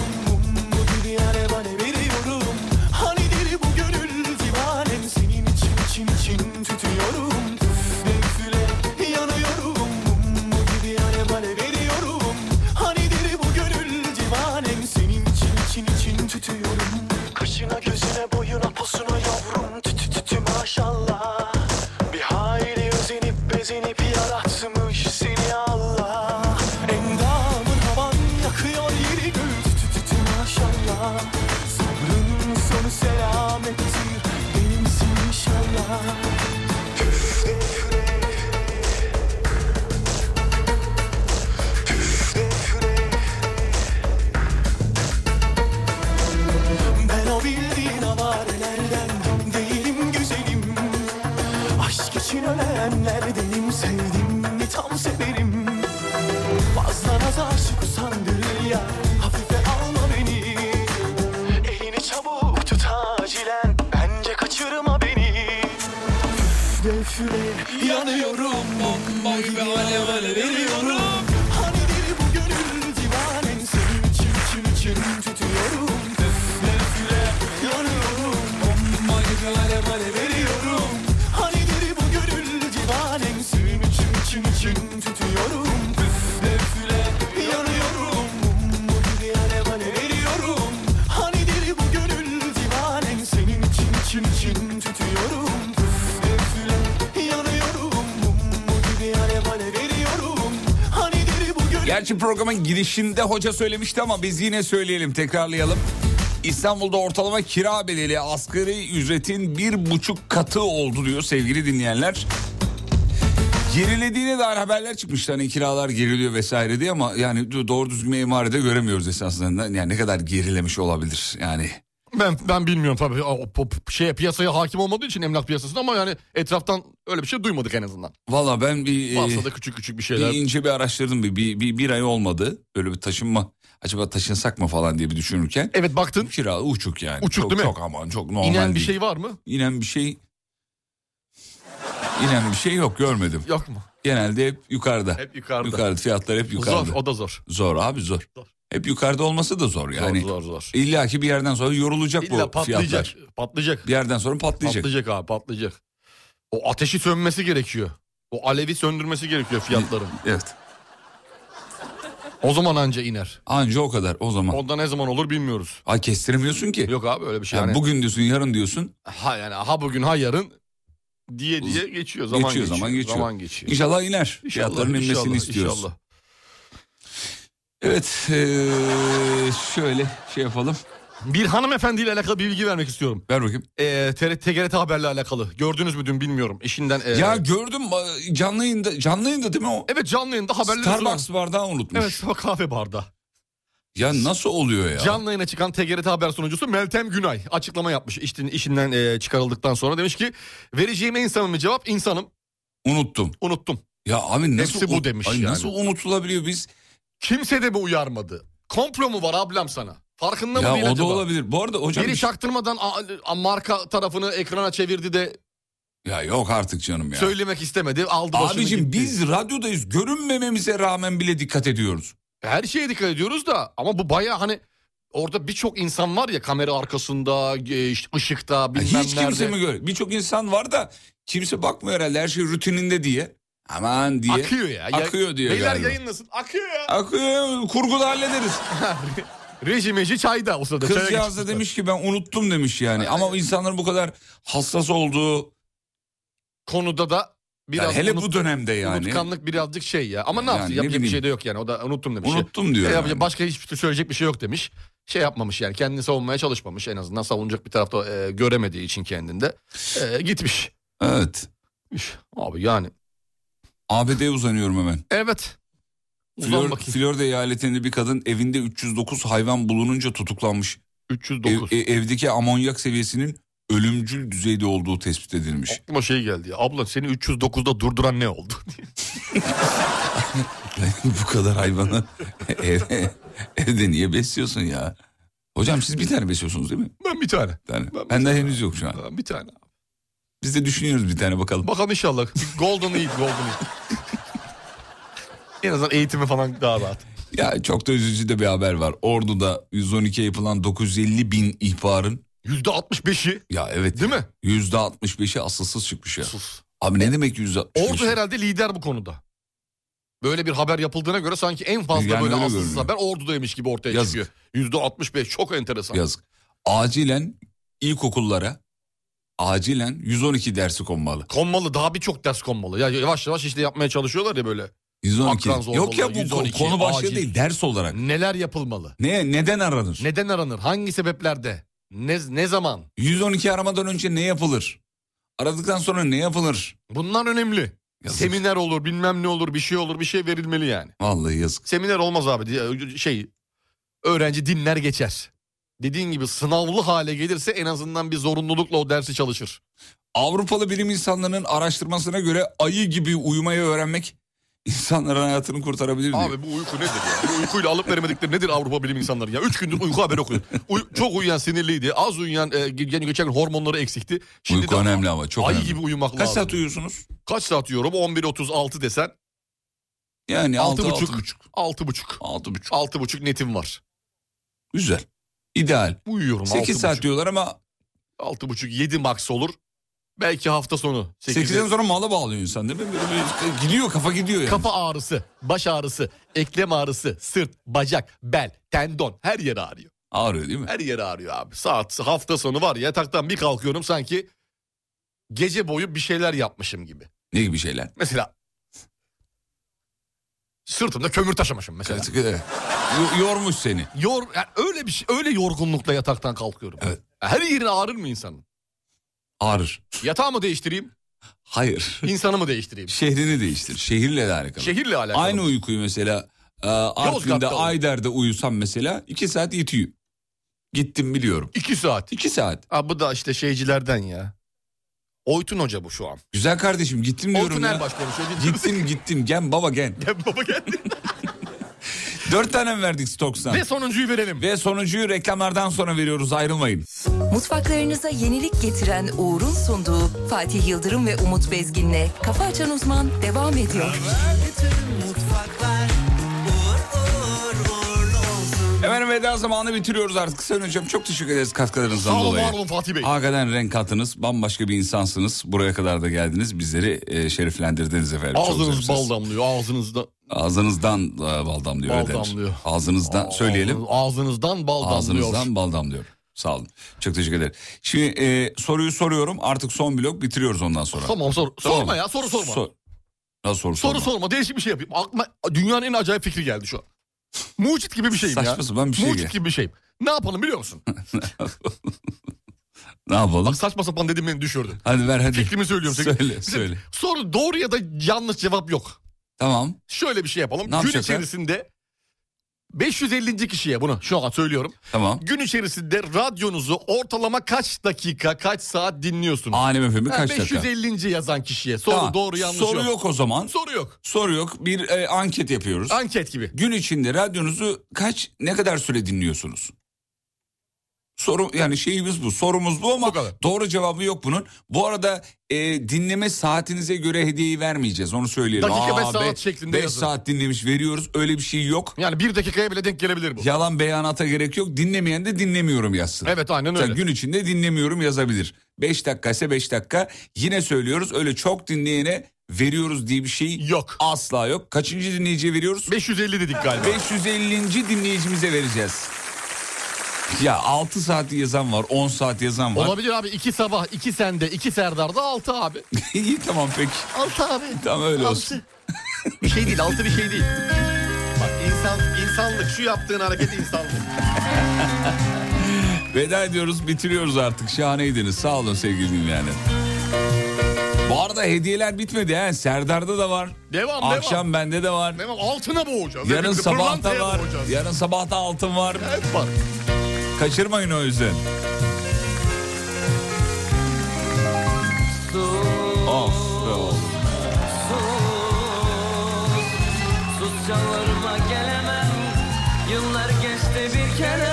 [SPEAKER 7] Yanıyorum bomba gibi alev alev eriyorum Hani deli bu gönül divanem Senin için için için tutuyorum Nef nefile yanıyorum Bomba gibi alev alev eriyorum Hani deli bu gönül divanem Senin için için için tutuyorum Nef nefile yanıyorum Bomba gibi alev alev eriyorum Hani deli bu gönül divanem Senin için için için tutuyorum Nef nefile yanıyorum Bomba gibi alev alev eriyorum Hani deli bu gönül
[SPEAKER 4] Gerçi programın girişinde hoca söylemişti ama biz yine söyleyelim tekrarlayalım. İstanbul'da ortalama kira bedeli asgari ücretin bir buçuk katı oldu diyor sevgili dinleyenler. Gerilediğine dair haberler çıkmıştı hani kiralar geriliyor vesaire diye ama yani doğru düzgün mimari de göremiyoruz esasında. Yani ne kadar gerilemiş olabilir yani.
[SPEAKER 5] Ben ben bilmiyorum tabii o, pop- şey piyasaya hakim olmadığı için emlak piyasasına ama yani etraftan öyle bir şey duymadık en azından.
[SPEAKER 4] Valla ben bir... e,
[SPEAKER 5] Varsa da küçük küçük bir
[SPEAKER 4] Bir
[SPEAKER 5] şeyler.
[SPEAKER 4] ince bir araştırdım bir, bir, bir, bir ay olmadı. Böyle bir taşınma acaba taşınsak mı falan diye bir düşünürken.
[SPEAKER 5] Evet baktın
[SPEAKER 4] Kira uçuk yani.
[SPEAKER 5] Uçuk
[SPEAKER 4] çok,
[SPEAKER 5] değil mi?
[SPEAKER 4] Çok aman çok normal
[SPEAKER 5] inen bir
[SPEAKER 4] değil.
[SPEAKER 5] şey var mı?
[SPEAKER 4] İnen bir şey... İnen bir şey yok görmedim.
[SPEAKER 5] Yok mu?
[SPEAKER 4] Genelde hep yukarıda.
[SPEAKER 5] Hep yukarıda.
[SPEAKER 4] Yukarıda fiyatlar hep yukarıda.
[SPEAKER 5] Zor o da zor.
[SPEAKER 4] Zor abi zor.
[SPEAKER 5] Zor.
[SPEAKER 4] Hep yukarıda olması da zor yani.
[SPEAKER 5] zor zor zor.
[SPEAKER 4] İlla ki bir yerden sonra yorulacak
[SPEAKER 5] İlla
[SPEAKER 4] bu
[SPEAKER 5] patlayacak.
[SPEAKER 4] fiyatlar.
[SPEAKER 5] Patlayacak.
[SPEAKER 4] Bir yerden sonra patlayacak.
[SPEAKER 5] Patlayacak abi patlayacak. O ateşi sönmesi gerekiyor. O alevi söndürmesi gerekiyor fiyatların.
[SPEAKER 4] Evet.
[SPEAKER 5] O zaman anca iner.
[SPEAKER 4] Anca o kadar o zaman.
[SPEAKER 5] Onda ne zaman olur bilmiyoruz.
[SPEAKER 4] Ay kestiremiyorsun ki.
[SPEAKER 5] Yok abi öyle bir şey.
[SPEAKER 4] Yani
[SPEAKER 5] Yani
[SPEAKER 4] Bugün diyorsun yarın diyorsun.
[SPEAKER 5] ha yani ha bugün ha yarın diye diye geçiyor zaman
[SPEAKER 4] Geçiyor,
[SPEAKER 5] geçiyor.
[SPEAKER 4] zaman geçiyor.
[SPEAKER 5] Zaman geçiyor.
[SPEAKER 4] İnşallah iner.
[SPEAKER 5] İnşallah,
[SPEAKER 4] Fiyatların inmesini
[SPEAKER 5] inşallah,
[SPEAKER 4] istiyoruz.
[SPEAKER 5] inşallah.
[SPEAKER 4] Evet eee, şöyle şey yapalım.
[SPEAKER 5] Bir hanımefendiyle alakalı bir bilgi vermek istiyorum.
[SPEAKER 4] Ver bakayım.
[SPEAKER 5] Ee, TRT, TGRT haberle alakalı. Gördünüz mü dün bilmiyorum. İşinden... e,
[SPEAKER 4] Ya gördüm e, canlı yayında, canlı yayında değil mi o?
[SPEAKER 5] evet canlı yayında haberleri...
[SPEAKER 4] Starbucks bardağı unutmuş.
[SPEAKER 5] Evet Starbucks kahve barda.
[SPEAKER 4] Ya nasıl oluyor ya?
[SPEAKER 5] Canlı yayına çıkan TGRT haber sunucusu Meltem Günay açıklama yapmış. İşten, işinden e, çıkarıldıktan sonra demiş ki vereceğim en samimi cevap insanım
[SPEAKER 4] Unuttum.
[SPEAKER 5] unuttum.
[SPEAKER 4] Ya abi nasıl
[SPEAKER 5] Hepsi bu demiş
[SPEAKER 4] Ay
[SPEAKER 5] yani.
[SPEAKER 4] nasıl unutulabiliyor biz?
[SPEAKER 5] Kimse de mi uyarmadı? Komplo mu var ablam sana? Farkında mı
[SPEAKER 4] ya
[SPEAKER 5] değil
[SPEAKER 4] o da
[SPEAKER 5] acaba?
[SPEAKER 4] olabilir. Bu arada hocam
[SPEAKER 5] Biri
[SPEAKER 4] bir şey-
[SPEAKER 5] çaktırmadan a- a- marka tarafını ekrana çevirdi de
[SPEAKER 4] ya yok artık canım ya.
[SPEAKER 5] söylemek istemedi. Aldı başını
[SPEAKER 4] Abicim
[SPEAKER 5] gitti.
[SPEAKER 4] biz radyodayız. Görünmememize rağmen şey bile dikkat ediyoruz.
[SPEAKER 5] her şeye dikkat ediyoruz da ama bu baya hani orada birçok insan var ya kamera arkasında, e, işte ışıkta,
[SPEAKER 4] Ya
[SPEAKER 5] bilmem
[SPEAKER 4] hiç kimse
[SPEAKER 5] nerede.
[SPEAKER 4] mi görüyor? Birçok insan var da kimse bakmıyor herhalde. Her şey rutininde diye. Aman diye.
[SPEAKER 5] Akıyor ya. Ya-
[SPEAKER 4] Akıyor diyor
[SPEAKER 5] Beyler
[SPEAKER 4] galiba.
[SPEAKER 5] yayınlasın. Akıyor ya.
[SPEAKER 4] Akıyor. Kurguda hallederiz.
[SPEAKER 5] Rejimeci çayda o sırada.
[SPEAKER 4] Kız
[SPEAKER 5] çaya
[SPEAKER 4] yaz da
[SPEAKER 5] geçmişler.
[SPEAKER 4] demiş ki ben unuttum demiş yani. Ama insanların bu kadar hassas olduğu
[SPEAKER 5] Konuda da
[SPEAKER 4] yani
[SPEAKER 5] biraz
[SPEAKER 4] hele
[SPEAKER 5] unut-
[SPEAKER 4] bu dönemde yani.
[SPEAKER 5] unutkanlık birazcık şey ya. Ama ne
[SPEAKER 4] Yani
[SPEAKER 5] yapsın?
[SPEAKER 4] ne
[SPEAKER 5] Yapacak bir
[SPEAKER 4] bileyim.
[SPEAKER 5] şey de yok yani. O da unuttum demiş. E,
[SPEAKER 4] Unuttum diyor.
[SPEAKER 5] Ya
[SPEAKER 4] yani.
[SPEAKER 5] Şey yapacak- Başka hiçbir söyleyecek bir şey yok demiş. Şey yapmamış yani kendini savunmaya çalışmamış en azından savunacak bir tarafta e, göremediği için kendinde E, gitmiş.
[SPEAKER 4] Evet.
[SPEAKER 5] Üf, Abi yani
[SPEAKER 4] ABD'ye uzanıyorum hemen.
[SPEAKER 5] evet uzan
[SPEAKER 4] Flor,
[SPEAKER 5] bakayım
[SPEAKER 4] Florida eyaletinde bir kadın evinde 309 hayvan bulununca tutuklanmış. Ev-
[SPEAKER 5] 309.
[SPEAKER 4] e- evdeki amonyak seviyesinin ölümcül düzeyde olduğu tespit edilmiş.
[SPEAKER 5] Aklıma şey geldi ya abla seni 309'da durduran ne oldu?
[SPEAKER 4] bu kadar hayvanı ev- evde niye besliyorsun ya? Hocam siz bir tane besliyorsunuz değil mi?
[SPEAKER 5] ben bir tane.
[SPEAKER 4] Bir tane.
[SPEAKER 5] bir
[SPEAKER 4] Ben de henüz yok şu an.
[SPEAKER 5] Ben bir tane.
[SPEAKER 4] Biz de düşünüyoruz bir tane bakalım.
[SPEAKER 5] Bakalım inşallah. Golden iyi Golden Eid. en azından eğitimi falan daha rahat.
[SPEAKER 4] Ya çok da üzücü de bir haber var. Ordu'da 112'ye yapılan 950 bin ihbarın
[SPEAKER 5] %65'i
[SPEAKER 4] ya evet
[SPEAKER 5] değil mi?
[SPEAKER 4] yüzde %65'i asılsız çıkmış ya.
[SPEAKER 5] Sus.
[SPEAKER 4] Abi ne demek yüzde %65?
[SPEAKER 5] Ordu herhalde lider bu konuda. Böyle bir haber yapıldığına göre sanki en fazla
[SPEAKER 4] Yani
[SPEAKER 5] böyle
[SPEAKER 4] öyle
[SPEAKER 5] asılsız
[SPEAKER 4] görünüyor.
[SPEAKER 5] haber ordudaymış gibi ortaya
[SPEAKER 4] Yazık.
[SPEAKER 5] çıkıyor. Yüzde 65 çok enteresan.
[SPEAKER 4] Yazık. Acilen ilkokullara acilen 112 dersi konmalı.
[SPEAKER 5] Konmalı daha birçok ders konmalı. Ya yavaş yavaş işte yapmaya çalışıyorlar ya böyle.
[SPEAKER 4] 112.
[SPEAKER 5] Akran zorbalığı,
[SPEAKER 4] Yok ya bu
[SPEAKER 5] 112,
[SPEAKER 4] konu başlığı
[SPEAKER 5] acil.
[SPEAKER 4] değil ders olarak.
[SPEAKER 5] Neler yapılmalı?
[SPEAKER 4] Ne neden aranır?
[SPEAKER 5] Neden aranır? Hangi sebeplerde? Ne, ne zaman?
[SPEAKER 4] 112 aramadan önce ne yapılır? Aradıktan sonra ne yapılır?
[SPEAKER 5] Bunlar önemli.
[SPEAKER 4] Yazık.
[SPEAKER 5] Seminer olur bilmem ne olur bir şey olur bir şey verilmeli yani.
[SPEAKER 4] Vallahi yazık.
[SPEAKER 5] Seminer olmaz abi. Di- Şey öğrenci dinler geçer. Dediğin gibi sınavlı hale gelirse en azından bir zorunlulukla o dersi çalışır.
[SPEAKER 4] Avrupalı bilim insanlarının araştırmasına göre ayı gibi uyumayı öğrenmek insanların hayatını kurtarabilir diyor.
[SPEAKER 5] Abi bu uyku nedir ya? Bu uykuyla alıp veremedikleri nedir Avrupa bilim insanları ya? Üç gündür uyku haberi okuyor. Uy- çok uyuyan sinirliydi. Az uyuyan e, geçen, geçen gün hormonları eksikti. Şimdi
[SPEAKER 4] Uyku
[SPEAKER 5] de
[SPEAKER 4] önemli ama çok
[SPEAKER 5] ay
[SPEAKER 4] önemli.
[SPEAKER 5] gibi uyumak
[SPEAKER 4] Kaç
[SPEAKER 5] lazım.
[SPEAKER 4] saat uyuyorsunuz?
[SPEAKER 5] Kaç saat yiyorum? 11.36 desen.
[SPEAKER 4] Yani
[SPEAKER 5] Altı
[SPEAKER 4] 6 buçuk.
[SPEAKER 5] buçuk. 6.5.
[SPEAKER 4] 6 buçuk.
[SPEAKER 5] 6.5 netim var.
[SPEAKER 4] Güzel. İdeal.
[SPEAKER 5] Uyuyorum
[SPEAKER 4] 8 saat diyorlar ama
[SPEAKER 5] 6.5 7 max olur. Belki hafta sonu. 8'e
[SPEAKER 4] 8'den sonra mala bağlıyor insan değil mi? Böyle bir- gidiyor kafa gidiyor yani.
[SPEAKER 5] Kafa ağrısı, baş ağrısı, eklem ağrısı, sırt, bacak, bel, tendon her yer ağrıyor.
[SPEAKER 4] Ağrıyor değil mi?
[SPEAKER 5] Her yer ağrıyor abi. Saat hafta sonu var ya yataktan bir kalkıyorum sanki gece boyu bir şeyler yapmışım gibi.
[SPEAKER 4] Ne gibi şeyler?
[SPEAKER 5] Mesela sırtımda kömür taşımışım mesela.
[SPEAKER 4] Evet, evet. Yo- Yormuş seni.
[SPEAKER 5] Yor, yani öyle bir şey, öyle yorgunlukla yataktan kalkıyorum.
[SPEAKER 4] Evet.
[SPEAKER 5] Her yerin ağrır mı insanın?
[SPEAKER 4] Ağrır.
[SPEAKER 5] Yatağı mı değiştireyim,
[SPEAKER 4] Hayır.
[SPEAKER 5] insanı mı değiştireyim?
[SPEAKER 4] Şehrini değiştir. Şehirle de alakalı.
[SPEAKER 5] Şehirle alakalı.
[SPEAKER 4] Aynı uykuyu mesela e, Artvin'de
[SPEAKER 5] Yozgat'ta olur.
[SPEAKER 4] Ayder'de uyusam mesela 2 saat yetiyor. Gittim biliyorum.
[SPEAKER 5] İki saat.
[SPEAKER 4] 2 saat.
[SPEAKER 5] Ha, bu da işte şeycilerden ya. Oytun Hoca bu şu an. şey-
[SPEAKER 4] Güzel kardeşim gittim diyorum
[SPEAKER 5] Orkun
[SPEAKER 4] ya.
[SPEAKER 5] Erbaş konuşuyor.
[SPEAKER 4] Gittim gittim gen baba gen.
[SPEAKER 5] Gel baba geldi.
[SPEAKER 4] Dört tane mi verdik Stoks'tan?
[SPEAKER 5] Ve sonuncuyu verelim.
[SPEAKER 4] Ve sonucuyu reklamlardan sonra veriyoruz ayrılmayın.
[SPEAKER 6] Mutfaklarınıza yenilik getiren Uğur'un sunduğu Fatih Yıldırım ve Umut Bezgin'le Kafa Açan Uzman devam ediyor.
[SPEAKER 4] Efendim veda zamanı bitiriyoruz artık. Sayın Hocam çok teşekkür ederiz katkılarınızdan
[SPEAKER 5] Sağ olun
[SPEAKER 4] dolayı.
[SPEAKER 5] var olun Fatih Bey.
[SPEAKER 4] Hakikaten renk katınız, bambaşka bir insansınız. Buraya kadar da geldiniz, bizleri e, şereflendirdiniz efendim. Çok
[SPEAKER 5] Ağzınız
[SPEAKER 4] güzelsiniz.
[SPEAKER 5] bal damlıyor ağzınızda.
[SPEAKER 4] Ağzınızdan e, bal damlıyor.
[SPEAKER 5] Bal
[SPEAKER 4] öyle denir.
[SPEAKER 5] damlıyor.
[SPEAKER 4] Ağzınızdan, söyleyelim.
[SPEAKER 5] Ağzınızdan bal damlıyor.
[SPEAKER 4] Ağzınızdan bal damlıyor. Sağ olun. Çok teşekkür ederim. Şimdi e, soruyu soruyorum. Artık son blok bitiriyoruz ondan sonra.
[SPEAKER 5] Tamam sor.
[SPEAKER 4] Tamam.
[SPEAKER 5] Sorma ya soru sorma.
[SPEAKER 4] Sor- Nasıl soru,
[SPEAKER 5] soru
[SPEAKER 4] sorma?
[SPEAKER 5] sorma değişik bir şey yapayım. Aklıma dünyanın en acayip fikri geldi şu an. Mucit gibi bir şeyim ya.
[SPEAKER 4] Saçma sapan bir şey
[SPEAKER 5] Mucit
[SPEAKER 4] ya.
[SPEAKER 5] gibi bir şeyim. Ne yapalım biliyor musun?
[SPEAKER 4] Ne yapalım?
[SPEAKER 5] Bak saçma sapan dedim beni düşürdün.
[SPEAKER 4] Hadi ver hadi.
[SPEAKER 5] Fikrimi söylüyorum.
[SPEAKER 4] Söyle
[SPEAKER 5] Bize
[SPEAKER 4] söyle.
[SPEAKER 5] Soru doğru ya da yanlış cevap yok.
[SPEAKER 4] Tamam.
[SPEAKER 5] Şöyle bir şey yapalım.
[SPEAKER 4] Ne
[SPEAKER 5] Gün
[SPEAKER 4] yapacaklar?
[SPEAKER 5] içerisinde 550. kişiye bunu şu an söylüyorum.
[SPEAKER 4] Tamam.
[SPEAKER 5] Gün içerisinde radyonuzu ortalama kaç dakika, kaç saat dinliyorsunuz?
[SPEAKER 4] Alem efemi
[SPEAKER 5] Ha,
[SPEAKER 4] kaç dakika?
[SPEAKER 5] 550. yazan kişiye soru
[SPEAKER 4] Tamam.
[SPEAKER 5] doğru yanlış
[SPEAKER 4] Soru
[SPEAKER 5] yok.
[SPEAKER 4] yok o zaman.
[SPEAKER 5] Soru yok.
[SPEAKER 4] Soru yok. Bir e, anket yapıyoruz.
[SPEAKER 5] Anket gibi.
[SPEAKER 4] Gün içinde radyonuzu kaç ne kadar süre dinliyorsunuz? Soru yani şeyimiz bu. Sorumuz bu ama
[SPEAKER 5] Bu kadar.
[SPEAKER 4] doğru cevabı yok bunun. Bu arada e, dinleme saatinize göre hediyeyi vermeyeceğiz. Onu söyleyelim.
[SPEAKER 5] Dakika ve saat şeklinde
[SPEAKER 4] 5
[SPEAKER 5] yazın.
[SPEAKER 4] saat dinlemiş veriyoruz. Öyle bir şey yok.
[SPEAKER 5] Yani bir dakikaya bile denk gelebilir bu.
[SPEAKER 4] Yalan beyanata gerek yok. Dinlemeyen de dinlemiyorum yazsın.
[SPEAKER 5] Evet aynen öyle.
[SPEAKER 4] Mesela gün içinde dinlemiyorum yazabilir. 5 dakika ise 5 dakika. Yine söylüyoruz öyle çok dinleyene veriyoruz diye bir şey
[SPEAKER 5] Yok.
[SPEAKER 4] asla yok. Kaçıncı dinleyiciye veriyoruz?
[SPEAKER 5] 550 dedik galiba.
[SPEAKER 4] 550. dinleyicimize vereceğiz. Ya 6 saat yazan var, 10 saat yazan var.
[SPEAKER 5] Olabilir abi iki sabah, iki sende, iki Serdar'da altı abi.
[SPEAKER 4] İyi tamam peki.
[SPEAKER 5] Altı abi.
[SPEAKER 4] Tamam öyle olsun.
[SPEAKER 5] Altı. bir şey değil altı bir şey değil. Bak insan, insanlık şu yaptığın hareket insanlık.
[SPEAKER 4] Veda ediyoruz, bitiriyoruz artık. Şahaneydiniz. Sağ olun sevgili dinleyenler. Bu arada hediyeler bitmedi he. Serdar'da da var.
[SPEAKER 5] Devam, devam.
[SPEAKER 4] Akşam bende de var.
[SPEAKER 5] Tamam altına boğacağız.
[SPEAKER 4] Yarın
[SPEAKER 5] Hepimizi
[SPEAKER 4] sabah da
[SPEAKER 5] pırlantaya
[SPEAKER 4] var.
[SPEAKER 5] boğacağız.
[SPEAKER 4] Yarın sabah da altın var.
[SPEAKER 5] Evet bak.
[SPEAKER 4] Kaçırmayın o yüzden. Of be oğlum.
[SPEAKER 8] Sus yollarıma gelemem Yıllar geçti bir kere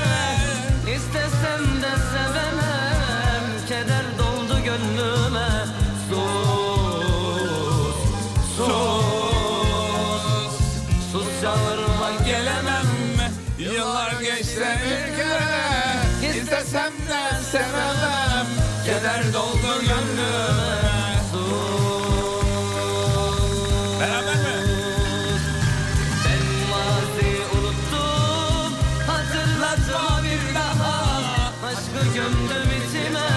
[SPEAKER 8] İstesem de sevemem Keder doldu gönlüme Sus Sus Sus yollarıma gelemem
[SPEAKER 4] Yıllar geçti
[SPEAKER 8] İstesem de sevemem Keder doldu gönlüme
[SPEAKER 4] Beraber mi?
[SPEAKER 8] Ben maziyi unuttum Hatırlatma bir daha Aşkı gömdüm içime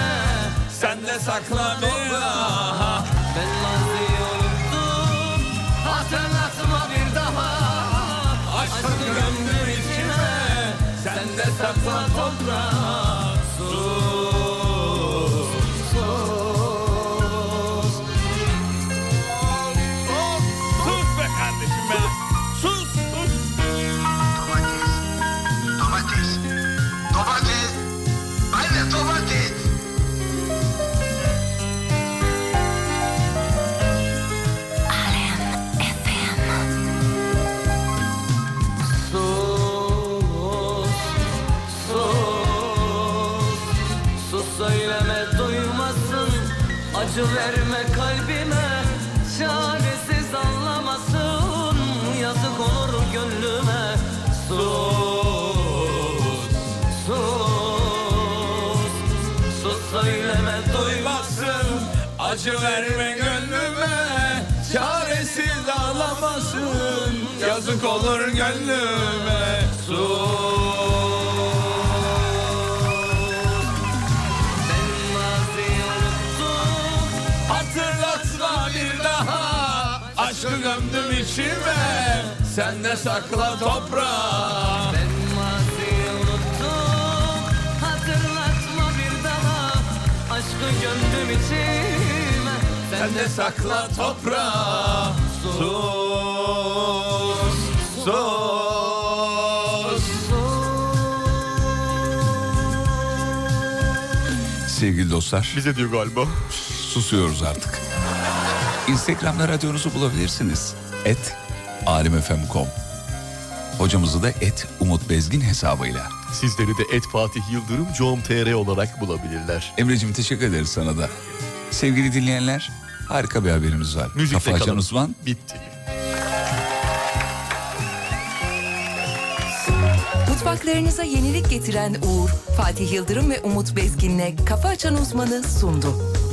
[SPEAKER 4] Sen de sakla bir
[SPEAKER 8] Ben maziyi unuttum Hatırlatma bir daha Aşkı gömdüm içime Sen de sakla toprağa Sus Sus
[SPEAKER 4] Sus be kardeşim be. Sus. sus.
[SPEAKER 14] Domates. Domates. Domates. Anne domates.
[SPEAKER 3] Alem FM
[SPEAKER 1] Acı verme kalbime Çaresiz anlamasın Yazık olur gönlüme Sus Sus Sus söyleme duymasın Acı verme gönlüme Çaresiz ağlamasın Yazık olur gönlüme Sus ben maziyi unuttum Hatırlatma bir daha Aşkı gömdüm içime Sen de sakla toprağa Ben maziyi unuttum Hatırlatma bir daha Aşkı gömdüm içime Sen de sakla toprağa Sus Sus
[SPEAKER 4] Sevgili dostlar
[SPEAKER 5] Bize diyor galiba.
[SPEAKER 4] susuyoruz artık. Instagram'da radyonuzu bulabilirsiniz. Et alimfm.com Hocamızı da et Umut Bezgin hesabıyla.
[SPEAKER 5] Sizleri de et Fatih Yıldırım com.tr olarak bulabilirler.
[SPEAKER 4] Emre'cim teşekkür ederiz sana da. Sevgili dinleyenler harika bir haberimiz var.
[SPEAKER 5] Müzikle
[SPEAKER 4] Kafa açan
[SPEAKER 5] kalın.
[SPEAKER 4] uzman
[SPEAKER 5] Bitti.
[SPEAKER 6] Mutfaklarınıza yenilik getiren Uğur, Fatih Yıldırım ve Umut Bezgin'le Kafa Açan Uzman'ı sundu.